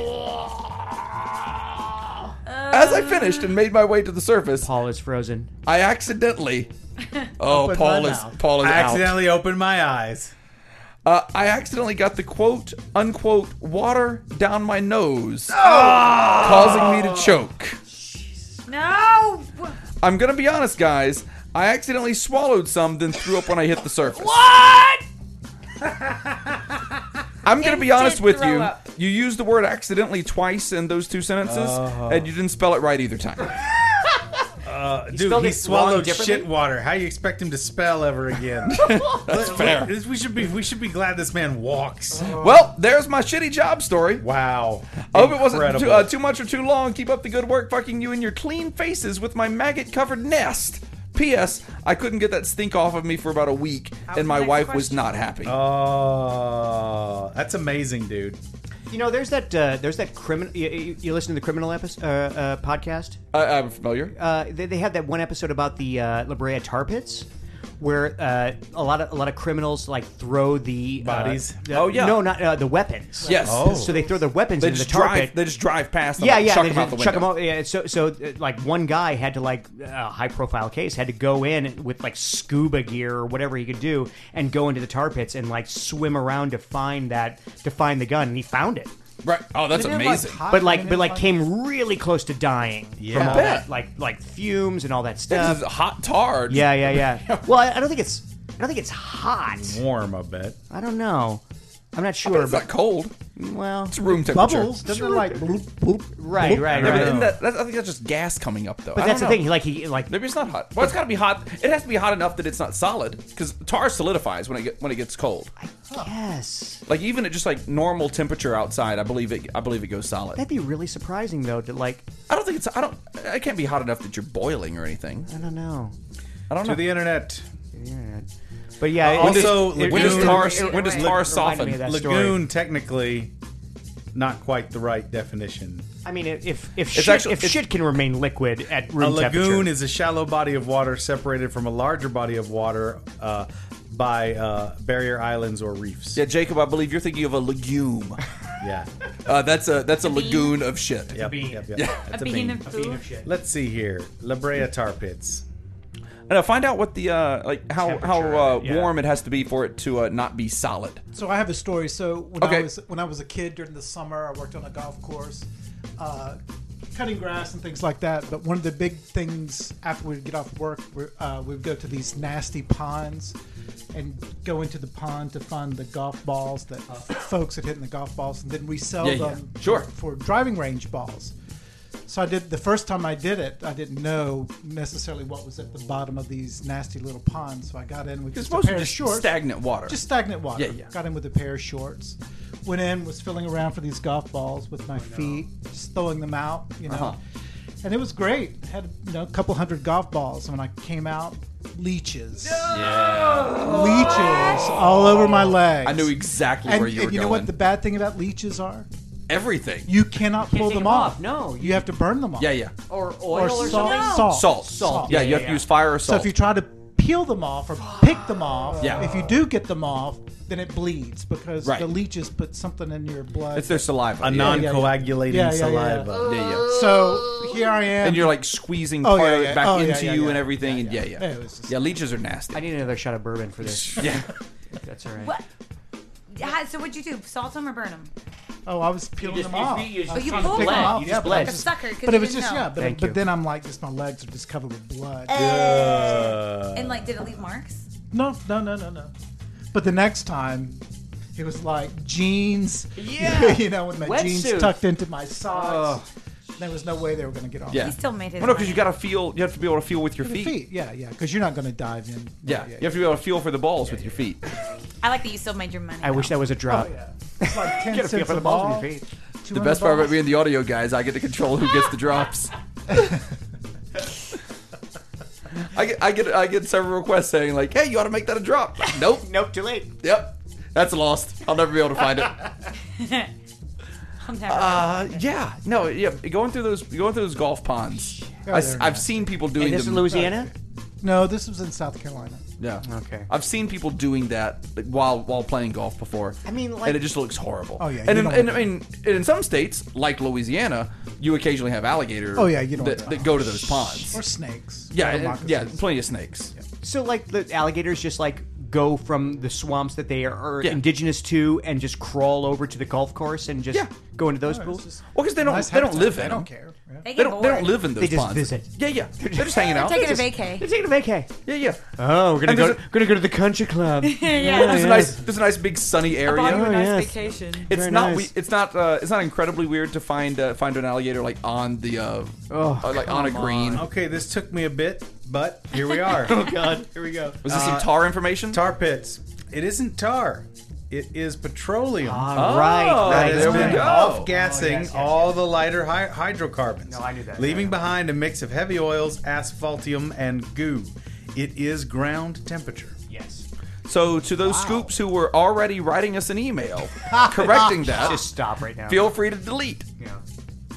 Speaker 3: As I finished and made my way to the surface,
Speaker 6: Paul is frozen.
Speaker 3: I
Speaker 8: (laughs)
Speaker 3: accidentally. Oh,
Speaker 7: Opened
Speaker 3: Paul
Speaker 7: my
Speaker 3: is
Speaker 7: mouth.
Speaker 3: Paul is
Speaker 1: Uh, I
Speaker 3: out.
Speaker 1: accidentally opened my eyes.
Speaker 3: Uh, I accidentally got the quote unquote water down my nose, causing me to choke.
Speaker 8: No.
Speaker 3: I'm gonna be honest, guys. I accidentally swallowed some, then threw up when I hit the surface.
Speaker 8: What?
Speaker 3: (laughs) I'm gonna be
Speaker 8: Instant
Speaker 3: honest with
Speaker 8: throw
Speaker 3: you.
Speaker 8: up.
Speaker 3: You used the word accidentally twice in those two sentences,
Speaker 7: Uh-huh.
Speaker 3: and you didn't spell it right either time.
Speaker 1: Dude,
Speaker 6: spelled
Speaker 1: he
Speaker 6: it wrong
Speaker 1: swallowed
Speaker 6: differently?
Speaker 1: shit water. How you expect him to spell ever
Speaker 6: (laughs)
Speaker 1: again? That's
Speaker 3: fair.
Speaker 1: we should be we should be glad this man walks.
Speaker 3: Well, there's my shitty job story.
Speaker 1: Wow.
Speaker 3: I hope it wasn't too,
Speaker 1: Incredible.
Speaker 3: uh, too much or too long. Keep up the good work, fucking you and your clean faces with my maggot covered nest. P.S. I couldn't get that stink off of me for about a week, and my
Speaker 8: the next
Speaker 3: wife was
Speaker 8: question?
Speaker 3: not happy.
Speaker 1: Oh, that's amazing, dude.
Speaker 6: You know, there's that uh, there's that criminal. You, you, you listen to the criminal episode uh, uh, podcast.
Speaker 3: I, I'm familiar.
Speaker 6: Uh, they, they had that one episode about the uh, La Brea tar pits. Where uh, a lot of a lot of criminals like throw the uh,
Speaker 1: Bodies?
Speaker 6: the-
Speaker 3: Oh, yeah.
Speaker 6: no, not uh, the weapons.
Speaker 3: Yes.
Speaker 1: Oh.
Speaker 6: So they throw their weapons
Speaker 3: They
Speaker 6: into
Speaker 3: just
Speaker 6: the tar
Speaker 3: drive.
Speaker 6: pit.
Speaker 3: They just drive past. Them,
Speaker 6: yeah,
Speaker 3: and
Speaker 6: yeah.
Speaker 3: Chuck
Speaker 6: they
Speaker 3: them out the
Speaker 6: just
Speaker 3: window.
Speaker 6: chuck 'em out. Yeah, so, so uh, like one guy had to like a high profile case had to go in with like scuba gear or whatever he could do and go into the tar pits and like swim around to find that to find the gun and he found it.
Speaker 3: Right. Oh, that's amazing.
Speaker 6: But like, but like, came really close to dying from
Speaker 1: Yeah.
Speaker 6: all
Speaker 3: Bet.
Speaker 6: that, like, like fumes and all that
Speaker 3: This
Speaker 6: stuff.
Speaker 3: is hot tar.
Speaker 6: Yeah, yeah,
Speaker 3: (laughs)
Speaker 6: yeah. Well, I, I don't think it's, I don't think it's hot.
Speaker 1: Warm, I bet.
Speaker 6: I don't know. I'm not sure,
Speaker 3: It's not
Speaker 6: but
Speaker 3: cold.
Speaker 6: well,
Speaker 3: It's room temperature.
Speaker 7: Bubbles? Doesn't it like bloop, bloop?
Speaker 6: right,
Speaker 3: Yeah,
Speaker 6: right,
Speaker 3: but
Speaker 6: right.
Speaker 3: isn't that, that, I think that's just gas coming up, though.
Speaker 6: But
Speaker 3: I
Speaker 6: that's the
Speaker 3: don't know.
Speaker 6: thing. Like he, like
Speaker 3: Maybe it's not hot. Well, it's got to be hot. It has to be hot enough that it's not solid, because tar solidifies when it get, when it gets cold.
Speaker 6: yes,
Speaker 3: Like even at just like normal temperature outside, I believe it. I believe it goes solid.
Speaker 6: that'd be really surprising though. To like,
Speaker 3: I don't think it's. I don't. It can't be hot enough that you're boiling or anything.
Speaker 6: I don't know.
Speaker 3: I don't know.
Speaker 1: To the internet.
Speaker 6: Yeah. But yeah, it-
Speaker 1: also,
Speaker 6: it- it-
Speaker 3: when does
Speaker 1: Lagoon-
Speaker 3: tar
Speaker 8: it-
Speaker 3: when does
Speaker 8: it-
Speaker 3: tar
Speaker 8: it
Speaker 6: reminded me
Speaker 3: soften?
Speaker 6: of that story.
Speaker 1: Lagoon, technically, not quite the right definition.
Speaker 6: I mean, if if shit,
Speaker 3: actually-
Speaker 6: if
Speaker 3: it's-
Speaker 6: shit can remain liquid at
Speaker 1: A
Speaker 6: room
Speaker 1: lagoon
Speaker 6: temperature,
Speaker 1: is a shallow body of water separated from a larger body of water uh, by uh, barrier islands or reefs.
Speaker 3: Yeah, Jacob, I believe you're thinking of a legume.
Speaker 1: Yeah.
Speaker 3: Uh, that's a that's a
Speaker 8: bean?
Speaker 3: lagoon of shit.
Speaker 1: Yep,
Speaker 6: bean.
Speaker 1: yep, yep. That's
Speaker 8: A bean of food.
Speaker 1: Let's see here. La Brea tar pits.
Speaker 3: And uh, find out what the uh, like how how uh,
Speaker 6: Temperature, yeah.
Speaker 3: warm it has to be for it to uh, not be solid.
Speaker 7: So I have a story. So when
Speaker 3: Okay.
Speaker 7: I was when I was a kid during the summer, I worked on a golf course, uh, cutting grass and things like that. But one of the big things after we'd get off work, we're, uh, we'd go to these nasty ponds and go into the pond to find the golf balls that folks had hit in the golf balls, and then resell
Speaker 3: Uh-huh. Yeah, yeah.
Speaker 7: them
Speaker 3: Sure.
Speaker 7: for driving range balls. So I did the first time I did it. I didn't know necessarily what was at the bottom of these nasty little ponds. So I got in with
Speaker 3: It's
Speaker 7: just a
Speaker 3: supposed
Speaker 7: pair
Speaker 3: to
Speaker 7: of
Speaker 3: just
Speaker 7: shorts,
Speaker 3: stagnant water.
Speaker 7: just stagnant water.
Speaker 3: Yeah, yeah.
Speaker 7: Got in with a pair of shorts. Went in, was filling around for these golf balls with my
Speaker 6: Oh,
Speaker 7: feet, just throwing them out, you know.
Speaker 3: Uh-huh.
Speaker 7: And it was great. Had you know a couple hundred golf balls. And when I came out, leeches, leeches all over my legs.
Speaker 3: I knew exactly
Speaker 7: And,
Speaker 3: where you
Speaker 7: and
Speaker 3: were
Speaker 7: you know
Speaker 3: going.
Speaker 7: what the bad thing about leeches are?
Speaker 3: everything.
Speaker 7: You cannot pull
Speaker 6: take
Speaker 7: them
Speaker 6: them off.
Speaker 7: off.
Speaker 6: No,
Speaker 7: you,
Speaker 6: you-
Speaker 7: have to burn them off.
Speaker 3: Yeah, yeah.
Speaker 6: or oil
Speaker 7: Or,
Speaker 6: or,
Speaker 7: salt,
Speaker 6: something.
Speaker 8: No.
Speaker 7: salt.
Speaker 3: Salt.
Speaker 6: Salt.
Speaker 3: Yeah,
Speaker 6: Yeah,
Speaker 3: you have
Speaker 6: yeah,
Speaker 3: to
Speaker 6: yeah.
Speaker 3: use fire or
Speaker 7: So
Speaker 3: salt.
Speaker 7: if you try to peel them off or pick them off,
Speaker 3: Yeah.
Speaker 7: if you do get them off, then it bleeds because
Speaker 3: Right.
Speaker 7: the leeches put something in your blood.
Speaker 3: it's their saliva.
Speaker 1: a
Speaker 3: yeah.
Speaker 1: non-coagulating
Speaker 7: Yeah, yeah, yeah.
Speaker 1: saliva.
Speaker 3: Yeah, yeah.
Speaker 7: so here I am.
Speaker 3: And you're like squeezing
Speaker 7: (laughs) Oh,
Speaker 3: part
Speaker 7: yeah,
Speaker 3: of
Speaker 7: yeah.
Speaker 3: it back
Speaker 7: Oh, yeah,
Speaker 3: into
Speaker 7: yeah,
Speaker 3: you
Speaker 7: yeah.
Speaker 3: and everything. and yeah, yeah.
Speaker 7: Yeah,
Speaker 3: Yeah,
Speaker 7: it was just-
Speaker 3: leeches are nasty.
Speaker 6: I need another shot of bourbon for
Speaker 3: (laughs)
Speaker 6: this.
Speaker 3: yeah.
Speaker 6: That's all right.
Speaker 8: What? How- So what'd you do? Salt them or burn them?
Speaker 7: oh, I was peeling
Speaker 4: You just-
Speaker 7: them
Speaker 4: you-
Speaker 7: off.
Speaker 4: you just
Speaker 7: I was
Speaker 8: bled.
Speaker 7: trying to pick them
Speaker 8: You
Speaker 7: off.
Speaker 6: just
Speaker 7: Yeah, but I
Speaker 6: bled.
Speaker 7: was
Speaker 8: Like a
Speaker 7: just-
Speaker 8: sucker. 'cause
Speaker 7: But
Speaker 8: you
Speaker 7: it was
Speaker 8: didn't
Speaker 7: just
Speaker 8: know.
Speaker 7: yeah. But,
Speaker 6: Thank
Speaker 7: but
Speaker 6: you.
Speaker 7: then I'm like, just my legs are just covered with blood.
Speaker 8: And like, did it leave marks?
Speaker 7: No, no, no, no, no. But the next time, it was like jeans. Yeah. (laughs) you know, with my
Speaker 6: Wetsuit.
Speaker 7: jeans tucked into my socks. There was no way they were going to get off.
Speaker 3: Yeah.
Speaker 8: He still made it.
Speaker 3: Well, no, because you gotta feel. You have to be able to feel with your
Speaker 7: Your
Speaker 3: feet.
Speaker 7: feet. Yeah, yeah. Because you're not going to dive in.
Speaker 3: Yeah. you have to be able to feel for the balls with your
Speaker 6: (laughs)
Speaker 3: feet.
Speaker 8: I like that you still made your money.
Speaker 6: I wish that was a drop.
Speaker 7: Oh, yeah. It's like
Speaker 6: Gotta
Speaker 7: 10
Speaker 6: feel
Speaker 7: cents
Speaker 6: for
Speaker 7: a
Speaker 6: the balls
Speaker 7: ball.
Speaker 6: in your feet.
Speaker 7: The
Speaker 3: Best part about being the audio guy is I get to control who gets the
Speaker 7: (laughs)
Speaker 3: drops. I get, I get I get several requests saying like, "Hey, you ought to make that a
Speaker 6: (laughs)
Speaker 3: drop." Nope.
Speaker 6: Nope, too late.
Speaker 3: Yep. That's lost. I'll never be able to
Speaker 7: (laughs)
Speaker 3: find it.
Speaker 8: I'm never.
Speaker 3: Uh, yeah. No. Yeah. Going through those going through those golf ponds. I,
Speaker 7: they're
Speaker 3: have seen people doing
Speaker 6: And this is
Speaker 3: them.
Speaker 6: Louisiana?
Speaker 7: No, this was in South Carolina.
Speaker 3: Yeah.
Speaker 6: Okay.
Speaker 3: I've seen people doing that like, while while playing golf before.
Speaker 6: I mean, like-
Speaker 3: and it just looks horrible.
Speaker 7: Oh, yeah,
Speaker 3: And
Speaker 7: you
Speaker 3: in,
Speaker 7: don't
Speaker 3: and I
Speaker 7: want
Speaker 3: mean, in some states like Louisiana, you occasionally have alligators.
Speaker 7: Oh, yeah, you don't
Speaker 3: that,
Speaker 7: want
Speaker 3: that
Speaker 7: that.
Speaker 3: go to those ponds.
Speaker 7: Or snakes.
Speaker 3: yeah.
Speaker 7: Or
Speaker 3: and-
Speaker 7: moccasins.
Speaker 3: yeah. Plenty of snakes.
Speaker 6: So, like, the alligators just, like, go from the swamps that they are
Speaker 3: Yeah.
Speaker 6: indigenous to and just crawl over to the golf course and just
Speaker 3: Yeah.
Speaker 6: go into those
Speaker 7: It's
Speaker 6: pools?
Speaker 7: just
Speaker 3: Well, because they don't
Speaker 7: nice
Speaker 3: they don't
Speaker 7: habitat.
Speaker 3: live in.
Speaker 7: I don't
Speaker 3: them.
Speaker 7: care. Yeah.
Speaker 8: they,
Speaker 3: They
Speaker 8: get
Speaker 3: don't,
Speaker 8: bored.
Speaker 3: they don't live in those
Speaker 6: They just
Speaker 3: ponds.
Speaker 6: visit.
Speaker 3: Yeah, yeah. They're just hanging out.
Speaker 8: Taking a
Speaker 3: They're just-
Speaker 8: vacay.
Speaker 6: They're taking a vacay.
Speaker 3: Yeah, yeah.
Speaker 6: Oh, we're gonna
Speaker 3: And
Speaker 6: go.
Speaker 3: there's a-
Speaker 6: gonna go to the country club.
Speaker 8: yeah.
Speaker 3: There's a nice, there's a nice big sunny area.
Speaker 8: Bought you a
Speaker 6: Oh,
Speaker 8: nice
Speaker 6: yes.
Speaker 8: vacation.
Speaker 3: It's
Speaker 6: Very
Speaker 3: not.
Speaker 6: nice.
Speaker 3: We, it's not. Uh, it's not incredibly weird to find uh, find an alligator like on the uh,
Speaker 6: Oh,
Speaker 3: uh, like on a green.
Speaker 1: Okay, this took me a bit, but here we are. (laughs) oh God, here we go.
Speaker 3: Was this
Speaker 1: Uh,
Speaker 3: some tar information?
Speaker 1: tar pits? It isn't tar. It is petroleum.
Speaker 6: All right,
Speaker 1: that
Speaker 3: Oh,
Speaker 6: Ah, right,
Speaker 1: has
Speaker 3: there we
Speaker 1: been
Speaker 3: go.
Speaker 1: off-gassing
Speaker 6: Oh, yes, yes,
Speaker 1: all the lighter hy- hydrocarbons,
Speaker 6: No, I knew that,
Speaker 1: leaving
Speaker 6: yeah.
Speaker 1: behind a mix of heavy oils, asphaltium, and goo. It is ground temperature.
Speaker 6: Yes.
Speaker 3: So to those scoops who were already writing us
Speaker 1: (laughs)
Speaker 3: an email correcting that,
Speaker 6: Just stop right now.
Speaker 3: feel free to delete.
Speaker 6: Yeah.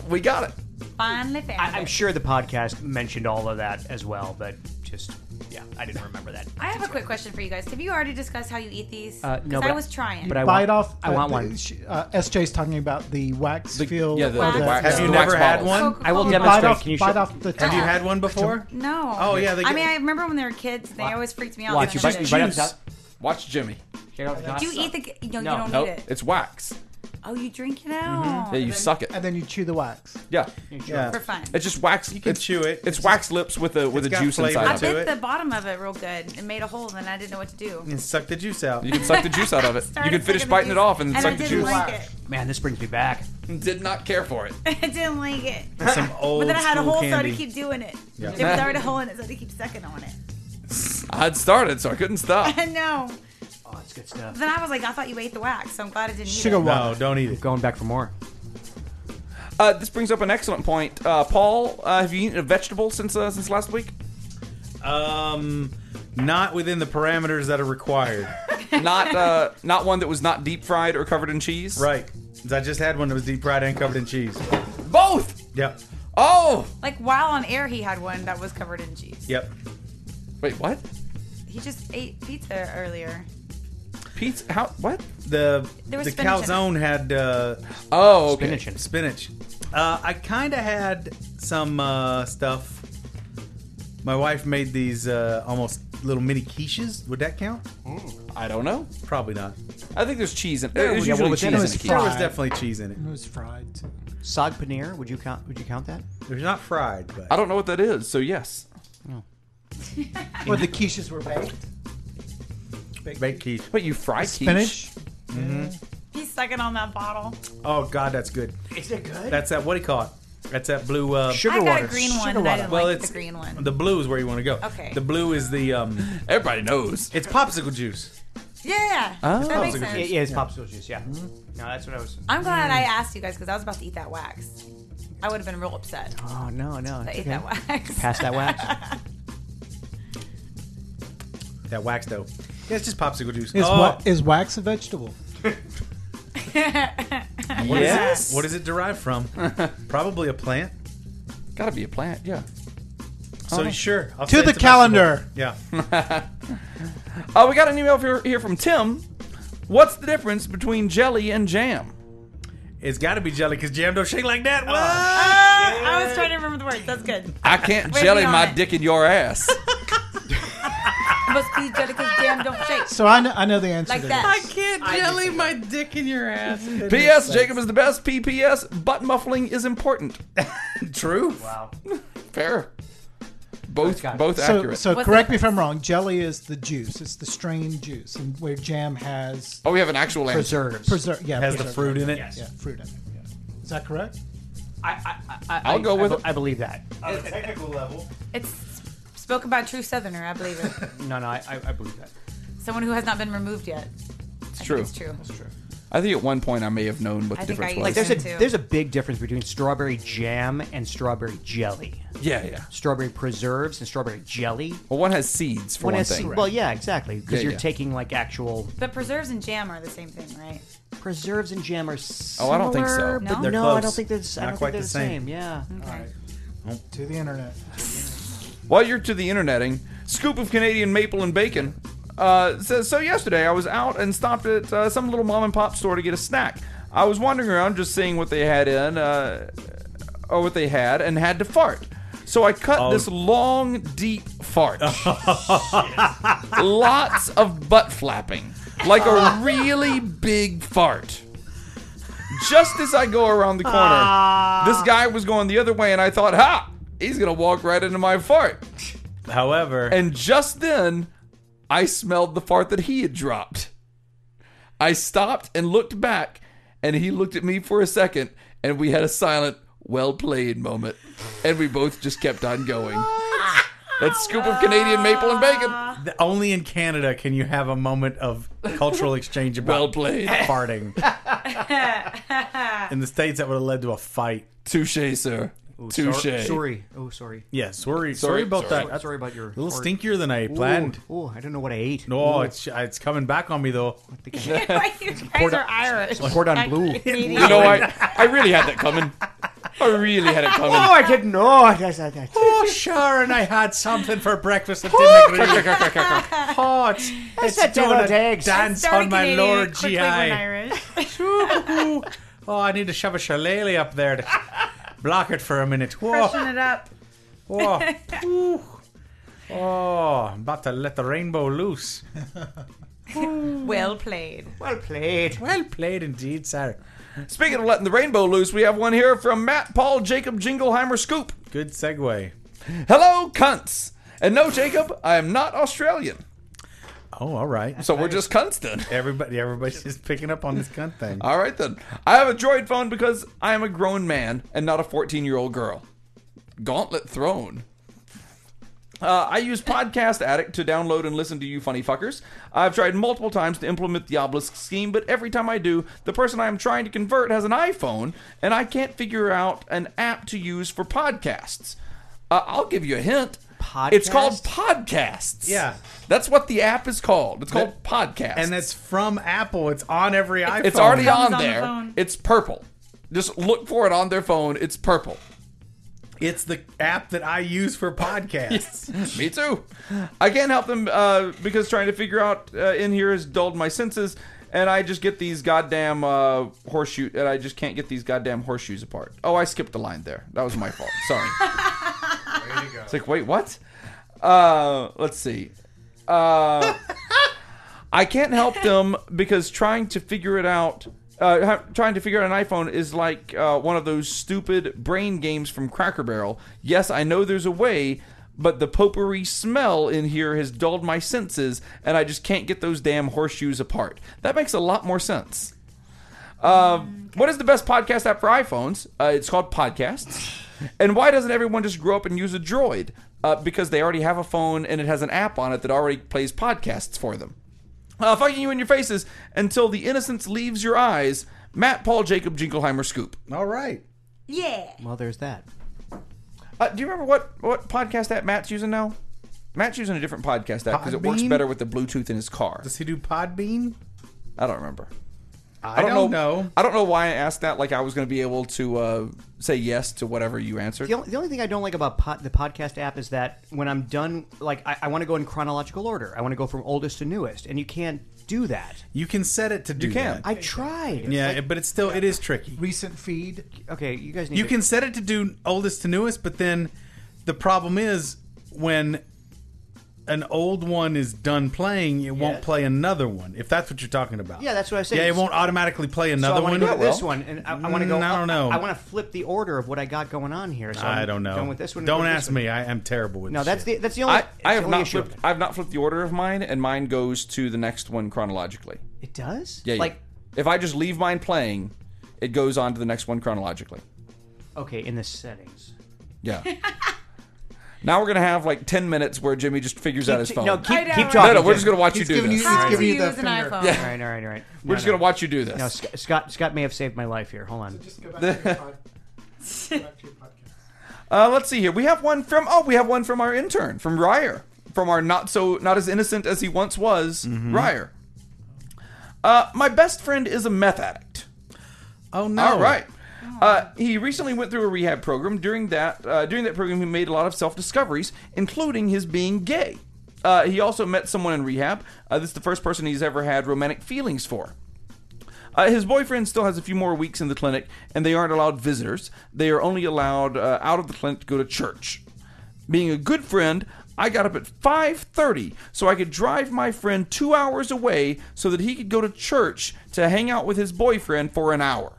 Speaker 3: We got it.
Speaker 8: Finally found
Speaker 6: I, I'm
Speaker 8: it.
Speaker 6: sure the podcast mentioned all of that as well, but just yeah, I didn't remember that.
Speaker 8: I have a quick question for you guys. Have you already discussed how you eat these?
Speaker 6: Uh, no,
Speaker 8: 'Cause
Speaker 6: but
Speaker 8: I
Speaker 6: I-
Speaker 8: was trying.
Speaker 6: but I
Speaker 7: Bite
Speaker 6: want,
Speaker 7: off.
Speaker 6: I
Speaker 7: uh,
Speaker 6: want
Speaker 7: the-
Speaker 6: one.
Speaker 7: she- Uh, SJ's talking about the wax field.
Speaker 3: yeah, the-
Speaker 7: of
Speaker 3: the wax-
Speaker 1: Have
Speaker 3: Yeah.
Speaker 1: you
Speaker 3: The
Speaker 1: never
Speaker 3: wax
Speaker 1: had
Speaker 3: bottles.
Speaker 1: one?
Speaker 6: I will
Speaker 8: Coca-Cola.
Speaker 7: Bite
Speaker 6: demonstrate.
Speaker 7: off,
Speaker 6: Can you
Speaker 7: bite
Speaker 6: show?
Speaker 7: off the
Speaker 1: Have you
Speaker 7: top.
Speaker 1: had one before?
Speaker 8: No.
Speaker 1: Oh, yeah, they
Speaker 8: I
Speaker 1: get-
Speaker 8: mean, I remember when they were kids. They always freaked me out.
Speaker 6: Watch
Speaker 8: when
Speaker 6: you
Speaker 8: I
Speaker 6: bite,
Speaker 8: did
Speaker 6: you
Speaker 8: it.
Speaker 6: bite off the top.
Speaker 3: Watch Jimmy.
Speaker 6: Get off the top.
Speaker 8: Do you eat the? No,
Speaker 6: No.
Speaker 8: you don't
Speaker 3: Nope,
Speaker 8: eat it.
Speaker 3: it's wax.
Speaker 8: Oh, you drink it out
Speaker 3: Yeah, you suck it.
Speaker 7: And then you chew the wax.
Speaker 3: Yeah,
Speaker 1: Yeah.
Speaker 8: for fun.
Speaker 3: it's just wax. You
Speaker 1: can chew it.
Speaker 3: It's
Speaker 1: It's
Speaker 3: wax lips with a with a
Speaker 1: it's got
Speaker 3: juice
Speaker 1: flavor
Speaker 8: I
Speaker 3: inside of
Speaker 1: to
Speaker 3: it.
Speaker 1: do
Speaker 8: bit
Speaker 1: it.
Speaker 8: the bottom of it real good. It made a hole, and I didn't know what to do.
Speaker 1: And suck the juice out.
Speaker 3: You can suck the juice out of it. You
Speaker 8: Started
Speaker 3: can finish
Speaker 8: sucking the
Speaker 3: biting
Speaker 8: juice,
Speaker 3: it off and,
Speaker 8: and
Speaker 3: suck
Speaker 8: I
Speaker 3: the
Speaker 8: didn't
Speaker 3: juice.
Speaker 1: (laughs)
Speaker 8: like it. (laughs)
Speaker 6: Man, this brings me back.
Speaker 3: Did not care for it.
Speaker 8: I didn't like it.
Speaker 1: Some old
Speaker 8: But then I had a
Speaker 1: school
Speaker 8: hole, so I had
Speaker 1: candy.
Speaker 8: to keep doing it. There was already a hole in it, so I had to keep sucking on it. (laughs)
Speaker 3: I'd started, so I couldn't stop.
Speaker 8: I know.
Speaker 6: Oh, it's good stuff.
Speaker 8: Then I was like, I thought you ate the wax, so I'm glad I didn't eat
Speaker 7: Sugar
Speaker 8: it.
Speaker 1: no, don't eat it.
Speaker 6: Going back for more.
Speaker 3: Uh, this brings up an excellent point. Uh, Paul, uh, have you eaten a vegetable since uh, since last week?
Speaker 1: Um, not within the parameters that are
Speaker 8: (laughs)
Speaker 1: required.
Speaker 3: Not uh, not one that was not deep fried or covered in cheese.
Speaker 1: right. 'Cause I just had one that was deep fried and covered in cheese.
Speaker 3: Both.
Speaker 1: Yep.
Speaker 3: Oh.
Speaker 8: Like while on air, he had one that was covered in cheese.
Speaker 1: Yep.
Speaker 3: Wait, what?
Speaker 8: He just ate pizza earlier.
Speaker 3: Pizza? How? What?
Speaker 1: The
Speaker 8: There was
Speaker 1: the
Speaker 8: spinach in
Speaker 1: calzone had uh,
Speaker 3: Oh, okay.
Speaker 6: Spinach. and-
Speaker 1: spinach. Uh, I kind of had some uh, stuff. My wife made these uh, almost little mini quiches. Would that count?
Speaker 3: I don't know.
Speaker 1: Probably not.
Speaker 3: I think there's cheese in. There's
Speaker 6: yeah,
Speaker 3: usually
Speaker 6: well,
Speaker 3: cheese
Speaker 6: within
Speaker 3: in a
Speaker 6: it
Speaker 7: was
Speaker 3: quiche.
Speaker 1: There
Speaker 7: fried.
Speaker 1: was definitely cheese in it.
Speaker 7: It was fried. too.
Speaker 6: Sag paneer. Would you count? Would you count that?
Speaker 1: It was not fried, but
Speaker 3: I don't know what that is. So yes.
Speaker 7: Where the quiches were baked.
Speaker 1: baked quiche.
Speaker 3: Wait, you fried quiche?
Speaker 7: Spinach.
Speaker 8: He's sucking on that bottle.
Speaker 1: Oh God, that's good.
Speaker 6: Is it good?
Speaker 1: That's that. What do you call it? That's that blue. Uh,
Speaker 6: Sugar
Speaker 8: I got
Speaker 6: water.
Speaker 8: a green one,
Speaker 6: Sugar
Speaker 8: and I
Speaker 6: water.
Speaker 8: didn't
Speaker 1: well,
Speaker 8: like
Speaker 1: it's
Speaker 8: the green one.
Speaker 1: The blue is where you want to go.
Speaker 8: Okay.
Speaker 1: The blue is the um.
Speaker 3: Everybody knows.
Speaker 1: It's popsicle juice.
Speaker 8: yeah, that makes sense.
Speaker 6: Yeah, yeah, Oh, Mm-hmm. it's popsicle juice. Yeah. No, that's what I was.
Speaker 8: I'm glad
Speaker 6: Mm.
Speaker 8: I asked you guys because I was about to eat that wax. I would have been real upset. if
Speaker 6: Oh no, no.
Speaker 8: I
Speaker 6: it's
Speaker 8: ate
Speaker 6: okay.
Speaker 8: that wax.
Speaker 6: Pass that wax.
Speaker 1: That wax though. Oh,
Speaker 7: Oh.
Speaker 1: Yeah, it's just popsicle juice.
Speaker 7: Is
Speaker 1: oh,
Speaker 7: what is wax a vegetable?
Speaker 3: yes.
Speaker 1: What is it derived from? (laughs) Probably a plant.
Speaker 3: Gotta be a plant, yeah.
Speaker 1: So sure. I'll
Speaker 7: To
Speaker 1: say it's
Speaker 7: the
Speaker 1: a vegetable.
Speaker 7: calendar.
Speaker 1: Yeah.
Speaker 3: Uh, we got an email here, here from Tim. What's the difference between jelly and jam?
Speaker 1: it's got to be jelly because jam don't shake like
Speaker 6: Oh,
Speaker 1: that. What?
Speaker 8: (laughs) I was trying to remember the words. That's good.
Speaker 3: I
Speaker 8: (laughs)
Speaker 3: can't
Speaker 8: Where's
Speaker 3: jelly
Speaker 8: the
Speaker 3: my
Speaker 8: on it?
Speaker 3: dick in your
Speaker 7: (laughs)
Speaker 3: ass.
Speaker 8: Must be Jessica's damn don't shake.
Speaker 7: So I know, I know the answer.
Speaker 8: Like
Speaker 7: to
Speaker 8: that.
Speaker 7: this.
Speaker 9: can't jelly my dick in your ass.
Speaker 3: P.S. Jacob is the best. P.P.S. Butt muffling is important.
Speaker 1: True.
Speaker 6: Wow.
Speaker 3: Fair. Both
Speaker 6: got it.
Speaker 3: both
Speaker 7: So,
Speaker 3: accurate.
Speaker 7: so
Speaker 8: What's
Speaker 7: correct me if I'm wrong. Jelly is the juice. It's the strained juice, and where jam has
Speaker 3: oh, we have an actual answer.
Speaker 6: Preserves.
Speaker 7: preserve. Yeah,
Speaker 1: Has the
Speaker 7: preserve.
Speaker 1: fruit in it.
Speaker 6: Yes.
Speaker 7: Yeah, fruit in it. Yeah. Is that correct?
Speaker 6: I, I, I,
Speaker 3: I'll
Speaker 6: I-
Speaker 3: go
Speaker 6: I
Speaker 3: with
Speaker 6: be-
Speaker 3: it.
Speaker 6: I believe that.
Speaker 1: On a technical level.
Speaker 8: It's spoken by a true Southerner. I believe
Speaker 6: (laughs)
Speaker 8: it.
Speaker 6: No, no, I, I, I believe that.
Speaker 8: Someone who has not been removed yet.
Speaker 3: It's
Speaker 8: I
Speaker 3: true.
Speaker 8: Think it's true.
Speaker 3: I think at one point I may have known what the
Speaker 8: I think
Speaker 3: difference
Speaker 8: I-
Speaker 3: was.
Speaker 8: like,
Speaker 6: There's a
Speaker 8: Too.
Speaker 6: there's a big difference between strawberry jam and strawberry jelly.
Speaker 3: yeah, yeah.
Speaker 6: Strawberry preserves and strawberry jelly.
Speaker 3: Well, one has seeds for
Speaker 6: One
Speaker 3: one
Speaker 6: has
Speaker 3: thing.
Speaker 6: se- well, yeah, exactly, because
Speaker 3: Yeah,
Speaker 6: you're
Speaker 3: yeah.
Speaker 6: taking like actual
Speaker 8: But preserves and jam are the same thing, right?
Speaker 6: preserves and jam are similar.
Speaker 3: Oh, I don't think so.
Speaker 8: No?
Speaker 6: But
Speaker 8: They're
Speaker 6: no, I
Speaker 1: close.
Speaker 6: don't think that's. I
Speaker 1: Not
Speaker 6: don't
Speaker 1: quite
Speaker 6: think they're
Speaker 1: the
Speaker 6: the
Speaker 1: same.
Speaker 6: same. Mm-hmm. Yeah.
Speaker 8: Okay.
Speaker 7: To the internet.
Speaker 3: While you're to the interneting, scoop of Canadian maple and bacon. Uh, says, so yesterday I was out and stopped at uh, some little mom and pop store to get a snack. I was wandering around just seeing what they had in, uh, or what they had, and had to fart. So I cut this long, deep fart. Lots of butt flapping, like a really big fart. Just as I go around the corner, this guy was going the other way, and I thought, ha, he's gonna walk right into my fart.
Speaker 1: However,
Speaker 3: And just then, I smelled the fart that he had dropped. I stopped and looked back, and he looked at me for a second, and we had a silent, well played moment. And we both just kept on going. That's scoop of Canadian maple and bacon.
Speaker 1: th- only in Canada can you have a moment of (laughs) cultural exchange about
Speaker 3: Well played.
Speaker 1: farting. in the states, that would have led to a fight.
Speaker 3: Touche, sir. Touche.
Speaker 6: Sorry. Oh, sorry.
Speaker 1: Yeah, sorry, sorry,
Speaker 3: Sorry,
Speaker 1: about
Speaker 3: sorry.
Speaker 1: that. That's
Speaker 6: Sorry about
Speaker 1: a
Speaker 6: your
Speaker 1: little
Speaker 6: fart.
Speaker 1: stinkier than I
Speaker 6: Oh,
Speaker 1: planned.
Speaker 6: oh, I don't know what I ate.
Speaker 1: No, it's it's coming back on me though.
Speaker 8: (laughs) you guys are Irish.
Speaker 6: Cordon
Speaker 8: Not
Speaker 6: bleu.
Speaker 8: Canadian.
Speaker 3: You know, I, I really had that coming. I really had it coming.
Speaker 6: Oh, I didn't know. I, I,
Speaker 1: (laughs)
Speaker 6: I,
Speaker 1: Oh, sure, and I had something for breakfast that didn't agree. Oh, it's, it's
Speaker 6: said
Speaker 1: doing
Speaker 6: deviled
Speaker 1: a
Speaker 6: eggs.
Speaker 1: dance
Speaker 8: Started
Speaker 1: on my
Speaker 8: Canadian,
Speaker 1: lower
Speaker 8: quickly
Speaker 1: GI.
Speaker 8: went (laughs) Irish.
Speaker 1: Ooh. Oh, I need to shove a shillelagh up there to block it for a minute. Whoa,
Speaker 8: Freshen it up.
Speaker 1: whoa. Ooh. Oh, I'm about to let the rainbow loose.
Speaker 8: Well played.
Speaker 6: well played.
Speaker 1: Well played indeed, sir.
Speaker 3: Speaking of letting the rainbow loose, we have one here from Matt Paul Jacob Jingleheimer Scoop.
Speaker 1: Good segue.
Speaker 3: Hello, cunts. And no, Jacob, I am not Australian.
Speaker 1: Oh, all right.
Speaker 3: So we're just cunts then.
Speaker 1: Everybody, everybody's just picking up on this cunt thing.
Speaker 3: All right then. I have a droid phone because I am a grown man and not a 14 year old girl. Gauntlet thrown. Uh, I use Podcast Addict to download and listen to you funny fuckers. I've tried multiple times to implement the obelisk scheme, but every time I do, the person I am trying to convert has an iPhone, and I can't figure out an app to use for podcasts. Uh, I'll give you a hint. It's called Podcasts.
Speaker 1: Yeah.
Speaker 3: That's what the app is called. It's called Podcasts.
Speaker 1: And that's from Apple. It's on every iPhone.
Speaker 3: It's already on
Speaker 8: Comes on the
Speaker 3: there.
Speaker 8: phone.
Speaker 3: it's purple. Just look for it on their phone. It's purple.
Speaker 1: It's the app that I use for podcasts.
Speaker 6: (laughs)
Speaker 3: Me too. I can't help them uh, because trying to figure out uh, in here has dulled my senses, and I just get these goddamn uh, horseshoe, and I just can't get these goddamn horseshoes apart. Oh, I skipped a line there. That was my fault. Sorry. It's like, wait, what? Uh, let's see. Uh, I can't help them because trying to figure it out, uh, ha- trying to figure out an iPhone is like uh, one of those stupid brain games from Cracker Barrel. Yes, I know there's a way, but the potpourri smell in here has dulled my senses, and I just can't get those damn horseshoes apart. That makes a lot more sense. Uh, What is the best podcast app for iPhones? Uh, it's called Podcasts. And why doesn't everyone just grow up and use a droid? Uh, because they already have a phone and it has an app on it that already plays podcasts for them. Uh, fucking you in your faces until the innocence leaves your eyes. Matt Paul Jacob Jingleheimer Scoop.
Speaker 1: All right.
Speaker 8: Yeah.
Speaker 6: Well, there's that.
Speaker 3: Uh, do you remember what, what podcast app Matt's using now? Matt's using a different podcast app because it works
Speaker 1: Podbean?
Speaker 3: better with the Bluetooth in his car.
Speaker 1: Does he do Podbean?
Speaker 3: I don't remember.
Speaker 1: I, don't, know.
Speaker 3: I don't know why I asked that. Like I was going to be able to uh, say yes to whatever you answered.
Speaker 6: The only, the only thing I don't like about pod, the podcast app is that when I'm done, like I, I want to go in chronological order. I want to go from oldest to newest, and you can't do that.
Speaker 1: You can set it to do
Speaker 3: can.
Speaker 1: that.
Speaker 6: I tried.
Speaker 1: yeah, but it's still it is tricky.
Speaker 7: Recent feed.
Speaker 6: Okay, you guys need.
Speaker 1: You
Speaker 6: to-
Speaker 1: can set it to do oldest to newest, but then the problem is when an old one is done playing, it won't play another one. If that's what you're talking about.
Speaker 6: Yeah, that's what I said.
Speaker 1: Yeah, it
Speaker 6: It's-
Speaker 1: won't automatically play
Speaker 6: So
Speaker 1: another
Speaker 6: I
Speaker 1: one.
Speaker 6: want to go to this one, and I, want to go.
Speaker 1: Mm, I don't know.
Speaker 6: I, want to flip the order of what I got going on here. So
Speaker 1: I
Speaker 6: I'm
Speaker 1: don't know.
Speaker 6: Going with this one. and
Speaker 1: don't
Speaker 6: going with this
Speaker 1: ask
Speaker 6: one.
Speaker 1: me. I am terrible with
Speaker 6: No,
Speaker 1: this
Speaker 6: that's
Speaker 1: shit.
Speaker 6: the that's the only.
Speaker 3: I, I
Speaker 6: it's
Speaker 3: have
Speaker 6: the only
Speaker 3: not
Speaker 6: issue.
Speaker 3: flipped. I've not flipped the order of mine, and mine goes to the next one chronologically.
Speaker 6: It does.
Speaker 3: Yeah, yeah.
Speaker 6: Like
Speaker 3: if I just leave mine playing, it goes on to the next one chronologically.
Speaker 6: okay, in the settings.
Speaker 3: Yeah. (laughs) now we're gonna have like ten minutes where Jimmy just figures out his phone.
Speaker 6: No,
Speaker 8: I
Speaker 6: keep,
Speaker 8: know,
Speaker 6: keep
Speaker 8: right?
Speaker 3: no,
Speaker 6: talking.
Speaker 3: no, we're
Speaker 6: Jim.
Speaker 3: just gonna watch you
Speaker 7: He's
Speaker 3: do
Speaker 7: giving
Speaker 3: this.
Speaker 7: you-
Speaker 3: We're
Speaker 7: he's
Speaker 8: How
Speaker 7: giving
Speaker 8: to
Speaker 7: you the
Speaker 8: use an
Speaker 7: finger.
Speaker 8: iPhone.
Speaker 6: All right, all right, all right. We're
Speaker 3: just gonna watch you do this.
Speaker 6: No, Uh, Sc- Scott. Scott may have saved my life here. Hold on.
Speaker 7: Just go back to your pod- go back
Speaker 3: (laughs)
Speaker 7: to your podcast.
Speaker 3: Uh, let's see here. We have one from oh, we have one from our intern from Ryer, from our not so not as innocent as he once was, Ryer. Uh, my best friend is a meth addict.
Speaker 1: oh no.
Speaker 3: All right. Uh, he recently went through a rehab program. During that uh, during that program, he made a lot of self discoveries, including his being gay. Uh, he also met someone in rehab. Uh, this is the first person he's ever had romantic feelings for. Uh, his boyfriend still has a few more weeks in the clinic, and they aren't allowed visitors. They are only allowed uh, out of the clinic to go to church. Being a good friend, I got up at 5:30 so I could drive my friend 2 hours away so that he could go to church to hang out with his boyfriend for an hour.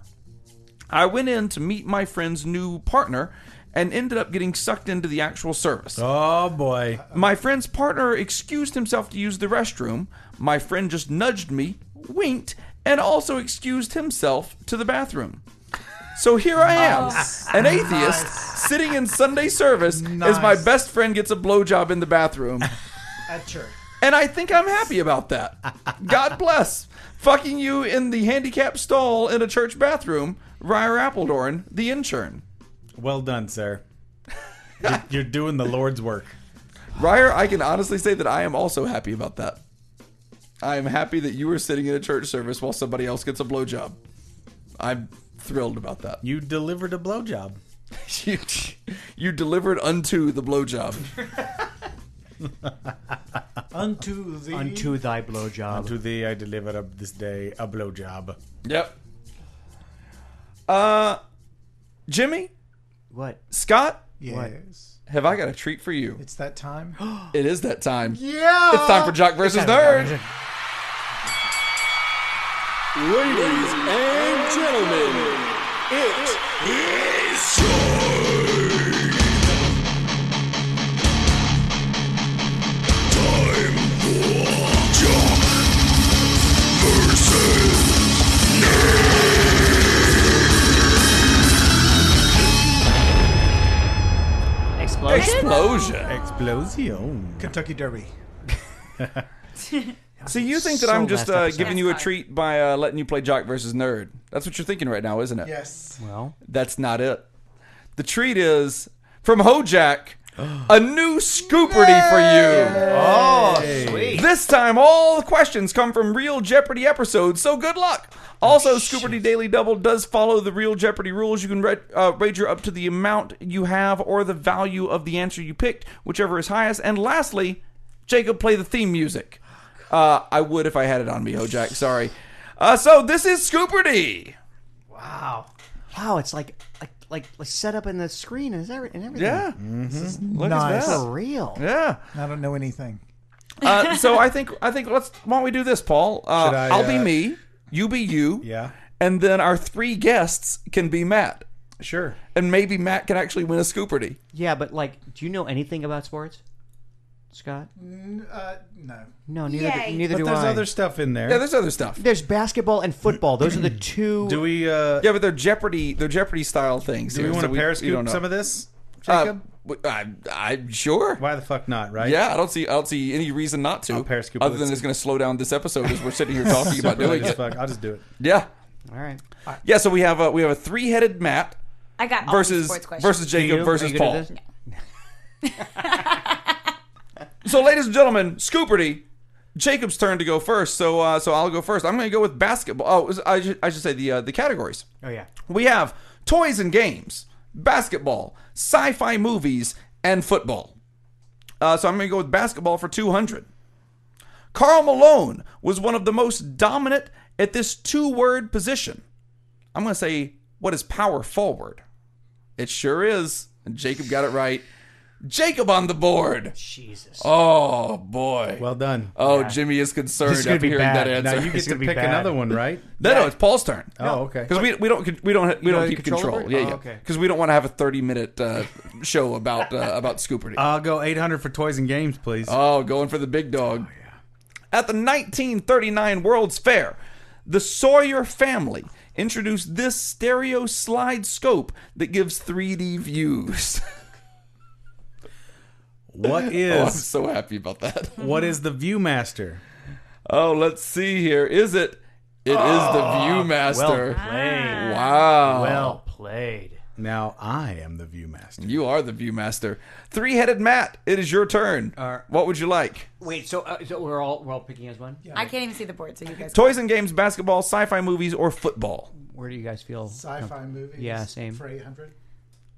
Speaker 3: I went in to meet my friend's new partner and ended up getting sucked into the actual service.
Speaker 1: Oh boy.
Speaker 3: My friend's partner excused himself to use the restroom. My friend just nudged me, winked, and also excused himself to the bathroom. So here I am, an atheist, sitting in Sunday service as my
Speaker 7: Nice.
Speaker 3: best friend gets a blowjob in the bathroom.
Speaker 7: At church.
Speaker 3: And I think I'm happy about that. God bless. Fucking you in the handicapped stall in a church bathroom, Ryer Appledorn, the intern.
Speaker 1: Well done, sir. You're, you're doing the Lord's work.
Speaker 3: Ryer, I can honestly say that I am also happy about that. I am happy that you were sitting in a church service while somebody else gets a blowjob. I'm thrilled about that. (laughs)
Speaker 1: You delivered a blowjob.
Speaker 3: You, you delivered unto the blowjob.
Speaker 7: Unto the
Speaker 6: Unto thy blowjob.
Speaker 1: To thee I deliver up this day a blowjob.
Speaker 3: Yep. Uh, Jimmy,
Speaker 6: What?
Speaker 3: Scott,
Speaker 7: Yes.
Speaker 3: have I got a treat for you?
Speaker 7: It's that time. (gasps)
Speaker 3: It is that time.
Speaker 7: yeah.
Speaker 3: It's time for Jock versus Nerd.
Speaker 10: Ladies and gentlemen, it is time for Jock versus
Speaker 6: Explosion.
Speaker 3: Explosion.
Speaker 1: Explosion.
Speaker 7: Kentucky Derby.
Speaker 3: See, you think that
Speaker 6: So
Speaker 3: I'm just
Speaker 6: last
Speaker 3: uh,
Speaker 6: episode.
Speaker 3: giving you a
Speaker 8: That's fine.
Speaker 3: treat by uh, letting you play Jock versus Nerd. That's what you're thinking right now, isn't it?
Speaker 7: Yes.
Speaker 6: Well,
Speaker 3: That's not it. The treat is from Hojack a new scooperty for Oh,
Speaker 6: sweet.
Speaker 3: you. This time, all the questions come from Real Jeopardy episodes, so good luck. Also, Scooperty Daily Double does follow the Real Jeopardy rules. You can re- uh, wager up to the amount you have or the value of the answer you picked, whichever is highest. And lastly, Jacob, play the theme music. Uh, I would if I had it on me, Hojack. Sorry. Uh, so this is Scooperty.
Speaker 6: Wow. Wow, it's like like like, like set up in the screen and is every- and everything.
Speaker 3: Yeah. Look
Speaker 7: Nice.
Speaker 3: at that.
Speaker 6: For real.
Speaker 3: Yeah.
Speaker 7: I don't know anything.
Speaker 3: Uh, so I think I think let's why don't we do this, Paul? Uh,
Speaker 1: Should I,
Speaker 3: I'll be
Speaker 1: uh,
Speaker 3: me, you be you,
Speaker 1: Yeah.
Speaker 3: and then our three guests can be Matt,
Speaker 1: Sure.
Speaker 3: and maybe Matt can actually win a Scooperty.
Speaker 6: Yeah, but like, do you know anything about sports, Scott?
Speaker 7: Uh, no.
Speaker 6: No, neither.
Speaker 8: Yay.
Speaker 6: Do, neither
Speaker 1: But
Speaker 6: do
Speaker 1: there's
Speaker 6: I.
Speaker 1: other stuff in there.
Speaker 3: Yeah, there's other stuff.
Speaker 6: There's basketball and football. Those
Speaker 3: (clears throat)
Speaker 6: are the two.
Speaker 1: do we uh
Speaker 3: Yeah, but they're Jeopardy, they're Jeopardy style things.
Speaker 1: do we
Speaker 3: here,
Speaker 1: want
Speaker 3: so
Speaker 1: to
Speaker 3: you don't
Speaker 1: periscope
Speaker 3: know.
Speaker 1: some of this,
Speaker 3: Uh,
Speaker 1: Jacob?
Speaker 3: w- I, I'm sure.
Speaker 1: Why the fuck not, right?
Speaker 3: Yeah, I don't see I don't see any reason not to.
Speaker 1: I'll Periscope
Speaker 3: other
Speaker 1: it.
Speaker 3: than it's going to slow down this episode as we're
Speaker 1: (laughs)
Speaker 3: sitting here talking about
Speaker 1: Really
Speaker 3: doing
Speaker 1: just
Speaker 3: it.
Speaker 1: fuck. I'll just do
Speaker 3: (laughs)
Speaker 1: it.
Speaker 3: Yeah,
Speaker 6: All right.
Speaker 3: yeah. So we have a, we have a three headed Matt
Speaker 8: I got all these
Speaker 3: versus
Speaker 8: sports questions.
Speaker 3: versus
Speaker 6: You-
Speaker 3: Jacob
Speaker 6: are
Speaker 3: versus
Speaker 6: you good at
Speaker 3: Paul.
Speaker 6: this?
Speaker 3: So, ladies and gentlemen, Scooperty Jacob's turn to go first, so uh, so I'll go first. I'm going to go with basketball. Oh, it was- I should, I should say the uh, the categories.
Speaker 6: Oh yeah.
Speaker 3: We have toys and games, basketball, sci-fi movies, and football. Uh, so I'm going to go with basketball for 200. Carl Malone was one of the most dominant at this two-word position. I'm going to say what is power forward. It sure is. And Jacob got it right. Jacob on the board.
Speaker 6: Jesus.
Speaker 3: Oh boy.
Speaker 1: Well done.
Speaker 3: Oh, Jimmy is concerned
Speaker 6: This is gonna
Speaker 3: after
Speaker 6: be
Speaker 3: hearing
Speaker 6: bad.
Speaker 3: that
Speaker 6: Now
Speaker 1: now
Speaker 3: answer.
Speaker 1: you get
Speaker 6: it's
Speaker 1: to
Speaker 6: gonna be
Speaker 1: pick
Speaker 6: bad.
Speaker 1: another one,
Speaker 3: (laughs)
Speaker 1: right?
Speaker 3: no, no, it's Paul's turn.
Speaker 1: Oh, okay.
Speaker 3: Because we, we don't we don't we don't
Speaker 6: have
Speaker 3: keep
Speaker 6: control
Speaker 3: control.
Speaker 6: over it?
Speaker 3: Yeah,
Speaker 6: Oh,
Speaker 3: yeah.
Speaker 6: okay.
Speaker 3: Because we don't want to have a thirty minute uh, show about uh, about Scooperty.
Speaker 6: Oh.
Speaker 1: I'll go 800 for toys and games, please.
Speaker 3: oh, going for the big dog.
Speaker 6: Oh,
Speaker 3: At the 1939 World's Fair, the Sawyer family introduced this stereo slide scope that gives 3D views. (laughs)
Speaker 1: what
Speaker 3: oh, I'm
Speaker 1: is
Speaker 3: so happy about that.
Speaker 1: what is the ViewMaster?
Speaker 3: Oh, let's see here. Is it? It is the Viewmaster.
Speaker 6: Ah, Played.
Speaker 3: wow.
Speaker 6: Well played.
Speaker 1: Now I am the ViewMaster.
Speaker 3: You are the Viewmaster. Three headed Matt, it is your turn. What would you like?
Speaker 6: Wait, so, uh, so we're all we're all picking as one.
Speaker 8: I can't even see the board, so you guys.
Speaker 3: Toys and games, basketball, sci fi movies, or football?
Speaker 6: Where do you guys feel?
Speaker 7: Sci-fi movies.
Speaker 6: Yeah, same.
Speaker 7: For eight hundred.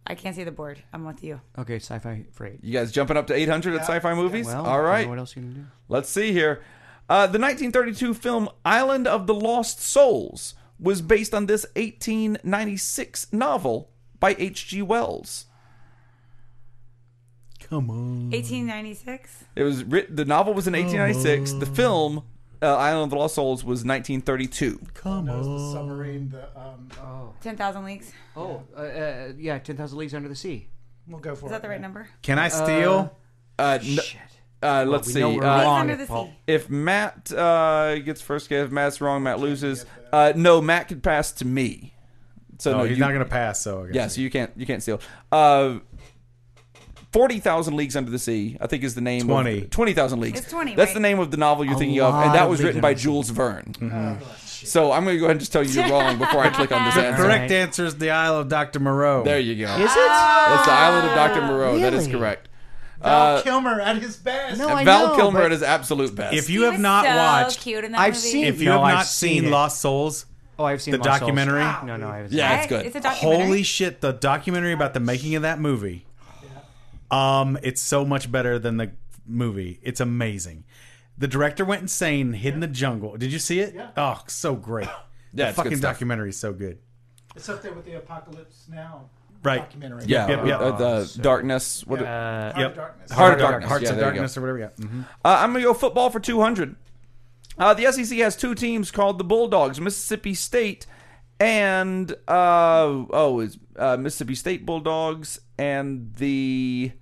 Speaker 8: I can't see the board. I'm with you.
Speaker 6: Okay, sci-fi freight.
Speaker 3: You guys jumping up to 800 at sci fi movies?
Speaker 6: Well, I
Speaker 3: All
Speaker 6: don't know
Speaker 3: right.
Speaker 6: What else are you gonna do?
Speaker 3: Let's see here. Uh, the 1932 film Island of the Lost Souls was based on this 1896 novel by H.G. Wells.
Speaker 1: Come on.
Speaker 8: 1896.
Speaker 3: It was writ- the novel
Speaker 6: Oh.
Speaker 3: was in 1896. The film uh, Island of the Lost Souls was Uh, 1932.
Speaker 7: Come on. The submarine. The um.
Speaker 8: Ten thousand leagues. Is
Speaker 6: Oh, uh, uh, yeah, Ten Thousand Leagues Under the Sea.
Speaker 7: We'll go for it.
Speaker 8: that the right number?
Speaker 1: Can I steal?
Speaker 3: Uh, n-
Speaker 6: Shit.
Speaker 3: uh, let's
Speaker 6: we
Speaker 3: see.
Speaker 6: know we're
Speaker 3: Uh,
Speaker 6: wrong.
Speaker 8: Under
Speaker 6: it,
Speaker 8: the
Speaker 6: Paul.
Speaker 8: sea.
Speaker 3: If Matt uh, gets first, guess, if Matt's wrong, Matt loses. Uh, no, Matt could pass to me. So
Speaker 1: oh,
Speaker 3: no,
Speaker 1: he's
Speaker 3: you,
Speaker 1: not going to pass. So I guess.
Speaker 3: yeah, so you can't you can't steal. Uh, Forty thousand leagues under the sea, I think, is the name.
Speaker 1: Twenty.
Speaker 3: of Twenty thousand leagues.
Speaker 8: It's 20,
Speaker 3: That's
Speaker 8: right.
Speaker 3: the name of the novel you're
Speaker 6: A
Speaker 3: thinking of, and
Speaker 6: lot
Speaker 3: that
Speaker 6: of
Speaker 3: was
Speaker 6: Leagues
Speaker 3: written by
Speaker 6: Under the Sea. Mm-hmm.
Speaker 3: Jules Verne. So I'm going to go ahead and just tell you you're wrong before I click
Speaker 6: (laughs)
Speaker 3: on this answer.
Speaker 1: Correct
Speaker 6: Right.
Speaker 1: answer is the Isle of Doctor Moreau.
Speaker 3: There you go.
Speaker 6: Is it?
Speaker 3: It's the island of Dr. Moreau. That is
Speaker 6: Really?
Speaker 3: correct.
Speaker 7: Val
Speaker 3: Uh,
Speaker 7: Kilmer at his best.
Speaker 6: No, I
Speaker 3: Val
Speaker 6: know,
Speaker 3: Kilmer
Speaker 6: but-
Speaker 3: at his absolute best.
Speaker 1: If
Speaker 8: He
Speaker 1: you have
Speaker 8: was
Speaker 1: not
Speaker 8: so
Speaker 1: watched,
Speaker 8: Cute in that
Speaker 6: I've
Speaker 8: movie.
Speaker 6: seen-
Speaker 1: if you
Speaker 6: No,
Speaker 1: have
Speaker 6: I've
Speaker 1: not
Speaker 6: seen
Speaker 1: seen,
Speaker 6: it.
Speaker 1: Lost Souls,
Speaker 6: Oh, I've seen
Speaker 1: The
Speaker 6: Lost Souls.
Speaker 1: documentary?
Speaker 6: No, no, I haven't.
Speaker 3: yeah,
Speaker 8: I-
Speaker 3: it's good.
Speaker 8: It's a documentary.
Speaker 1: holy shit, the documentary about the making of that movie. Um, it's so much better than the movie. It's amazing. The director went insane, hid in the jungle. Did you see it? Oh, so great.
Speaker 3: Yeah,
Speaker 1: the
Speaker 3: it's good
Speaker 1: fucking
Speaker 3: stuff.
Speaker 1: documentary is so good.
Speaker 7: It's up there with the Apocalypse Now
Speaker 1: Right.
Speaker 7: documentary.
Speaker 3: yeah,
Speaker 1: Yep, yep.
Speaker 3: uh, the darkness. What,
Speaker 6: Uh,
Speaker 7: Heart of
Speaker 1: Yep.
Speaker 7: Darkness.
Speaker 3: Heart of Darkness.
Speaker 1: Hearts
Speaker 3: Yeah,
Speaker 1: of
Speaker 3: there you go.
Speaker 1: Darkness or whatever. Yeah. Mhm.
Speaker 3: Uh, I'm going to go football for 200. Uh, the SEC has two teams called the Bulldogs, Mississippi State and uh, oh, is uh, Mississippi State Bulldogs and the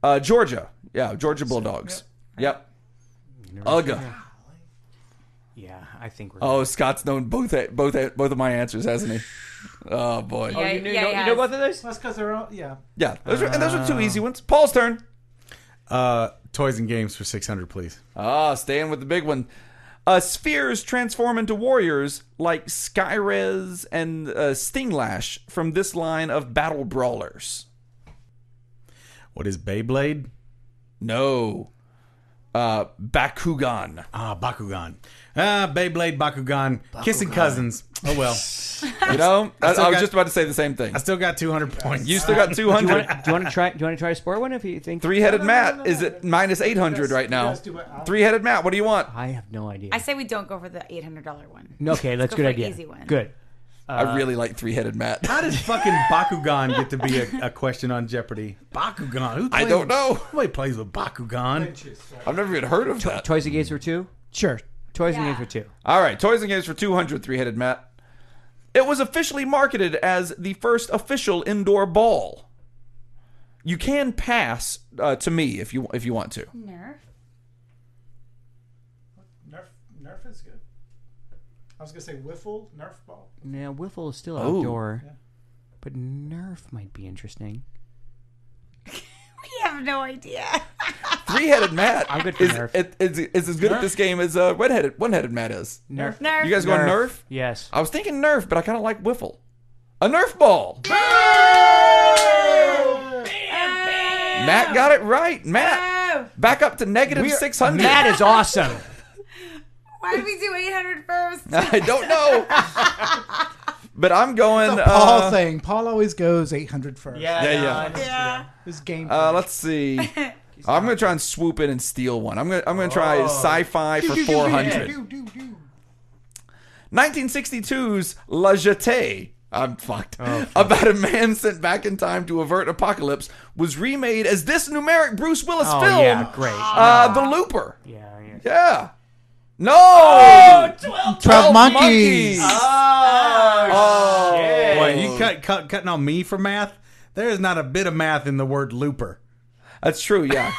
Speaker 3: uh, Georgia, yeah, Georgia Bulldogs. Yep. Ugga.
Speaker 6: yeah, I think we're.
Speaker 3: Oh, Scott's known both both both of my answers, hasn't he? Oh boy.
Speaker 8: Yeah,
Speaker 6: you, know,
Speaker 8: yeah, yeah.
Speaker 6: you know both of those?
Speaker 7: That's because they're all yeah.
Speaker 3: Yeah, those are, and those are two easy ones. Paul's turn.
Speaker 1: Uh, toys and games for six hundred, please.
Speaker 3: Ah, staying with the big one. Uh, spheres transform into warriors like Skyrez and uh, Stinglash from this line of battle brawlers.
Speaker 1: What is Beyblade?
Speaker 3: No. Uh,
Speaker 7: (laughs)
Speaker 3: Bakugan.
Speaker 1: Ah, Bakugan. Ah, Beyblade, Bakugan, kissing cousins. Oh well,
Speaker 3: You know, I,
Speaker 1: still
Speaker 3: I was
Speaker 1: got-
Speaker 3: just about to say the same thing.
Speaker 1: I still got two hundred points.
Speaker 3: You still (laughs) got
Speaker 6: Do you want
Speaker 3: 200.
Speaker 6: to do you want to try? Do you want to try to sport one if you think?
Speaker 3: Three-headed
Speaker 7: no, no,
Speaker 3: Matt
Speaker 7: no.
Speaker 3: is at minus 800 right now.
Speaker 7: guys do what I-
Speaker 3: Three-headed Matt, what do you want?
Speaker 6: I have no idea.
Speaker 8: I say we don't go for the eight hundred dollar one.
Speaker 6: No, (laughs) okay, that's a
Speaker 8: go
Speaker 6: good
Speaker 8: for
Speaker 6: idea.
Speaker 8: easy one.
Speaker 6: Good.
Speaker 3: I really like three-headed Matt. (laughs)
Speaker 1: How does fucking Bakugan get to be a, a question on Jeopardy? Bakugan? Who
Speaker 3: I
Speaker 1: plays-
Speaker 3: don't know.
Speaker 1: Nobody plays with Bakugan.
Speaker 3: I've never even heard of that.
Speaker 6: Toys and games for two.
Speaker 7: Sure.
Speaker 6: Toys and
Speaker 8: Yeah.
Speaker 6: games for two.
Speaker 3: All right, Toys and Games for 200, three headed Matt. It was officially marketed as the first official indoor ball. You can pass uh, to me if you if you want to.
Speaker 8: Nerf.
Speaker 7: Nerf Nerf is good. I was gonna say wiffle Nerf ball.
Speaker 6: Now wiffle is still outdoor, but Nerf might be interesting.
Speaker 8: We have no idea.
Speaker 3: Three
Speaker 6: (laughs)
Speaker 3: headed Matt
Speaker 6: I'm good for
Speaker 3: is,
Speaker 6: Nerf.
Speaker 3: it- is, is as good at this game as uh, red headed one headed Matt is.
Speaker 6: Nerf. Oh,
Speaker 8: Nerf.
Speaker 3: You guys going Nerf?
Speaker 6: Yes.
Speaker 3: I was thinking Nerf, but I kind of like Wiffle. A Nerf ball. Matt got it right. Matt, back up to negative 600. (laughs)
Speaker 6: Matt is awesome.
Speaker 8: Why did we do 800 first?
Speaker 3: I don't know.
Speaker 6: (laughs)
Speaker 3: but I'm going.
Speaker 7: Paul
Speaker 3: uh,
Speaker 7: thing. Paul always goes 800 first.
Speaker 3: Yeah, yeah.
Speaker 8: yeah.
Speaker 7: This game.
Speaker 3: Uh, let's see. I'm gonna try and swoop in and steal one. I'm gonna I'm gonna
Speaker 6: Oh.
Speaker 3: try
Speaker 6: (laughs)
Speaker 3: sci-fi for 400. 1962's La Jetée. I'm fucked.
Speaker 6: Oh,
Speaker 3: About a man sent back in time to avert apocalypse was remade as this numeric Bruce Willis
Speaker 6: Oh
Speaker 3: film,
Speaker 6: yeah, great.
Speaker 3: uh, The Looper.
Speaker 6: yeah, yeah.
Speaker 3: Yeah. No. Oh, 12,
Speaker 7: monkeys.
Speaker 6: Ah.
Speaker 3: Oh,
Speaker 1: Wait, you cut, cut cutting on me for math? There is not a bit of math in the word looper.
Speaker 3: That's true.
Speaker 6: (laughs)
Speaker 3: Yeah. It-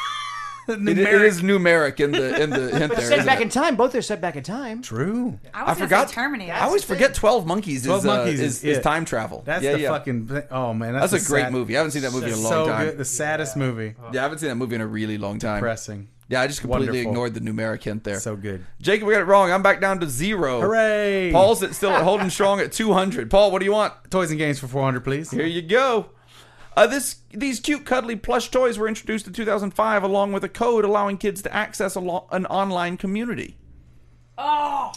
Speaker 1: Numeric.
Speaker 3: it is numeric in the in the hint there.
Speaker 6: Set
Speaker 3: isn't
Speaker 6: back
Speaker 3: it?
Speaker 6: in time. Both are set back in time.
Speaker 1: True.
Speaker 3: I
Speaker 8: I, was gonna
Speaker 3: forgot.
Speaker 8: Say Terminator.
Speaker 3: I always forget Twelve Monkeys,
Speaker 1: 12
Speaker 3: is, uh,
Speaker 1: Monkeys
Speaker 3: is,
Speaker 1: is
Speaker 3: is
Speaker 1: it.
Speaker 3: time travel.
Speaker 1: That's
Speaker 3: yeah,
Speaker 1: the
Speaker 3: yeah.
Speaker 1: fucking. Thing. Oh man, that's,
Speaker 3: That's a
Speaker 1: the
Speaker 3: great
Speaker 1: sad-
Speaker 3: movie. I haven't seen that movie in a long
Speaker 1: so
Speaker 3: time.
Speaker 1: Good. The saddest movie.
Speaker 3: Yeah, Uh-huh. I haven't seen that movie in a really long time.
Speaker 1: Depressing.
Speaker 3: Yeah, I just completely
Speaker 1: Wonderful.
Speaker 3: ignored the numeric hint there.
Speaker 1: So good.
Speaker 3: Jacob, we got it wrong. I'm back down to zero.
Speaker 1: Hooray!
Speaker 3: Paul's at, still at holding strong at 200. Paul, what do you want?
Speaker 1: toys and games for 400, please.
Speaker 3: Here you go. Uh, this these cute, cuddly plush toys were introduced in 2005, along with a code allowing kids to access a lo- an online community.
Speaker 8: Oh.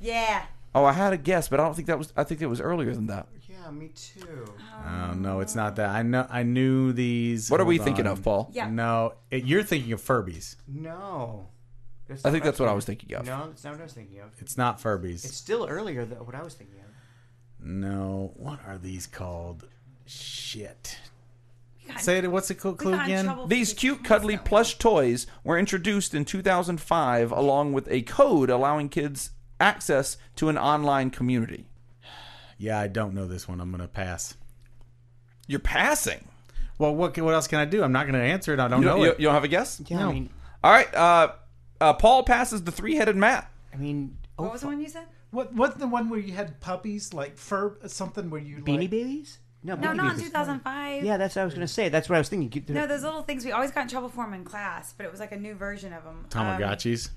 Speaker 8: Yeah.
Speaker 3: Oh, I had a guess, but I don't think that was. I think it was earlier than that.
Speaker 6: Yeah, me too.
Speaker 1: Oh no, it's not that. I know. I knew these.
Speaker 3: What are we
Speaker 1: Hold
Speaker 3: thinking
Speaker 1: on.
Speaker 3: of, Paul?
Speaker 8: Yeah.
Speaker 1: No, it, you're thinking of Furbies.
Speaker 6: No.
Speaker 3: I think that's what I was thinking of.
Speaker 6: No, that's not what I was thinking of.
Speaker 1: It's not Furbies.
Speaker 6: It's still earlier than what I was thinking of.
Speaker 1: no. What are these called? Shit.
Speaker 8: got-
Speaker 1: Say it. What's the cl-
Speaker 8: We
Speaker 1: clue
Speaker 8: got in
Speaker 1: again?
Speaker 8: trouble for
Speaker 3: These
Speaker 8: taking
Speaker 3: cute,
Speaker 8: notes
Speaker 3: cuddly
Speaker 8: that way.
Speaker 3: plush toys were introduced in 2005, along with a code allowing kids access to an online community.
Speaker 1: Yeah, I don't know this one. I'm gonna pass.
Speaker 3: You're passing.
Speaker 1: Well, what can- what else can I do? I'm not gonna answer it. I don't
Speaker 3: You,
Speaker 1: know
Speaker 3: you-
Speaker 1: it.
Speaker 3: you don't have a guess?
Speaker 6: Yeah, I mean,
Speaker 3: All right. Uh, uh, Paul passes the three-headed map.
Speaker 6: I mean, oh,
Speaker 8: What was the one you said?
Speaker 7: What wasn't the one where you had puppies like fur something where you
Speaker 6: Beanie
Speaker 7: like,
Speaker 6: Babies? No,
Speaker 8: No,
Speaker 6: Beanie
Speaker 8: not in
Speaker 6: Babies.
Speaker 8: 2005.
Speaker 6: Yeah, that's what I was gonna say. That's what I was thinking.
Speaker 8: No, those little things we always got in trouble for them in class, but it was like a new version of them.
Speaker 1: Tamagotchis.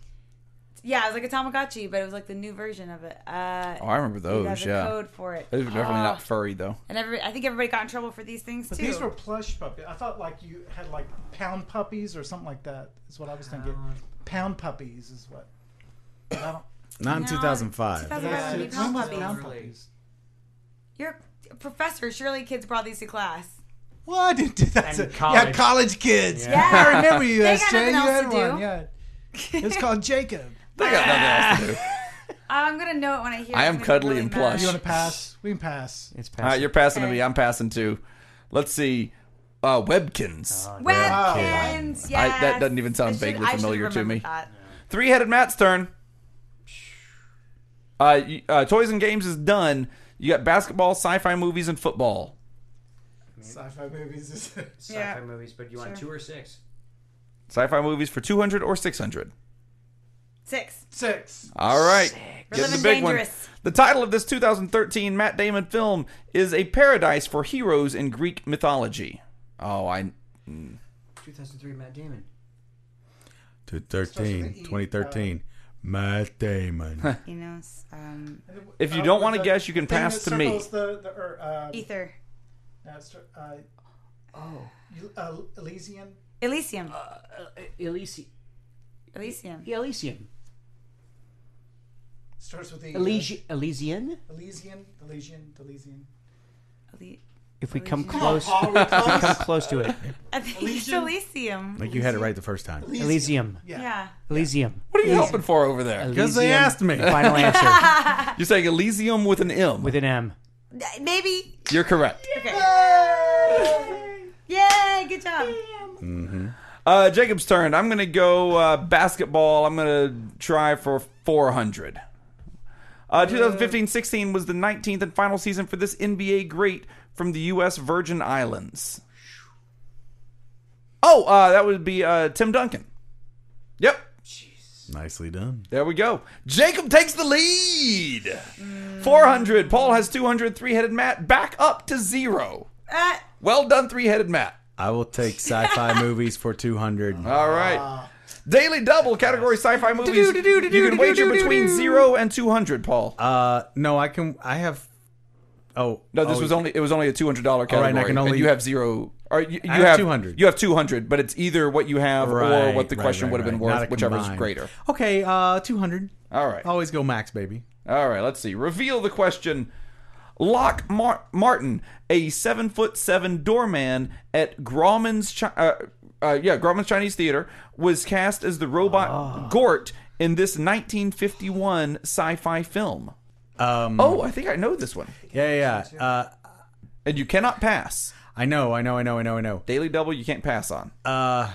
Speaker 8: yeah, it was like a Tamagotchi, but it was like the new version of it. Uh,
Speaker 3: Oh, I remember
Speaker 8: it
Speaker 3: those.
Speaker 8: has a
Speaker 3: Yeah,
Speaker 8: code for it.
Speaker 3: those were definitely
Speaker 8: Oh.
Speaker 3: not furry though.
Speaker 8: And every, I think everybody got in trouble for these things
Speaker 7: But
Speaker 8: too.
Speaker 7: these were plush puppies. I thought like you had like pound puppies or something like that. Is what I was thinking.
Speaker 3: Uh,
Speaker 7: Pound puppies is what. But I don't,
Speaker 1: Not in
Speaker 8: No,
Speaker 1: 2005.
Speaker 8: 2005 would be
Speaker 7: When
Speaker 8: pound
Speaker 7: was
Speaker 8: puppies.
Speaker 7: pound puppies?
Speaker 8: You're a professor. Surely kids brought these to class.
Speaker 7: Well, I didn't do that.
Speaker 6: And
Speaker 7: to- Yeah,
Speaker 6: college.
Speaker 7: college kids.
Speaker 8: Yeah.
Speaker 7: I remember you,
Speaker 8: (laughs) They got
Speaker 7: SJ. You
Speaker 8: nothing else
Speaker 7: had
Speaker 8: to do.
Speaker 7: one. Yeah. It's
Speaker 3: (laughs)
Speaker 7: called Jacob.
Speaker 3: They got nothing
Speaker 8: (laughs)
Speaker 3: else to do.
Speaker 8: I'm gonna know it when I hear.
Speaker 3: I
Speaker 8: it.
Speaker 3: am
Speaker 8: I'm gonna be
Speaker 3: cuddly
Speaker 8: really
Speaker 3: and
Speaker 8: mad.
Speaker 3: plush.
Speaker 7: You want to pass? We can pass.
Speaker 6: It's
Speaker 3: All right,
Speaker 6: past.
Speaker 3: you're passing to
Speaker 8: Okay.
Speaker 3: me. I'm passing to. Let's see. Uh, Webkins.
Speaker 8: Webkins.
Speaker 3: I-
Speaker 8: Yes.
Speaker 3: that doesn't even sound
Speaker 8: I should-
Speaker 3: vaguely
Speaker 8: I should
Speaker 3: familiar to
Speaker 8: remember
Speaker 3: me.
Speaker 8: that.
Speaker 3: Three-headed Matt's turn. Uh, you- uh, toys and games is done. You got basketball, sci-fi movies, and football.
Speaker 7: Sci-fi movies. Is (laughs)
Speaker 8: Yeah.
Speaker 6: movies, but you
Speaker 8: Sure.
Speaker 6: two or six?
Speaker 3: Sci-fi movies for two hundred or six hundred.
Speaker 8: Six.
Speaker 7: six.
Speaker 3: All right,
Speaker 8: We're
Speaker 3: Get
Speaker 8: living
Speaker 3: the big
Speaker 8: dangerous.
Speaker 3: one. The title of this 2013 Matt Damon film is "A Paradise for Heroes in Greek Mythology." Oh, I
Speaker 6: 2003 Matt Damon.
Speaker 1: 2013. 2013. Matt Damon. (laughs)
Speaker 8: You know, s- um,
Speaker 3: If you
Speaker 7: Uh,
Speaker 3: don't
Speaker 7: with
Speaker 3: wanna
Speaker 7: the
Speaker 3: guess, you can
Speaker 7: thing
Speaker 3: pass
Speaker 7: that
Speaker 3: to me.
Speaker 7: circles The, the, er, uh,
Speaker 8: ether,
Speaker 7: uh, cir- uh, you- uh, Elysian.
Speaker 8: Elysium,
Speaker 6: Elysium.
Speaker 8: Elysium.
Speaker 6: Yeah, Elysium.
Speaker 7: Starts with the uh,
Speaker 6: Elysian. Elysian.
Speaker 7: Elysian. Elysian. Elysian.
Speaker 8: Ele-
Speaker 6: If we come
Speaker 8: Elysium.
Speaker 6: close,
Speaker 7: Paul, we're
Speaker 6: if we
Speaker 7: close.
Speaker 6: come close to
Speaker 8: (laughs)
Speaker 6: it.
Speaker 8: I think it's Elysium.
Speaker 1: Like you had it right the first time.
Speaker 6: Elysium.
Speaker 7: Yeah.
Speaker 8: Yeah.
Speaker 6: Elysium.
Speaker 3: what are you hoping for over there?
Speaker 1: Because they
Speaker 6: Elysium.
Speaker 1: asked me.
Speaker 6: Final answer
Speaker 3: You're saying Elysium with an M.
Speaker 6: with an M.
Speaker 8: Th- Maybe.
Speaker 3: You're correct.
Speaker 8: Okay. Yay! Good job.
Speaker 3: Uh, Jacob's turn. I'm gonna go uh, basketball. I'm gonna try for 400. Uh, 2015-16 was the 19th and final season for this NBA great from the U.S. Virgin Islands. Oh, uh, that would be uh, Tim Duncan. Yep,
Speaker 1: Nicely done.
Speaker 3: there we go. Jacob takes the lead. 400. Paul has 200. Three-headed Matt back up to zero.
Speaker 8: Uh,
Speaker 3: Well done, three-headed Matt.
Speaker 1: I will take
Speaker 3: (laughs)
Speaker 1: sci-fi movies for 200.
Speaker 3: All right. Daily Double category sci-fi movies. You can wager between zero and two hundred, Paul.
Speaker 1: Uh, no, I can. I have. Oh
Speaker 3: No, this
Speaker 1: oh,
Speaker 3: was only it was only a two hundred dollar
Speaker 1: All
Speaker 3: category.
Speaker 1: right, and I can only-
Speaker 3: and you have zero. Or Or you, you
Speaker 1: I have
Speaker 3: have
Speaker 1: 200.
Speaker 3: You have two hundred, but it's either what you have or what the
Speaker 1: right,
Speaker 3: question
Speaker 1: right,
Speaker 3: would have been
Speaker 1: right.
Speaker 3: worth,
Speaker 1: Not a
Speaker 3: whichever is
Speaker 1: combined.
Speaker 3: greater.
Speaker 1: Okay, uh, 200.
Speaker 3: All right.
Speaker 1: Always go max, baby.
Speaker 3: All right, let's see. Reveal the question. Locke Mar- Martin, a seven foot seven doorman at Grauman's, Chi- uh, uh, yeah, Grauman's Chinese Theater, was cast as the
Speaker 1: Ah.
Speaker 3: robot Gort in this 1951 sci-fi film.
Speaker 1: Um,
Speaker 3: Oh, I think I know this one.
Speaker 1: yeah, yeah. Uh,
Speaker 3: And you cannot pass.
Speaker 1: I know, I know, I know, I know, I know.
Speaker 3: Daily Double, you can't pass on.
Speaker 1: Uh,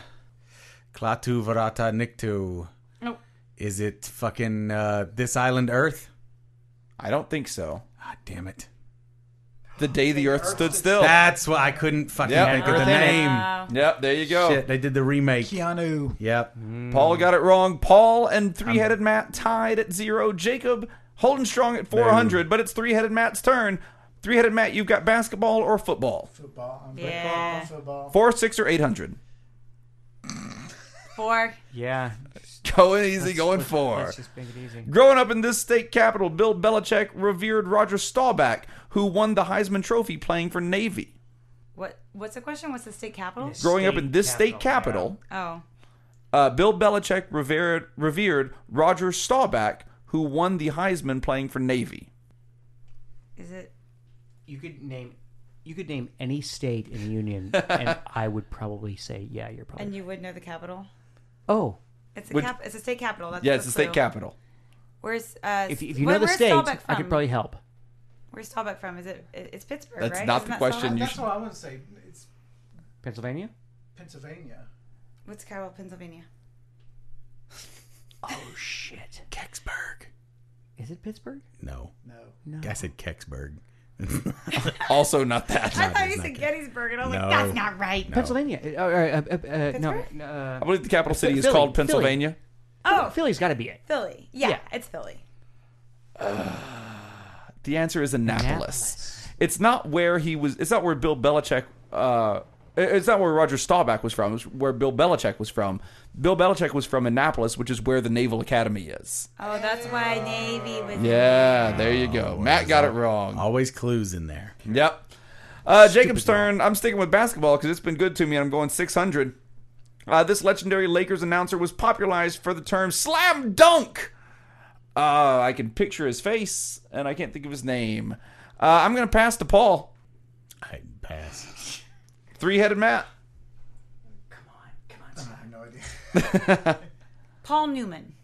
Speaker 1: Klaatu Varata Niktu.
Speaker 11: Nope.
Speaker 1: Is it fucking uh, This Island Earth?
Speaker 3: I don't think so.
Speaker 1: God damn it.
Speaker 3: The day the Earth stood still.
Speaker 1: That's why I couldn't fucking
Speaker 3: Oh. Yep.
Speaker 1: think of the
Speaker 3: Earth in it.
Speaker 1: name.
Speaker 3: Yep, there you go.
Speaker 1: Shit, they did the remake.
Speaker 7: Keanu.
Speaker 1: Yep.
Speaker 3: Paul
Speaker 6: Hmm.
Speaker 3: got it wrong. Paul and three headed Matt tied at zero. Jacob holding strong at 400, but it's three headed Matt's turn. Three headed Matt, you've got basketball or football.
Speaker 7: Football. I'm
Speaker 8: Yeah.
Speaker 7: football.
Speaker 3: Four, six, or 800.
Speaker 8: Four.
Speaker 6: Yeah.
Speaker 3: Going easy, going four.
Speaker 6: Let's just make it easy.
Speaker 3: Growing up in this state capital, Bill Belichick revered Roger Staubach, who won the Heisman Trophy playing for Navy.
Speaker 8: What? What's the question? What's the state capital?
Speaker 3: Growing up in this state capital,
Speaker 8: Oh,
Speaker 3: uh, Bill Belichick revered, revered Roger Staubach, who won the Heisman playing for Navy.
Speaker 8: is it?
Speaker 6: You could name. You could name any state in the
Speaker 3: (laughs)
Speaker 6: union, and I would probably say, yeah, you're probably.
Speaker 8: And you would know the capital.
Speaker 6: oh,
Speaker 8: It's a
Speaker 3: Which-
Speaker 8: cap. It's a state capital. That's
Speaker 3: Yeah,
Speaker 8: the
Speaker 3: it's the state
Speaker 8: clue.
Speaker 3: capital.
Speaker 8: Where's uh?
Speaker 6: if, if you
Speaker 8: where-
Speaker 6: know the
Speaker 8: where's
Speaker 6: state,
Speaker 8: Staubach
Speaker 6: I
Speaker 8: from?
Speaker 6: could probably help.
Speaker 8: Where's Staubach from? Is it? it- It's Pittsburgh,
Speaker 3: That's
Speaker 8: right?
Speaker 3: not
Speaker 8: Isn't
Speaker 3: the
Speaker 8: that
Speaker 3: question
Speaker 8: Staubach?
Speaker 3: you
Speaker 7: That's
Speaker 3: should-
Speaker 7: what I want to say. It's
Speaker 6: Pennsylvania.
Speaker 7: Pennsylvania.
Speaker 8: What's the capital of Pennsylvania?
Speaker 6: Oh shit!
Speaker 1: Kecksburg.
Speaker 6: Is it Pittsburgh?
Speaker 1: No.
Speaker 7: No.
Speaker 1: I said
Speaker 7: (laughs)
Speaker 1: Kecksburg.
Speaker 3: Also, not that.
Speaker 8: I thought Oh, you
Speaker 1: not
Speaker 8: said
Speaker 1: good.
Speaker 8: Gettysburg, and I was
Speaker 1: No.
Speaker 8: like, that's not right.
Speaker 6: Pennsylvania. Uh, uh, uh, uh, no,
Speaker 8: Pittsburgh?
Speaker 6: no.
Speaker 3: I
Speaker 6: uh,
Speaker 3: believe the capital city is
Speaker 6: Philly,
Speaker 3: called
Speaker 6: Philly.
Speaker 3: Pennsylvania.
Speaker 8: Oh,
Speaker 6: Philly's got to be it.
Speaker 8: Philly. Yeah,
Speaker 6: Yeah.
Speaker 8: it's Philly.
Speaker 3: The answer is Annapolis. It's not where he was. It's not where Bill Belichick. Uh, it- it's not where Roger Staubach was from. It's where Bill Belichick was from. Bill Belichick was from Annapolis, which is where the Naval Academy is.
Speaker 8: Oh, that's why Navy was.
Speaker 3: Yeah, there you go. Matt got it wrong.
Speaker 1: Always clues in there.
Speaker 3: Yep. Uh, Jacob's turn. I'm sticking with basketball because it's been good to me, and I'm going 600. Uh, this legendary Lakers announcer was popularized for the term slam dunk. Uh, I can picture his face, and I can't think of his name. Uh, I'm going to pass to Paul.
Speaker 1: I pass.
Speaker 3: Three headed Matt.
Speaker 7: I have no idea.
Speaker 8: Paul Newman.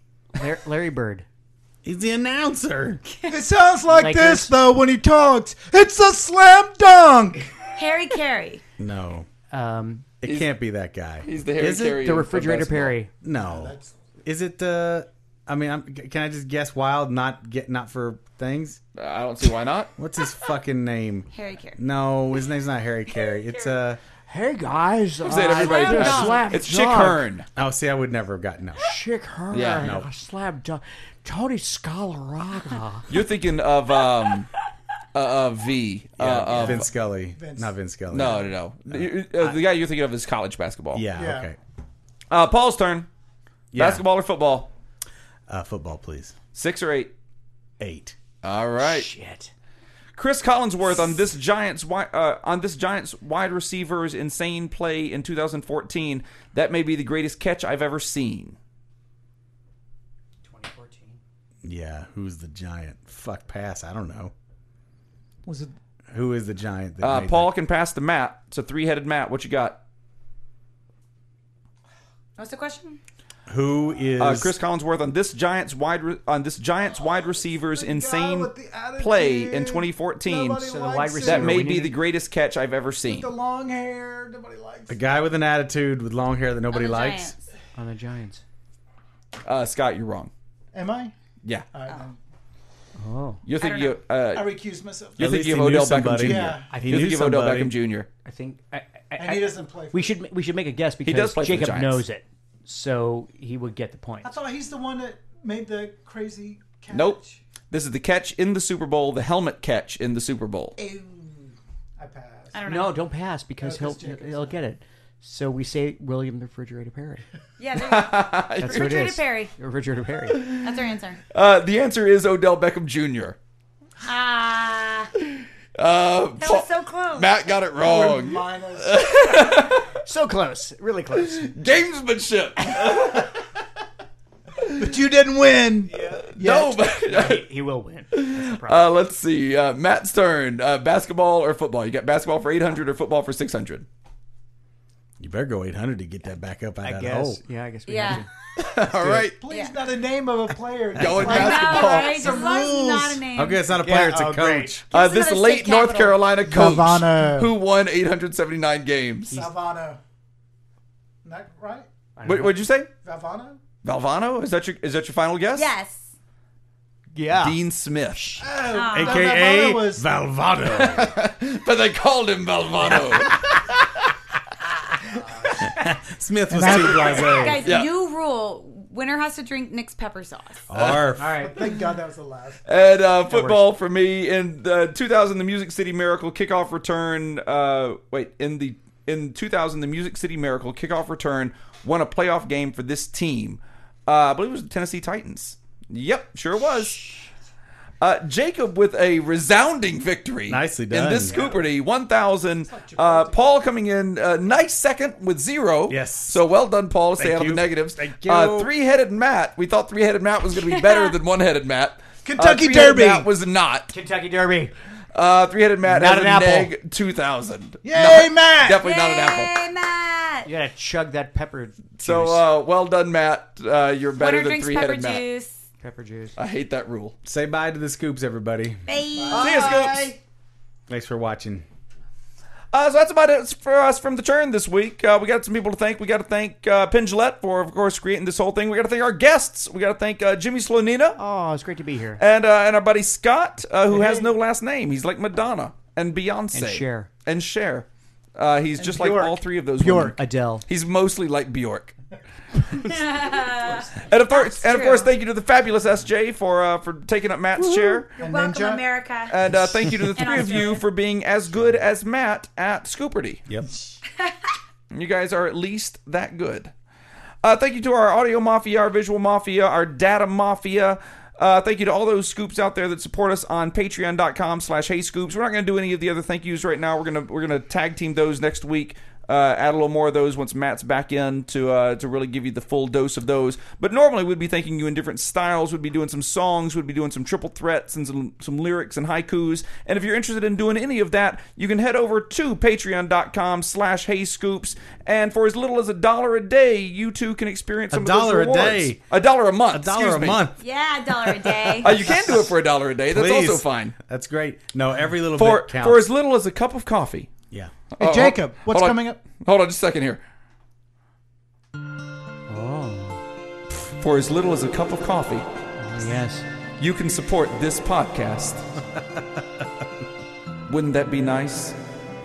Speaker 6: Lar- Larry Bird.
Speaker 1: He's the announcer.
Speaker 7: It sounds like
Speaker 6: Lakers.
Speaker 7: this though when he talks. It's a slam dunk.
Speaker 8: Harry Carey.
Speaker 1: No.
Speaker 6: Um,
Speaker 1: It can't be that guy.
Speaker 3: He's the Harry
Speaker 1: Is it
Speaker 3: Carey
Speaker 6: the
Speaker 3: of
Speaker 6: refrigerator
Speaker 3: basketball.
Speaker 6: Perry.
Speaker 1: No. Is it uh I mean, I'm, can I just guess wild? Not get not for things.
Speaker 3: Uh, I don't see why not.
Speaker 1: What's his fucking name?
Speaker 8: Harry Carey.
Speaker 1: No, his name's not Harry Carey. It's uh
Speaker 6: Hey guys, I'm
Speaker 3: That everybody passes. it's Chick Hearn.
Speaker 1: oh, see, I would never have gotten no.
Speaker 6: Chick Hearn.
Speaker 3: Yeah, no.
Speaker 6: I slam dunk. Tony Scalaraga.
Speaker 3: You're thinking of (laughs) um, uh, uh, V. Uh, of-
Speaker 1: Vince Scully, not Vince Scully.
Speaker 3: no, no, no. You- uh, the guy you're thinking of is college basketball.
Speaker 1: Yeah,
Speaker 7: Yeah.
Speaker 1: okay.
Speaker 3: Uh, Paul's turn.
Speaker 1: Yeah.
Speaker 3: Basketball or football?
Speaker 1: Uh, football, please.
Speaker 3: Six or eight?
Speaker 1: Eight.
Speaker 3: All right.
Speaker 6: (laughs) Shit.
Speaker 3: Chris Collinsworth on this Giants wi- uh, on this Giants wide receiver's insane play in 2014. That may be the greatest catch I've ever seen.
Speaker 6: 2014.
Speaker 1: Yeah. Who's the giant? Fuck pass. I don't know.
Speaker 7: Was it
Speaker 1: Who is the giant? That
Speaker 3: Uh,
Speaker 1: made
Speaker 3: Paul can pass the Matt. It's a three-headed Matt. What you got?
Speaker 8: What's the question?
Speaker 1: that? Who is
Speaker 3: Uh, Chris Collinsworth on this Giants wide re- on this Giants wide receiver's insane
Speaker 7: with the attitude.
Speaker 3: play in 2014.
Speaker 7: Nobody
Speaker 6: So the
Speaker 7: likes
Speaker 6: wide
Speaker 7: him.
Speaker 6: receiver
Speaker 3: that may
Speaker 6: we
Speaker 3: be
Speaker 6: need-
Speaker 3: the greatest catch I've ever seen.
Speaker 7: The long hair. Nobody likes.
Speaker 1: the guy with an attitude with long hair that nobody
Speaker 8: the
Speaker 1: likes?
Speaker 8: Giants.
Speaker 6: on the Giants.
Speaker 3: Uh, Scott, you're wrong.
Speaker 7: Am I?
Speaker 3: Yeah,
Speaker 1: Uh,
Speaker 7: All right, then.
Speaker 6: Oh,
Speaker 3: you're thinking you uh,
Speaker 7: I recuse myself.
Speaker 3: you're
Speaker 1: At least
Speaker 3: thinking of
Speaker 1: he knew
Speaker 3: Odell Beckham Jr.
Speaker 1: somebody.
Speaker 7: Yeah.
Speaker 6: I
Speaker 1: He
Speaker 3: You're
Speaker 1: knew
Speaker 3: thinking of Odell
Speaker 1: somebody.
Speaker 3: Beckham Jr.
Speaker 6: I think I, I,
Speaker 7: And he doesn't play. For
Speaker 6: we should we should make a guess because
Speaker 3: does play for the
Speaker 6: Jacob
Speaker 3: Giants.
Speaker 6: knows it, so he would get the point.
Speaker 7: I thought he's the one that made the crazy. Catch.
Speaker 3: Nope. This is the catch in the Super Bowl, the helmet catch in the Super Bowl.
Speaker 7: I passed.
Speaker 8: I don't know.
Speaker 6: No, don't pass because he'll
Speaker 7: because Jacob's
Speaker 6: he'll get it. So we say William the Refrigerator Perry.
Speaker 8: Yeah,
Speaker 3: (laughs)
Speaker 8: there you go.
Speaker 6: That's who it
Speaker 8: Refrigerator
Speaker 6: is.
Speaker 8: Perry.
Speaker 6: Refrigerator Perry.
Speaker 8: That's our answer.
Speaker 3: Uh, the answer is Odell Beckham Jr.
Speaker 8: Ah,
Speaker 3: Uh,
Speaker 8: That
Speaker 3: Paul-
Speaker 8: was so close.
Speaker 3: Matt got it wrong.
Speaker 7: Minus.
Speaker 6: So close, really close.
Speaker 8: (laughs)
Speaker 3: Gamesmanship.
Speaker 1: But you didn't win.
Speaker 3: No, but
Speaker 6: he, he
Speaker 3: (laughs)
Speaker 6: will win. That's the problem.
Speaker 3: uh, let's see. Uh, Matt Stern, uh, basketball or football? You got basketball for eight hundred or football for six hundred?
Speaker 1: You better go 800 to get that back up out
Speaker 6: I
Speaker 1: of that
Speaker 6: guess.
Speaker 1: hole.
Speaker 6: Yeah, I guess we have
Speaker 9: Yeah.
Speaker 6: to.
Speaker 3: All right,
Speaker 7: Please, not a name of a (laughs) player.
Speaker 3: going
Speaker 7: Like,
Speaker 8: Wow,
Speaker 3: basketball.
Speaker 8: right? As long as it's not a name.
Speaker 1: Okay, it's not a player, it's a
Speaker 6: oh,
Speaker 1: coach.
Speaker 6: (laughs) great.
Speaker 3: Uh,
Speaker 9: us
Speaker 3: this
Speaker 9: another
Speaker 3: late
Speaker 9: state
Speaker 3: North
Speaker 9: capital.
Speaker 3: Carolina coach
Speaker 7: Gavano.
Speaker 3: who won 879 games.
Speaker 7: Valvano. Not right?
Speaker 3: What, what'd you say?
Speaker 7: Valvano?
Speaker 3: Valvano? Is that your is that your final guess?
Speaker 8: Yes.
Speaker 6: Yeah.
Speaker 3: Dean Smith.
Speaker 7: Oh,
Speaker 1: AKA
Speaker 7: Valvano was-
Speaker 6: (laughs)
Speaker 1: Valvado.
Speaker 3: But they called him
Speaker 8: (laughs)
Speaker 3: Valvano.
Speaker 1: Smith was too blase.
Speaker 8: Guys,
Speaker 3: Yeah.
Speaker 8: new rule: winner has to drink Nick's pepper sauce.
Speaker 1: Arf.
Speaker 6: All right.
Speaker 7: Thank God that was the last.
Speaker 3: and uh, football for me in uh, 2000 the Music City Miracle kickoff return uh, wait in the in 2000 the Music City Miracle kickoff return won a playoff game for this team. Uh, I believe it was the Tennessee Titans. Yep, sure was. Uh, Jacob with a resounding victory.
Speaker 1: Nicely
Speaker 3: In
Speaker 1: done.
Speaker 3: this Scooperty, 1,000. Uh, Paul coming in uh, nice second with zero.
Speaker 1: Yes.
Speaker 3: So well done, Paul. Stay
Speaker 1: Thank
Speaker 3: out of the
Speaker 1: you.
Speaker 3: negatives.
Speaker 1: Thank
Speaker 3: Uh,
Speaker 1: you.
Speaker 3: three-headed Matt. We thought three-headed Matt was going to be better than one-headed Matt. Uh,
Speaker 1: Kentucky
Speaker 3: three-headed
Speaker 1: Derby.
Speaker 3: Matt was not.
Speaker 6: Kentucky Derby.
Speaker 3: Uh, three-headed Matt
Speaker 6: Not
Speaker 3: has
Speaker 6: an
Speaker 3: a
Speaker 6: apple.
Speaker 3: neg 2,000. Yay,
Speaker 1: Matt!
Speaker 3: Definitely not an apple.
Speaker 8: Yay, Matt.
Speaker 6: You gotta chug that pepper. Juice.
Speaker 3: So uh, well done, Matt. Uh, you're better
Speaker 8: Winner
Speaker 3: than
Speaker 8: drinks pepper
Speaker 3: three-headed Matt.
Speaker 8: juice.
Speaker 6: pepper juice.
Speaker 3: I hate that rule.
Speaker 1: Say bye to the scoops, everybody.
Speaker 8: Bye.
Speaker 3: See you, Scoops.
Speaker 1: Thanks for watching.
Speaker 3: Uh, so that's about it for us from the churn this week. Uh, we got some people to thank. We got to thank uh, Penn Jillette for, of course, creating this whole thing. We got to thank our guests. We got to thank uh, Jimmy Slonina
Speaker 6: Oh, it's great to be here.
Speaker 3: and uh, and our buddy Scott, uh, who has no last name. He's like Madonna and Beyonce
Speaker 6: And Cher.
Speaker 3: and Cher. Uh, he's just like
Speaker 7: Bjork.
Speaker 3: all three of those. women.
Speaker 6: Bjork. Adele.
Speaker 3: He's mostly like Bjork. and of course, and of course,
Speaker 8: true.
Speaker 3: thank you to the fabulous SJ for uh, for taking up Matt's chair.
Speaker 8: You're welcome,
Speaker 7: Ninja.
Speaker 8: America.
Speaker 3: And uh, thank you to the three of you
Speaker 8: Australia.
Speaker 3: for being as good as Matt at Scooperty.
Speaker 1: Yep.
Speaker 3: (laughs) You guys are at least that good. Uh, thank you to our audio mafia, our visual mafia, our data mafia. Uh, thank you to all those scoops out there that support us on patreon.com slash hey scoops. We're not going to do any of the other thank yous right now. We're gonna we're gonna tag team those next week. Uh, add a little more of those once Matt's back in to uh, to really give you the full dose of those. But normally we'd be thanking you in different styles. We'd be doing some songs. We'd be doing some triple threats and some some lyrics and haikus. And if you're interested in doing any of that, you can head over to patreon.com slash hey scoops. And for as little as a dollar a day, you too can experience some of those
Speaker 1: dollar a
Speaker 3: rewards.
Speaker 1: day.
Speaker 3: a dollar a month,
Speaker 1: A dollar
Speaker 3: excuse
Speaker 1: a
Speaker 3: me.
Speaker 1: month.
Speaker 8: yeah,
Speaker 3: (laughs)
Speaker 8: a dollar a day.
Speaker 3: Uh, you can do it for a dollar a day. That's
Speaker 1: Please.
Speaker 3: also fine.
Speaker 1: That's great. No, every little
Speaker 3: For
Speaker 1: bit counts.
Speaker 3: for as little as a cup of coffee.
Speaker 1: yeah.
Speaker 7: Hey, Jacob, what's
Speaker 3: Oh, hold on.
Speaker 7: coming up?
Speaker 3: Hold on just a second here. Oh. For as little as a cup of coffee,
Speaker 6: Yes.
Speaker 3: you can support this podcast. Wouldn't that be nice?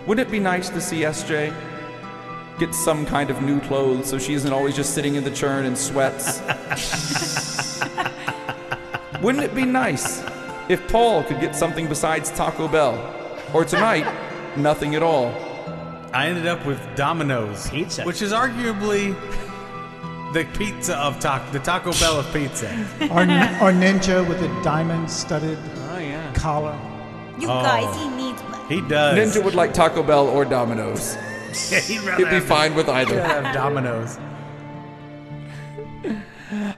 Speaker 3: Wouldn't it be nice to see SJ get some kind of new clothes so she isn't always just sitting in the churn in sweats? Wouldn't it be nice if Paul could get something besides Taco Bell? Or tonight, nothing at all.
Speaker 1: I ended up with Domino's
Speaker 6: Pizza.
Speaker 1: which is arguably the pizza of taco, the Taco Bell of pizza.
Speaker 7: Our, our ninja with a diamond studded collar.
Speaker 2: You guys, he needs money.
Speaker 1: He does.
Speaker 3: Ninja would like Taco Bell or Domino's.
Speaker 1: (laughs) He'd rather
Speaker 3: He'd be
Speaker 1: have-
Speaker 3: fine with
Speaker 1: he'd
Speaker 3: either.
Speaker 1: rather have Domino's.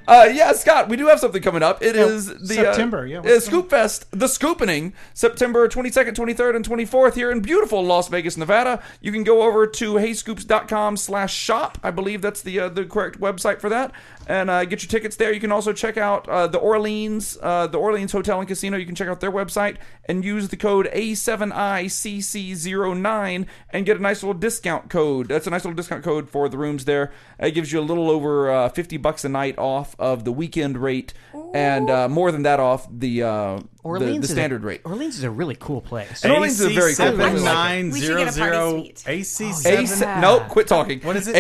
Speaker 3: Uh, yeah, Scott, we do have something coming up. It is the uh,
Speaker 7: September, yeah,
Speaker 3: uh,
Speaker 7: what's
Speaker 3: Scoop Fest, the Scoopening, September 22nd, 23rd, and 24th here in beautiful Las Vegas, Nevada. You can go over to heyscoops.com slash shop. I believe that's the uh, the correct website for that, and uh, get your tickets there. You can also check out uh, the Orleans, uh, the Orleans Hotel and Casino. You can check out their website and use the code A7ICC09 and get a nice little discount code. That's a nice little discount code for the rooms there. It gives you a little over uh, 50 bucks a night off of the weekend rate and uh, more than that off the uh, the, the
Speaker 6: is a-
Speaker 3: standard rate.
Speaker 6: Orleans is a really cool place.
Speaker 3: New Orleans is a very cool place.
Speaker 8: We should get a party
Speaker 1: 7900
Speaker 8: suite.
Speaker 3: A
Speaker 1: AC7
Speaker 3: se- no, quit talking. What
Speaker 1: is it?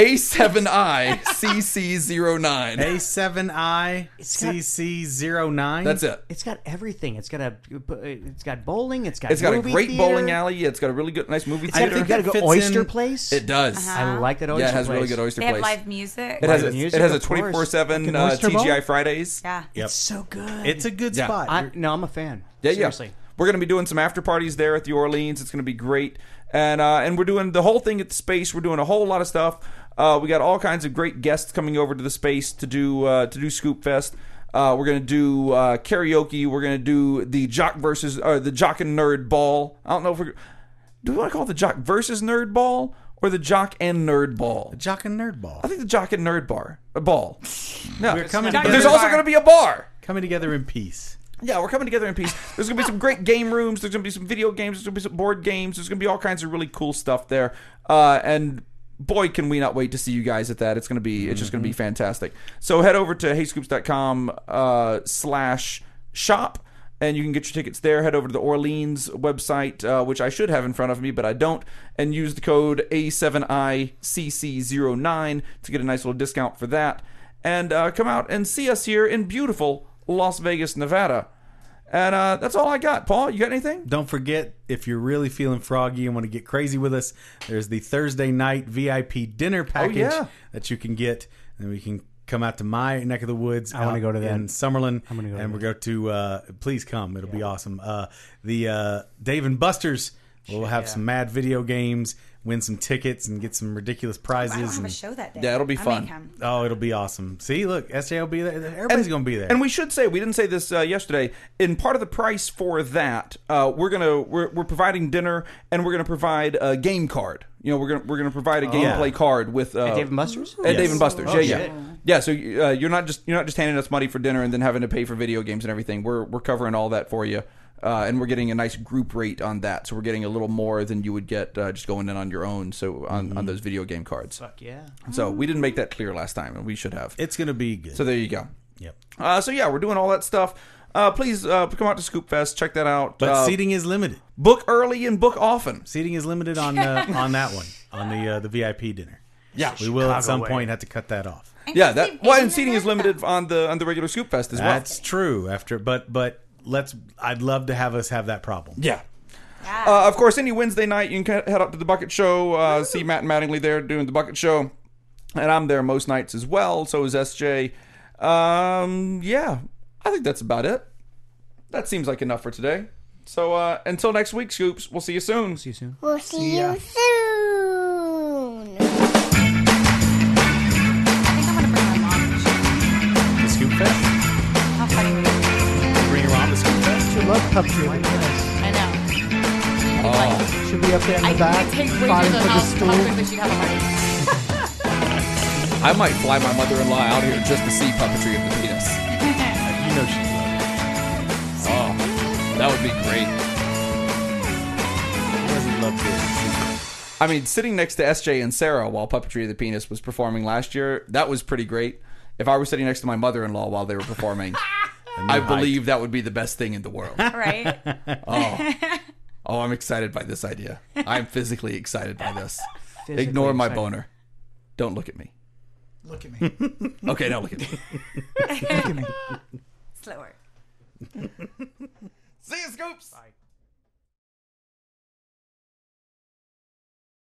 Speaker 6: (laughs)
Speaker 3: A7ICC09.
Speaker 1: A7I
Speaker 6: got-
Speaker 1: CC09.
Speaker 3: That's it.
Speaker 6: It's got everything. It's got a. uh, It's got bowling. It's got.
Speaker 3: It's got a
Speaker 6: movie
Speaker 3: great
Speaker 6: theater.
Speaker 3: bowling alley. It's got a really good, nice movie
Speaker 1: I
Speaker 3: theater.
Speaker 1: think
Speaker 6: You gotta
Speaker 1: that
Speaker 6: go
Speaker 1: fits
Speaker 6: oyster
Speaker 1: in-
Speaker 6: place.
Speaker 3: it does.
Speaker 6: I like that oyster
Speaker 3: Yeah, it has
Speaker 6: place.
Speaker 3: really good oyster
Speaker 8: they have
Speaker 3: place.
Speaker 8: live music.
Speaker 3: It has a,
Speaker 6: Live music,
Speaker 3: it has a
Speaker 6: of course.
Speaker 3: 24
Speaker 7: Like
Speaker 3: 7
Speaker 7: an
Speaker 3: uh,
Speaker 7: oyster bowl?
Speaker 3: TGI Fridays.
Speaker 8: yeah.
Speaker 1: Yep.
Speaker 6: It's so good.
Speaker 1: It's a good
Speaker 3: Yeah.
Speaker 1: spot.
Speaker 6: I, no, I'm a fan.
Speaker 3: Yeah, yeah.
Speaker 6: Seriously.
Speaker 3: We're going to be doing some after parties there at the Orleans. It's going to be great, and uh, and we're doing the whole thing at the space. We're doing a whole lot of stuff. Uh, we got all kinds of great guests coming over to the space to do uh, to do Scoop Fest. Uh, we're gonna do uh, karaoke. We're gonna do the jock versus uh, the jock and nerd ball. I don't know if we're do we want to call it the jock versus nerd ball or the jock and nerd ball.
Speaker 1: Jock and Nerdball.
Speaker 3: I think the jock and nerd bar a ball. No,
Speaker 1: We're coming
Speaker 3: But
Speaker 1: together,
Speaker 3: there's also gonna be a bar.
Speaker 1: coming together in peace.
Speaker 3: Yeah, we're coming together in peace. There's gonna be some great game rooms. There's gonna be some video games. There's gonna be some board games. There's gonna be all kinds of really cool stuff there. Uh, and boy, can we not wait to see you guys at that. It's gonna be it's just gonna be fantastic. So head over to hayscoops.com uh, slash shop. And you can get your tickets there. Head over to the Orleans website, uh, which I should have in front of me, but I don't, and use the code A7ICC09 to get a nice little discount for that. And uh, come out and see us here in beautiful Las Vegas, Nevada. And uh, that's all I got. Paul, you got anything?
Speaker 1: Don't forget, if you're really feeling froggy and want to get crazy with us, there's the Thursday night VIP dinner
Speaker 6: Oh,
Speaker 1: package
Speaker 3: yeah.
Speaker 1: that you can get, and we can come out to my neck of the woods. I
Speaker 6: wanna go to that.
Speaker 1: in Summerlin. I'm
Speaker 6: gonna go to
Speaker 1: and
Speaker 6: that.
Speaker 1: we're going to uh, please come. It'll be awesome. Uh, the uh, Dave and Buster's. We'll have some mad video games, win some tickets, and get some ridiculous
Speaker 8: I don't
Speaker 1: prizes.
Speaker 8: have a
Speaker 1: And,
Speaker 8: show that day.
Speaker 3: Yeah, it'll be
Speaker 8: I may
Speaker 3: fun.
Speaker 8: come.
Speaker 1: oh, it'll be awesome! See, look, SJ will be there. Everybody's going to be there.
Speaker 3: And we should say we didn't say this uh, yesterday. In part of the price for that, uh, we're gonna we're, we're providing dinner and we're gonna provide a game card. You know, we're gonna we're gonna provide a gameplay card with uh,
Speaker 6: Dave and Buster's?
Speaker 3: At Dave and Buster's,
Speaker 6: Oh,
Speaker 3: yeah,
Speaker 6: shit.
Speaker 3: yeah, yeah. So uh, you're not just you're not just handing us money for dinner and then having to pay for video games and everything. We're we're covering all that for you, uh, and we're getting a nice group rate on that. So we're getting a little more than you would get uh, just going in on your own. So on,
Speaker 1: Mm-hmm.
Speaker 3: on those video game cards.
Speaker 6: Fuck yeah.
Speaker 3: So we didn't make that clear last time, and we should have.
Speaker 1: it's going to be good.
Speaker 3: So there you go.
Speaker 1: yep.
Speaker 3: Uh, so yeah, we're doing all that stuff. Uh, please uh, come out to Scoop Fest, check that out.
Speaker 1: But
Speaker 3: uh,
Speaker 1: seating is limited.
Speaker 3: book early and book often.
Speaker 1: Seating is limited on uh, on that one on the uh, the VIP dinner.
Speaker 3: Yeah,
Speaker 1: We will at some
Speaker 6: way.
Speaker 1: point have to cut that off.
Speaker 2: And
Speaker 3: yeah.
Speaker 2: is
Speaker 3: That
Speaker 2: it
Speaker 3: well,
Speaker 2: big
Speaker 3: and seating is
Speaker 2: enough?
Speaker 3: limited on the on the regular Scoop Fest as well.
Speaker 1: That's true. After, but but let's. I'd love to have us have that problem.
Speaker 3: yeah.
Speaker 2: Yeah.
Speaker 3: Uh, of course, any Wednesday night you can head up to the Bucket Show. Uh, see Matt and Mattingly there doing the Bucket Show, and I'm there most nights as well. So is SJ. Um, yeah, I think that's about it. That seems like enough for today. So uh, until next week, Scoops, we'll see you soon.
Speaker 6: See you soon.
Speaker 12: We'll see you soon.
Speaker 2: I think I'm gonna bring my mom.
Speaker 1: The Scoop Fest.
Speaker 2: How funny would it be?
Speaker 1: Bring around the Scoop Fest.
Speaker 13: Should love pup theater.
Speaker 2: I know. She'd be like,
Speaker 13: Should be up there in
Speaker 2: I
Speaker 13: the back,
Speaker 2: can take Rachel to
Speaker 13: fighting
Speaker 2: the
Speaker 13: for the
Speaker 2: house
Speaker 13: stool.
Speaker 2: hungry, but she'd have a heart.
Speaker 3: I might fly my mother-in-law out here just to see puppetry of the penis.
Speaker 1: You know she's lovely.
Speaker 3: Oh, that would be great. I mean, sitting next to SJ and Sarah while Puppetry of the Penis was performing last year, that was pretty great. If I were sitting next to my mother in law while they
Speaker 13: (laughs)
Speaker 3: were performing, I believe that would be the best thing in the world. (laughs)
Speaker 8: Right?
Speaker 3: Oh, I'm excited by this idea. I'm physically excited
Speaker 13: (laughs)
Speaker 3: by this.
Speaker 6: Physically
Speaker 3: Ignore my
Speaker 6: excited.
Speaker 3: boner. Don't look at me.
Speaker 13: Look at me.
Speaker 3: (laughs) Okay, don't look at me.
Speaker 8: Slower.
Speaker 3: See you, Scoops!
Speaker 6: Bye.